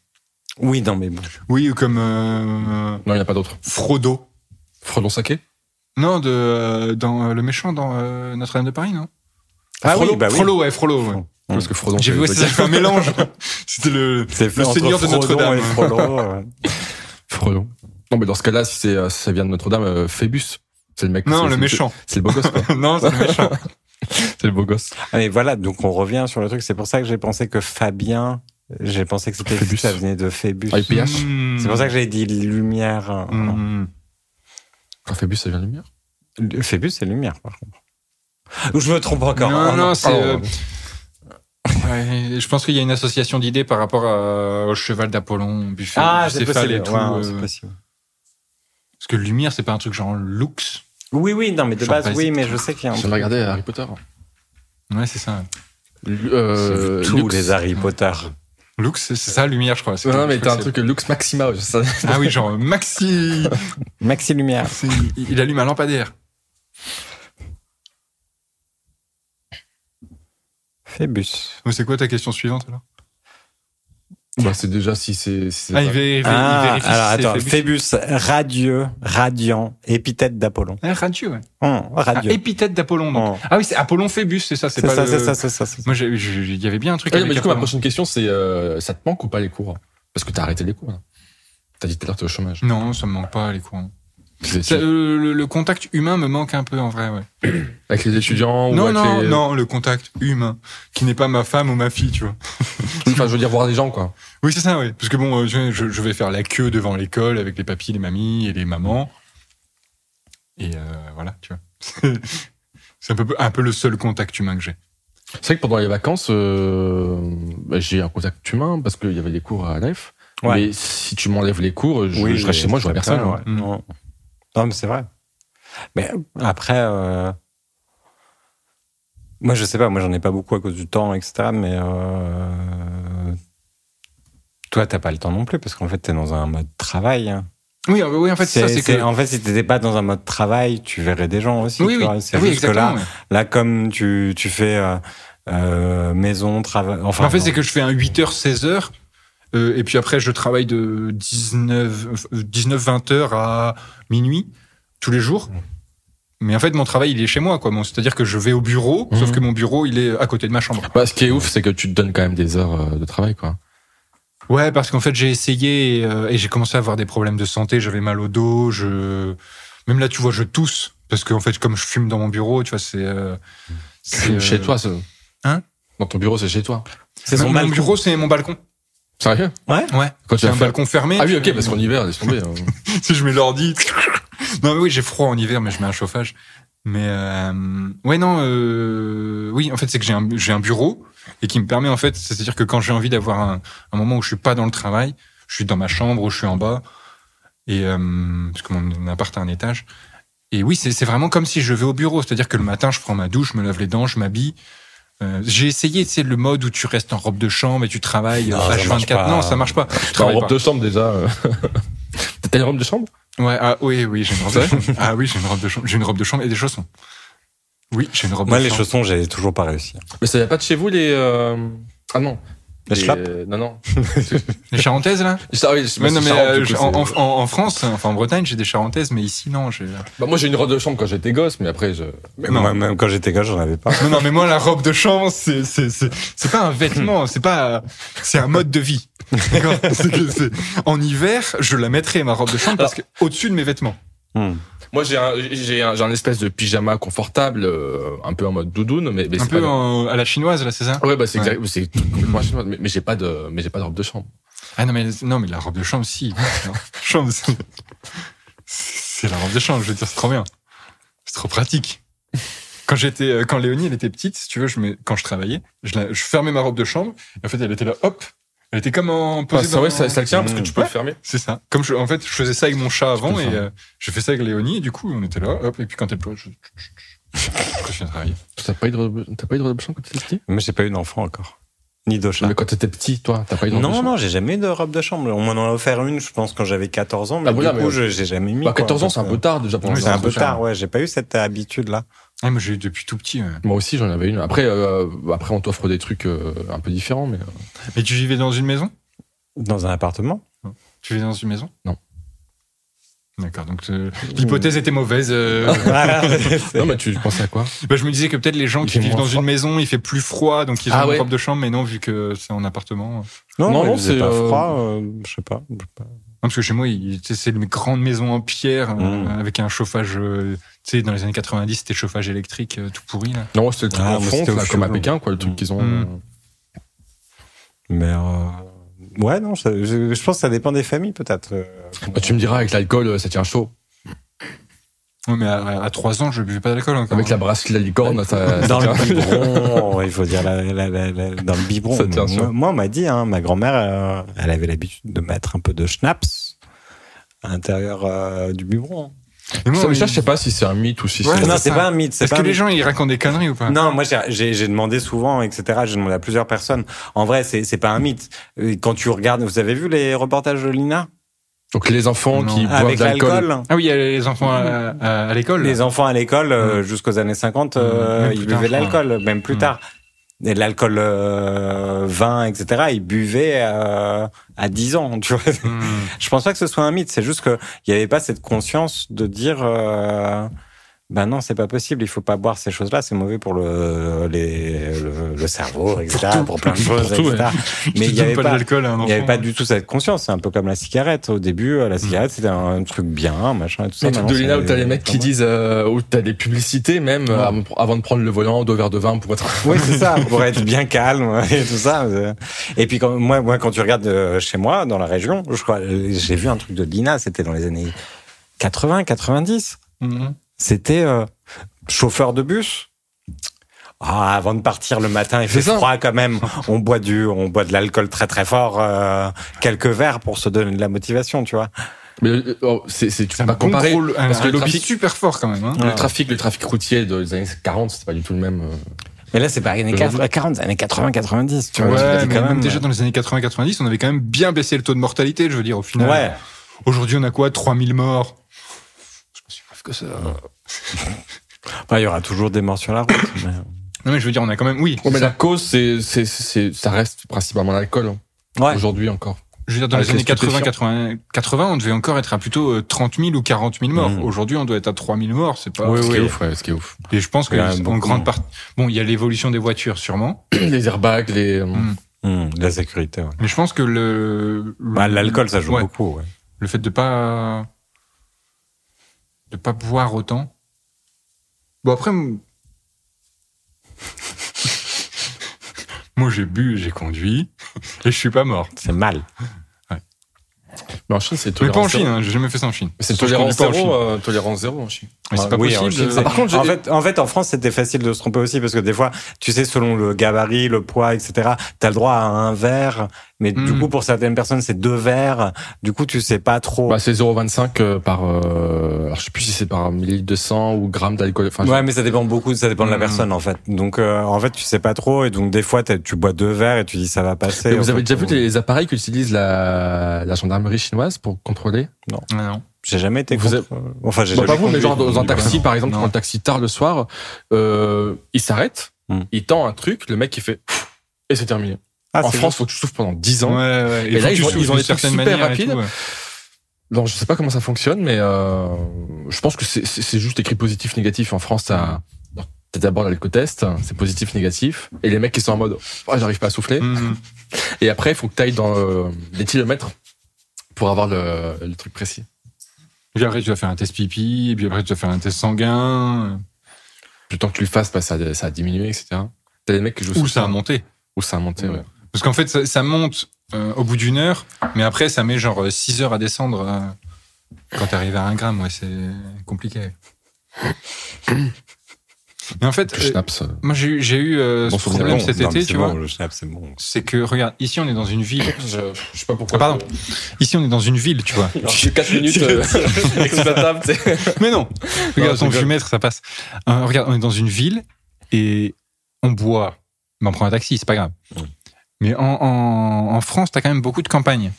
Oui, non, mais bon.
Oui, ou comme euh, euh,
Non, il n'y en a pas d'autre.
Frodo.
Fredon Saké
Non, de, euh, dans euh, le méchant dans euh, Notre-Dame de Paris, non
Ah
Frollo,
bah
Frollo, ouais, Frollo, ouais.
Parce que Frodon,
J'ai
c'est-
euh,
vu, ouais, c'est ça, j'ai fait un mélange. C'était le.
C'est fait
Le
entre
seigneur de
Frodon
Notre-Dame.
et Frollo, euh.
Frelon. Non, mais dans ce cas-là, si c'est, euh, si ça vient de Notre-Dame, euh, Phébus. C'est le mec. c'est-
Non, le
c'est-
méchant.
C'est le beau gosse, quoi.
Non, c'est le méchant.
C'est le beau gosse.
Ah, mais voilà, donc on revient sur le truc. C'est pour ça que j'ai pensé que Fabien, j'ai pensé que c'était
Phébus.
ça venait de Phébus.
Ah, il paye. PH.
Mm.
C'est pour ça que j'ai dit lumière. euh,
Mm.
Quand Phébus, ça vient de lumière.
Le- Phébus, c'est lumière, par contre. Ou je me trompe encore.
Non,
Oh,
non, c'est.
pardon,
euh,
pardon.
ouais, je pense qu'il y a une association d'idées par rapport à- au cheval d'Apollon, Buffet,
Ah, c'est
Bucéphale
possible.
et tout.
ouais,
euh,
c'est possible.
parce que lumière, c'est pas un truc genre luxe.
Oui, oui, non, mais de
Genre
base,
basique.
oui, mais je sais qu'il y a
Je
un
viens de regarder Harry Potter.
Ouais, c'est ça.
Lu- euh,
tous
Lux.
les Harry Potter.
Luxe, c'est ça, lumière, je crois. C'est-
Non, non,
je
mais
crois
t'as un
que
truc Lux Maxima. je sais.
c'est- Ah oui, genre euh, Maxi.
Maxi Lumière.
C'est- Il il allume un lampadaire.
Phébus.
Mais c'est quoi ta question suivante alors
Bah, c'est déjà si c'est. si c'est
Ah, il,
pas-
vé- il vé- il
Ah,
vérifie.
alors
si c'est
attends,
Phébus.
Phébus, radieux, radiant, épithète d'Apollon.
Ah, radieux, ouais.
Hum,
Ah,
radieux.
épithète d'Apollon. donc.
Hum.
Ah oui, c'est Apollon Phébus, c'est ça. C'est
C'est
pas
ça,
le-
c'est ça, c'est ça, c'est ça.
Moi, j'ai- j'ai- il y avait bien un truc.
Ouais,
avec
mais du coup, ma
Apollon.
prochaine question, c'est euh, ça te manque ou pas les cours Parce que t'as arrêté les cours, là. T'as dit tout à l'heure t'es au chômage.
Non, ça me manque pas les cours.
T'es-
Ça, euh, le, le contact humain me manque un peu en vrai, ouais.
Avec les étudiants ou
non,
avec
non,
les.
non, le contact humain, qui n'est pas ma femme ou ma fille, tu vois.
Enfin, je veux dire, voir des gens, quoi.
Oui, c'est ça, oui. Parce que bon, euh, je, je- je vais faire la queue devant l'école avec les papis, les mamies et les mamans. Et euh, voilà, tu vois. c'est un peu, un peu le seul contact humain que j'ai.
C'est vrai que pendant les vacances, euh, bah, j'ai un contact humain parce qu'il y avait des cours à l'AF.
Ouais.
Mais si tu m'enlèves les cours, je, je serai chez moi, je vois
c'est
personne.
ça, ouais.
Mm.
Non. Non, mais c'est vrai. Mais après, euh, moi, je sais pas, moi, j'en ai pas beaucoup à cause du temps, etc. Mais euh, toi, t'as pas le temps non plus, parce qu'en fait, t'es dans un mode travail. hein.
Oui, euh, oui en fait, c'est ça, c'est
c'est-
que.
En fait, si t'étais pas dans un mode travail, tu verrais des gens aussi.
Oui,
tu
oui,
vois. C'est
oui,
juste que là,
exactement. ouais.
là, comme tu, tu fais euh, euh, maison, travail. Enfin,
en fait,
non.
c'est que je fais un 8h, 16h. euh, et puis après, je travaille de euh, 19, 19-20h à minuit, tous les jours.
Mm.
Mais en fait, mon travail, il est chez moi, quoi. Bon, C'est-à-dire que je vais au bureau,
Mhm.
Mm-hmm.
sauf que mon bureau, il est à côté de ma chambre.
Bah, ce qui est ouf, c'est que tu te donnes quand même des heures euh, de travail, quoi.
Ouais, parce qu'en fait, j'ai essayé et, euh, et j'ai commencé à avoir des problèmes de santé. J'avais mal au dos. Je... Même là, tu vois, je tousse. Parce qu'en fait, comme je fume dans mon bureau, tu vois, c'est. euh, c'est, euh,
Chez toi, ça.
Hein
Dans ton bureau, c'est chez toi.
c'est
Mon
balcon.
bureau, c'est mon balcon.
Sérieux
Ouais.
Quand tu
C'est
vas
un
faire-
balcon fermé.
Ah oui,
tu-
ok, parce qu'en hiver, laisse tomber. euh.
si je mets l'ordi. non, mais oui, j'ai froid en hiver, mais je mets un chauffage. Mais euh, ouais, non, euh, oui, en fait, c'est que j'ai un, j'ai un bureau et qui me permet, en fait, c'est-à-dire que quand j'ai envie d'avoir un, un moment où je suis pas dans le travail, je suis dans ma chambre ou je suis en bas, et euh, parce que mon appart a un étage. Et oui, c'est c'est vraiment comme si je vais au bureau, c'est-à-dire que le matin, je prends ma douche, je me lave les dents, je m'habille. Euh, j'ai essayé, c'est le mode où tu restes en robe de chambre et tu travailles
Non,
euh,
ça marche
H24.
pas.
Non, ça marche pas. Je
T'es en
travaille
robe
pas.
de chambre déjà. euh. T'as une robe de chambre
Ouais, ah, oui, oui, j'ai une robe de chambre. Ah oui, j'ai une robe de chambre. J'ai une robe de chambre et des chaussons. Oui, j'ai une robe
Moi,
de
les
chambre.
chaussons, j'ai toujours pas réussi. hein.
Mais ça vient pas de chez vous les. euh, Ah non.
Les schlappes
Non, non.
Les charentaises, là
Ah oui, c'est-
Ouais, non,
c'est
mais
Charente,
euh,
du coup,
je- en,
c'est-
en- en- en France, enfin en Bretagne, j'ai des charentaises, mais ici, non. j'ai- euh,
Bah, moi j'ai une robe de chambre quand j'étais gosse, mais après je.
Mais
Non.
Moi, même quand j'étais gosse, j'en avais pas.
Non, non, mais moi, la robe de chambre, c'est c'est- c'est- c'est pas un vêtement, c'est pas. C'est un mode de vie. D'accord C'est que c'est- en hiver, je la mettrai, ma robe de chambre, parce que au-dessus de mes vêtements.
Hmm.
Moi j'ai un, j'ai un, j'ai un espèce de pyjama confortable, euh, un peu en mode doudoune, mais, mais
Un
c'est pas
peu
de-
en- à la chinoise, là, c'est ça
Ouais, bah c'est
Ouais.
exact, c'est complètement chinois, mais, mais j'ai pas de, mais j'ai pas de robe de chambre.
Ah non, mais, non, mais la robe de chambre, si. La robe de chambre, c'est- c'est la robe de chambre, je veux dire, c'est trop bien. C'est trop pratique. Quand j'étais, euh, quand Léonie, elle était petite, si tu veux, je mets, quand je travaillais, je, la- je fermais ma robe de chambre, et en fait, elle était là, hop, elle était comme en
Ah,
posée
ça,
dans-
ouais, ça, ça le tient parce que
Mmh.
tu peux le
Ouais.
fermer.
C'est ça. Comme je, en fait, je faisais ça avec mon chat avant,
peux
et
le faire.
euh, je fais ça avec Léonie, et du coup, on était là, hop, et puis quand elle pleurait, je, je, je- je continuais à travailler.
T'as pas eu de robe, t'as pas eu de robe de chambre quand t'étais petit
Mais j'ai pas eu d'enfant encore. Ni de chat.
Mais quand t'étais petit, toi, t'as pas eu de robe de
Non,
chambre Bah,
non, j'ai jamais eu de robe de chambre. On m'en a offert une, je pense, quand j'avais 14 ans. Mais
Ah, voilà,
du coup,
mais-
je- j'ai jamais mis.
Bah,
quoi,
14 ans,
parce
c'est un
que-
peu tard déjà pour
Oui,
une
c'est un
robe de
peu
chambre.
tard, ouais. J'ai pas eu cette euh, habitude-là.
Ah, moi, j'ai eu depuis tout petit. ouais.
Moi aussi, j'en avais une. Après, euh, après, on t'offre des trucs euh, un peu différents, mais. euh,
Mais tu vivais dans une maison?
Dans un appartement.
Tu vivais dans une maison
Non.
D'accord, donc euh, l'hypothèse était mauvaise. euh,
Voilà, c'est-
Non, mais tu pensais à quoi
bah, je me disais que peut-être les gens
Il
qui
fait
vivent
moins
dans
froid.
une maison, il fait plus froid, donc ils ont
Ah
une
ouais.
robe de chambre, mais non, vu que c'est en appartement. Non,
non,
Non,
non,
non, c'est,
c'est pas
euh,
froid. euh, je sais pas. je sais pas.
parce que chez moi, il- tu sais, c'est une grande maison en pierre, euh,
Mm.
avec un chauffage, euh, tu sais, dans les années 90, c'était chauffage électrique euh, tout pourri, là.
Non, c'était le truc
Ah,
en
moi,
fonte,
c'était au
là, comme à
fioul.
Pékin, quoi, le truc
Mmh.
qu'ils ont. euh.
Mmh.
Mais euh, ouais, non. ça- je, je pense que ça dépend des familles, peut-être. euh,
Bah, tu me diras, avec l'alcool, euh, ça tient chaud.
Ouais, Mm. mais à, à 3 ans, je buvais pas d'alcool encore.
Avec la brasserie de la licorne, Oh, bah, ça, ça
dans
tient.
le biberon, ouais, il faut dire la- la- la- la- dans le biberon.
Ça tient sûr.
moi, moi, on m'a dit, hein, ma grand-mère, euh, elle avait l'habitude de mettre un peu de schnapps à l'intérieur euh, du biberon.
hein. Mais moi,
Ça, mais
il-
ça, je sais pas si c'est un mythe ou si
Ouais,
c'est.
non,
c'est
c'est
ça.
pas un mythe. c'est
Est-ce
pas
que
un
les
mythe.
gens, ils racontent des conneries ou pas
Non, moi j'ai- j'ai j'ai demandé souvent, etc. J'ai demandé à plusieurs personnes. En vrai, c'est c'est pas un mythe. Euh, Quand tu regardes, vous avez vu les reportages de Lina
Donc les enfants
Non.
qui boivent
avec
de l'alcool.
l'alcool
Ah oui, il y a les enfants à, à- à l'école. là.
Les enfants à l'école,
Mmh.
euh, jusqu'aux années 50, euh,
Même plus
ils
tard,
buvaient de
je crois.
l'alcool, même plus
Mm.
tard. Et de l'alcool euh, vin, etc. Ils buvaient euh, à 10 ans, tu vois.
Mm.
Je pense pas que ce soit un mythe, c'est juste qu'il n'y avait pas cette conscience de dire euh, ben non, c'est pas possible, il faut pas boire ces choses-là, c'est mauvais pour le, les- le, le cerveau, etc.,
tout.
pour, plein de choses,
tout,
etc.
Tu
Mais il
donnes
n'y avait,
pas
pas-
d'alcool à un
il
enfant.
y avait pas du tout cette conscience, c'est un peu comme la cigarette. Au début, euh, la cigarette, c'était un, truc bien, machin, et tout ça.
Mmh. Les trucs
Maintenant,
de Lina
c'est-
où t'as les mecs qui disent, euh, où t'as des publicités même, euh, avant de- avant de prendre le volant, deux verres de vin pour être.
Oui, c'est ça, pour être bien calme et tout ça. Et puis quand, moi, moi, quand tu regardes euh, chez moi, dans la région, je crois, euh, j'ai vu un truc de Lina, c'était dans les années 80, 90.
Mhm.
c'était euh, chauffeur de bus. Ah, avant de partir le matin, il fait
C'est ça.
froid quand même. On boit du, on boit de l'alcool très très fort, euh, quelques verres pour se donner de la motivation, tu vois.
Mais euh, oh, c'est, c'est, tu
C'est
peux
un
pas comparer.
contrôle, un,
parce que
un
le
lobby
trafic-
super fort quand même. hein.
Le trafic, le trafic routier des années 40, c'était pas du tout le même. euh.
Mais là, c'est pas années
Je
40, 40, années 80, 90, tu vois.
Ouais,
je me dis
mais
quand
même,
même,
déjà dans les années 80-90, on avait quand même bien baissé le taux de mortalité, je veux dire, au final.
Ouais.
Aujourd'hui, on a quoi 3000 morts que ça.
Enfin, il y aura toujours des morts sur la route. mais-
Non, mais je veux dire, on a quand même. Oui,
Ouais, mais
ça-
la cause, c'est, c'est, c'est- ça reste principalement l'alcool. hein,
Ouais.
Aujourd'hui encore.
je veux dire,
ah,
dans les
Avec
années
les stupéfiants.
80-80, 80, on devait encore être à plutôt euh, 30 000 ou 40 000 morts.
Mhm.
Aujourd'hui, on doit être à 3 000 morts, c'est pas.
ce qui est
Et-
ouf, ouais, ce qui est ouf.
Et je pense que,
Il y en a
en
beaucoup,
grande
hein.
partie. Bon, il y a l'évolution des voitures, sûrement.
les airbags, les. euh,
Hum, la sécurité, ouais.
Mais je pense que le. le-
Bah, l'alcool, ça joue
Ouais.
beaucoup, ouais.
Le fait de pas de pas boire autant. Bon après m- moi j'ai bu, j'ai conduit et je suis pas mort.
C'est mal.
Mais en Chine, c'est
Mais pas en
tolérance
Chine,
zéro.
hein, j'ai jamais fait ça en Chine.
C'est
Je connais
tolérance
pas en
zéro,
Chine.
euh, tolérance zéro en Chine.
Mais c'est pas
Ah, oui, en
possible.
Chine,
euh,
c'est-
Par contre, j'ai-
en, fait, en fait, en France, c'était facile de se tromper aussi parce que des fois, tu sais, selon le gabarit, le poids, etc., t'as le droit à un verre, mais du
Hmm.
coup, pour certaines personnes, c'est deux verres. Du coup, tu sais pas trop.
Bah, c'est 0,25 euh, par. Euh, alors, je sais plus si c'est par millilitre de sang ou gramme d'alcool. Enfin, je-
ouais, mais ça dépend beaucoup, ça dépend de la
Hmm.
personne en fait. Donc, euh, en fait, tu sais pas trop, et donc des fois, t'as- tu bois deux verres et tu dis ça va passer.
Mais
En
vous avez
fait,
déjà vu
on-
les appareils qu'utilise la, la gendarmerie chinoise pour contrôler
Ah non.
J'ai jamais été.
Vous
Contre... euh, Enfin, j'ai
Bah,
jamais
Pas vous, mais
conduit,
genre dans un
donc,
taxi,
voilà.
par exemple,
Non.
quand le taxi tard le soir, euh, il s'arrête,
Hmm.
il tend un truc, le mec il fait et c'est terminé.
Ah,
en
c'est
France, faut que tu souffles pendant 10
Ouais,
ans.
ouais.
Et là,
faut
ils
que
ont-
tu souffles
ils ont
d'une
des trucs
certaine
super
manière et
rapides.
tout, ouais.
Non, je sais pas comment ça fonctionne, mais euh, je pense que c'est- c'est c'est juste écrit positif, négatif. En France, t'as t'as d'abord l'alcotest, c'est positif, négatif, et les mecs qui sont en mode oh, j'arrive pas à souffler.
Mhm.
Et après, il faut que t'ailles dans euh, les kilomètres pour avoir le, le truc précis.
Puis après, tu vas faire un test pipi, et puis après, tu vas faire un test sanguin.
Le temps que tu le fasses, bah, ça, a- ça a diminué, etc. T'as des mecs qui jouent
Ou
sur
ça a monté.
Ou ça a monté, ouais.
Parce qu'en fait, ça, ça monte euh, au bout d'une heure, mais après, ça met genre 6 heures à descendre euh, quand t'arrives à 1 gramme. Ouais, c'est compliqué. mais en fait,
Le
euh,
schnapps. euh,
moi, j'ai eu, j'ai eu euh,
Bon
ce
souvenir.
problème
bon.
cet
Non, mais
été,
c'est
tu
bon,
vois.
Le schnapp, c'est bon.
C'est que, regarde, ici, on est dans une ville.
Je, je sais pas pourquoi.
Ah, pardon. Ici, on est dans une ville, tu vois.
Alors, j'ai 4 minutes euh, avec la table, tu sais.
Mais
Non,
non Regarde,
je
ton
rigole.
fumètre, ça passe. Euh, regarde, on est dans une ville et on boit. Mais on prend un taxi, c'est pas grave.
Mm.
Mais en, en, en France, t'as quand même beaucoup de campagnes.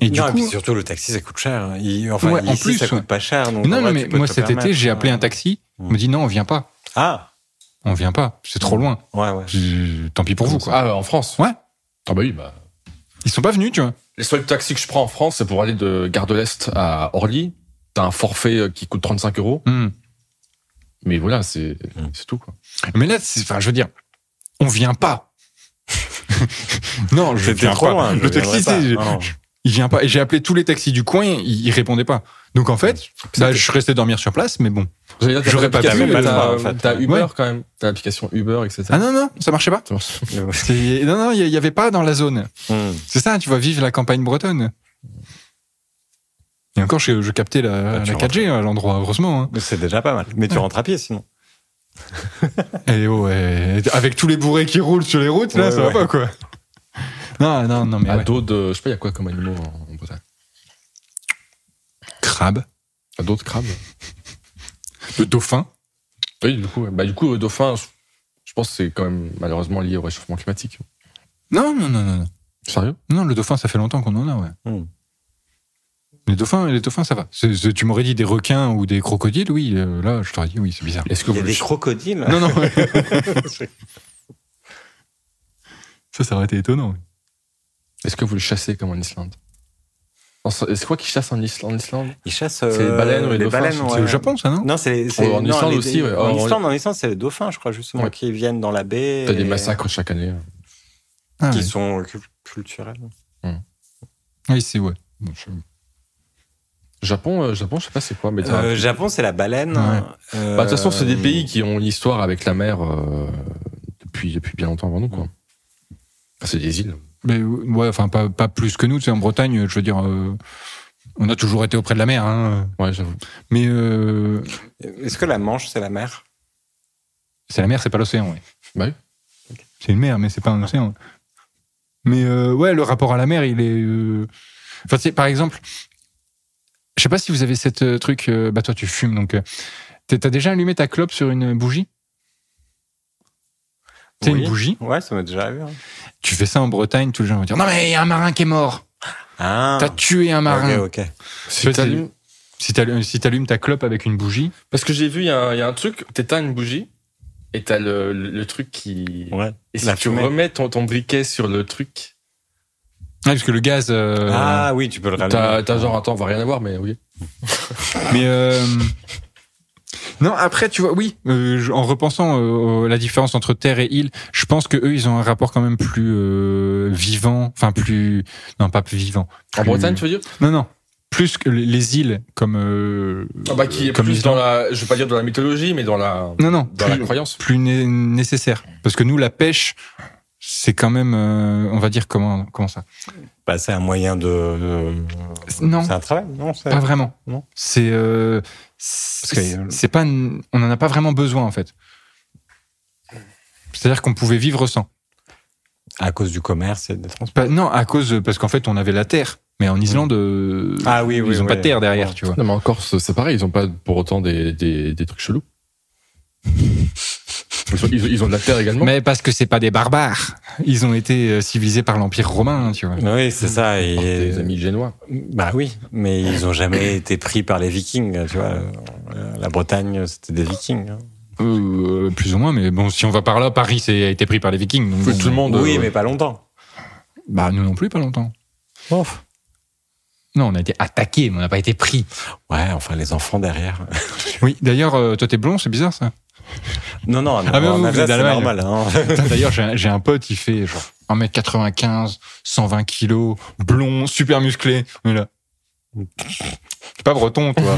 Et du
non, et
coup.
puis surtout, le taxi, ça coûte cher. hein. Il- enfin,
Ouais, en
ici,
plus,
ça coûte
ouais.
pas cher. donc,
Mais
en
non, non,
vrai,
mais
tu peux
moi
te
cet
permettre.
été, j'ai appelé un taxi.
Mm.
On me dit non, on vient pas.
Ah,
On vient pas. C'est trop loin.
ouais, ouais.
Je- Tant pis pour vous, quoi.
Ah, en France
Ouais.
Ah, bah oui, bah.
Ils sont pas venus, tu vois.
Les seuls taxis que je prends en France, c'est pour aller de Gare de l'Est à Orly. T'as un forfait euh, qui coûte 35 euros.
Mm.
Mais voilà, c'est
Hum.
Mm.
c'est tout, quoi.
Mais là, c'est- enfin, je veux dire, on vient pas. non, je
C'était
viens
trop
pas.
loin. je
Le
viendrai
taxi,
pas.
c'est-
Non, non.
Il vient pas. Et j'ai appelé tous les taxis du coin, ils, ils répondaient pas. Donc en fait,
Mm.
bah, je suis resté dormir sur place, mais bon.
J'allais dire, t'as
J'aurais pas
l'application,
pu,
mais
mais
t'as
t'as- en fait.
t'as Uber
Ouais.
quand même. T'as l'application Uber, etc.
Ah non, non, ça marchait pas. C'est- Non, non, il n'y avait pas dans la zone.
Hum.
C'est ça, tu vois, vive la campagne bretonne. Et encore, je, je captais
Ah,
la,
tu
la 4G à l'endroit, heureusement. hein.
Mais C'est déjà pas mal. Mais tu
Ouais.
rentres à pied sinon.
Et ouais, Eh oh, avec tous les bourrés qui roulent sur les routes, là,
Ouais,
ça va
ouais.
pas, quoi. Non, non, non, mais
à
ouais.
dos de. Je sais pas, il y a quoi comme animaux en, en Bretagne
crabe,
À dos de crabe
le dauphin.
Oui, du coup, ouais. bah, du coup, euh, dauphin, je je pense que c'est quand même malheureusement lié au réchauffement climatique.
Non, non, non, non, non.
Sérieux
Non, le dauphin, ça fait longtemps qu'on en a, ouais.
Hmm.
Les dauphins, les dauphins, ça va. C'est- c'est- tu m'aurais dit des requins ou des crocodiles, oui. euh, là, je t'aurais dit oui, c'est bizarre.
Est-ce que
Il y a
vous.
des crocodiles.
Non, non. ça, ça aurait été étonnant.
Est-ce que vous le chassez comme en Islande Non, c'est c'est quoi qui chasse en Isla- en Islande
Ils chassent. euh,
C'est les baleines, ouais, les
les
dauphins,
baleines.
C'est
ouais.
au Japon, Oh, ça, non
Non, c'est c'est-
En
non,
Islande
les-
aussi, ouais.
En
En-
Islande, en Islande, c'est les dauphins, je crois justement,
Ouais.
qui viennent dans la baie.
T'as des
et
massacres chaque année. euh.
Ah,
Qui
ouais.
sont cul- culturels.
Oui, c'est ouais. Bon, je-
Japon, euh, Japon, je sais pas c'est quoi, mais t'as-
Euh, Japon, c'est la baleine.
Ouais.
Euh,
Bah, de toute façon, c'est des pays qui ont une histoire avec la mer euh, depuis, depuis bien longtemps avant nous, quoi.
Mm.
Enfin, c'est des îles.
Mais ouais, enfin, pas, pas plus que nous. Tu sais, en Bretagne, je veux dire, euh, on a toujours été auprès de la mer. Hein,
Ouais, j'avoue.
mais euh,
Est-ce que la Manche, c'est la mer
c'est la mer, c'est pas l'océan, ouais.
Bah oui.
C'est une mer, mais c'est pas un océan. Mais euh, ouais, le rapport à la mer, il est. euh, Enfin, tu sais, par exemple, je sais pas si vous avez cette euh, truc. euh, Bah, toi, tu fumes, donc. euh, t'es- T'as déjà allumé ta clope sur une bougie T'as
Oui.
une bougie
Ouais, ça m'est déjà arrivé. hein.
Tu fais ça en Bretagne, tous les gens vont dire Non, mais il y a un marin qui est mort
Ah.
T'as tué un marin
Ok, ok.
Si t'allumes-
Si t'allumes si t'allumes ta clope avec une bougie,
Parce que j'ai vu, il y, a un- il y a un truc, t'éteins une bougie et t'as le, le, le truc qui.
Ouais.
Et si
La
tu
fumée.
remets ton, ton briquet sur le truc,
Ah, parce que le gaz. euh,
Ah oui, tu peux le
t'as
rallumer.
t'as genre, attends, on va rien avoir, mais oui.
Mais euh, non, après tu vois, oui, euh, je- en repensant euh, à la différence entre terre et île, je pense que eux ils ont un rapport quand même plus euh, vivant, enfin plus non pas plus vivant.
En
plus-
Bretagne, tu veux dire
Non non, plus que les- les îles comme. euh,
ah bah, Qui est
comme
plus
l'Islande.
dans la. Je veux pas dire dans la mythologie, mais dans la.
Non non,
Dans la
plus-
croyance.
plus né- nécessaire. Parce que nous, la pêche, c'est quand même, euh, on va dire comment, comment ça
Bah, c'est un moyen de. de-
Non.
C'est un travail, non c'est-
Pas vraiment.
Non.
C'est, euh,
que,
c'est
euh,
c'est pas, une- on en a pas vraiment besoin en fait. C'est-à-dire qu'on pouvait vivre sans.
À cause du commerce et des transports.
Pas- non, à cause parce qu'en fait on avait la terre, mais en Islande, euh,
Ah oui, oui,
ils ont pas
oui.
de terre derrière, tu vois.
Non, mais en Corse, c'est pareil, ils ont pas pour autant des, des, des trucs chelous. Ils ont, ils ont- ils ont de la terre également.
Mais parce que c'est pas des barbares. Ils ont été euh, civilisés par l'Empire romain, hein, tu vois.
Oui, c'est ça.
par
Et...
tes amis génois.
Bah oui, mais ils ont jamais été pris par les Vikings, tu vois. Euh, La Bretagne, c'était des Vikings. hein.
Euh, plus ou moins, mais bon, si on va par là, Paris c'est- a été pris par les Vikings. donc
Oui,
bon,
tout le monde.
Oui,
euh,
mais pas longtemps.
Bah, nous non plus, pas longtemps. Non, on a été attaqué, mais on n'a pas été pris.
Ouais, enfin les enfants derrière.
Oui, d'ailleurs, euh, toi t'es blond, c'est bizarre ça.
Non, non,
Ah, mais
en
vous, vous
Alsace,
êtes
c'est
Allemagne.
normal. hein.
Putain, D'ailleurs, j'ai un- j'ai un pote, il fait genre 1m95, 120 kilos, blond, super musclé. On est là. T'es pas breton, toi.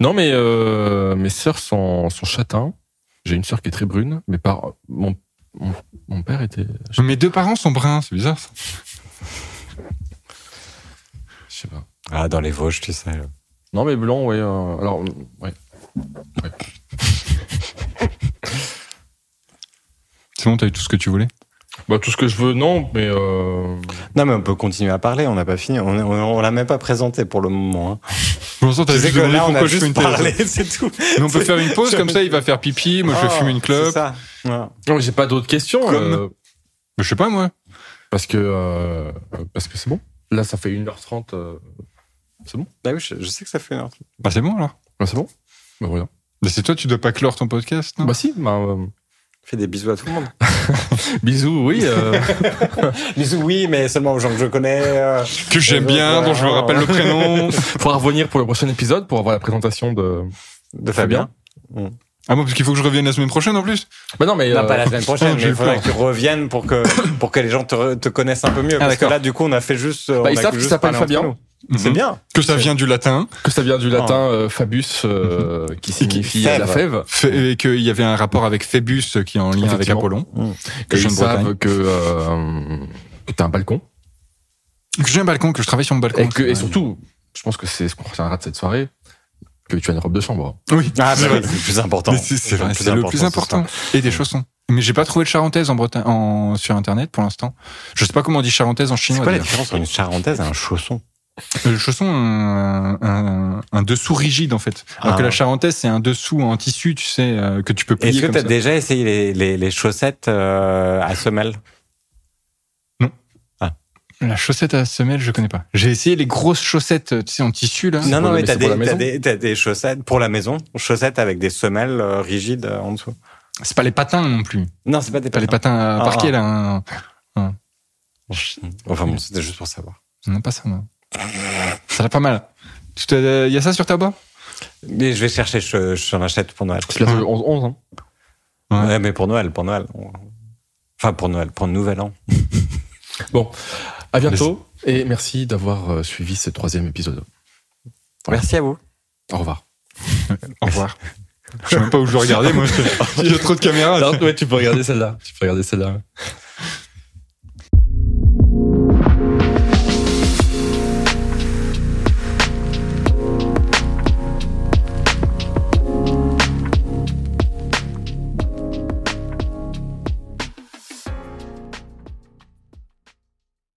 Non, mais euh, mes sœurs sont, sont châtains. J'ai une sœur qui est très brune, mais par mon, mon, mon père était. Je
Mes deux parents sont bruns, c'est bizarre. ça.
sais pas.
Ah, dans les Vosges, tu sais.
Non, mais blanc, ouais. euh, alors, ouais.
C'est bon, t'as eu tout ce que tu voulais.
Bah, tout ce que je veux, non, mais. euh,
Non, mais on peut continuer à parler. On n'a pas fini. On, on- on l'a même pas présenté pour le moment. hein.
Pour l'instant, t'as
Tu sais
juste
que
demandé
là, on
pourquoi
a
je fume
juste
une cigarette.
parlé, c'est tout.
Mais on peut faire une pause, comme ça, il va faire pipi, moi je
Ah,
fume une
C'est
clope.
ça. Ouais.
Non, mais j'ai pas d'autres questions.
Comme-
euh,
Mais je sais pas, moi.
parce que. euh, parce que c'est bon. Là, ça fait 1h30. euh,
Bah oui, je, je sais que ça fait une heure.
Bah, c'est bon alors.
bah, c'est bon Bah, voilà.
Bah, c'est toi, tu dois pas clore ton podcast, non
Bah, si, bah, euh,
Fais des bisous à tout le monde.
bisous, oui. euh,
bisous, oui, mais seulement aux gens que je connais. euh,
Que j'aime bien, dont je me rappelle le prénom.
faudra revenir pour le prochain épisode pour avoir la présentation de.
de
Fabien.
Fabien.
Ah bon, parce qu'il faut que je revienne la semaine prochaine en plus
Bah, non, mais.
Non,
euh,
pas la semaine prochaine,
j'ai
mais il
eu
faudra
peur.
que tu reviennes pour que, pour que les gens te, re- te connaissent un peu
Ah,
mieux. parce que
d'accord.
là, du coup, on a fait juste.
bah, ils savent qu'il s'appelle Fabien,
C'est
Mhm.
bien.
Que ça vient du latin.
que ça vient du latin euh, Fabius, euh, qui signifie
Fève.
la fève.
Fait- et qu'il y avait un rapport avec Phébus euh, qui est en lien avec
Effectivement.
Apollon.
Mmh.
que
Que
ils
je viens de
savent
Bretagne.
que, euh, que t'as un balcon.
Que j'ai un balcon, que je travaille sur mon balcon.
Et, que, et
Ouais.
surtout, je pense que c'est ce qu'on retiendra de cette soirée, que tu as une robe de chambre.
Oui,
Ah, c'est vrai, c'est le plus important.
Mais c'est c'est vrai,
plus
c'est le plus
ce
important.
soir.
Et des chaussons. Mais j'ai pas trouvé de charentaise en Bretagne, en, sur internet pour l'instant. Je sais pas comment on dit charentaise en
C'est
chinois.
quoi la
d'ailleurs.
différence entre une charentaise et un chausson
Euh, Le chausson, un, un, un dessous rigide en fait. Alors
Ah.
que la charentaise, c'est un dessous en tissu, tu sais, euh, que tu peux plier
Est-ce que
comme
t'as
ça.
déjà essayé les, les, les chaussettes euh, à semelle
La chaussette à semelle, je connais pas. J'ai essayé les grosses chaussettes, euh, tu sais, en tissu là.
Non,
pour-
non, mais
mais
t'as
c'est pour la
des, t'as
maison
des, t'as des chaussettes pour la maison, chaussettes avec des semelles euh, rigides euh, en dessous.
C'est pas les patins non plus.
Non, c'est pas des
Pas les
patins.
patins à
Ah,
parquet
ah.
là. hein.
Hum. Enfin bon, c'était juste pour savoir.
On n'a pas ça, non. Ça a l'air pas mal. Tu te- Il y a ça sur ta barre
Mais je vais chercher, je, je t'en achète pour Noël.
C'est la 11-11. Hein.
Ouais.
Ouais, mais pour Noël, pour Noël. Enfin, pour Noël, pour le Nouvel An.
À bientôt, et merci d'avoir euh, suivi ce troisième épisode.
Merci à vous.
Au revoir.
Au revoir. Je sais même pas où je dois regarder, moi. Il y a trop de caméras.
ouais, tu peux regarder celle-là. Tu peux regarder celle-là.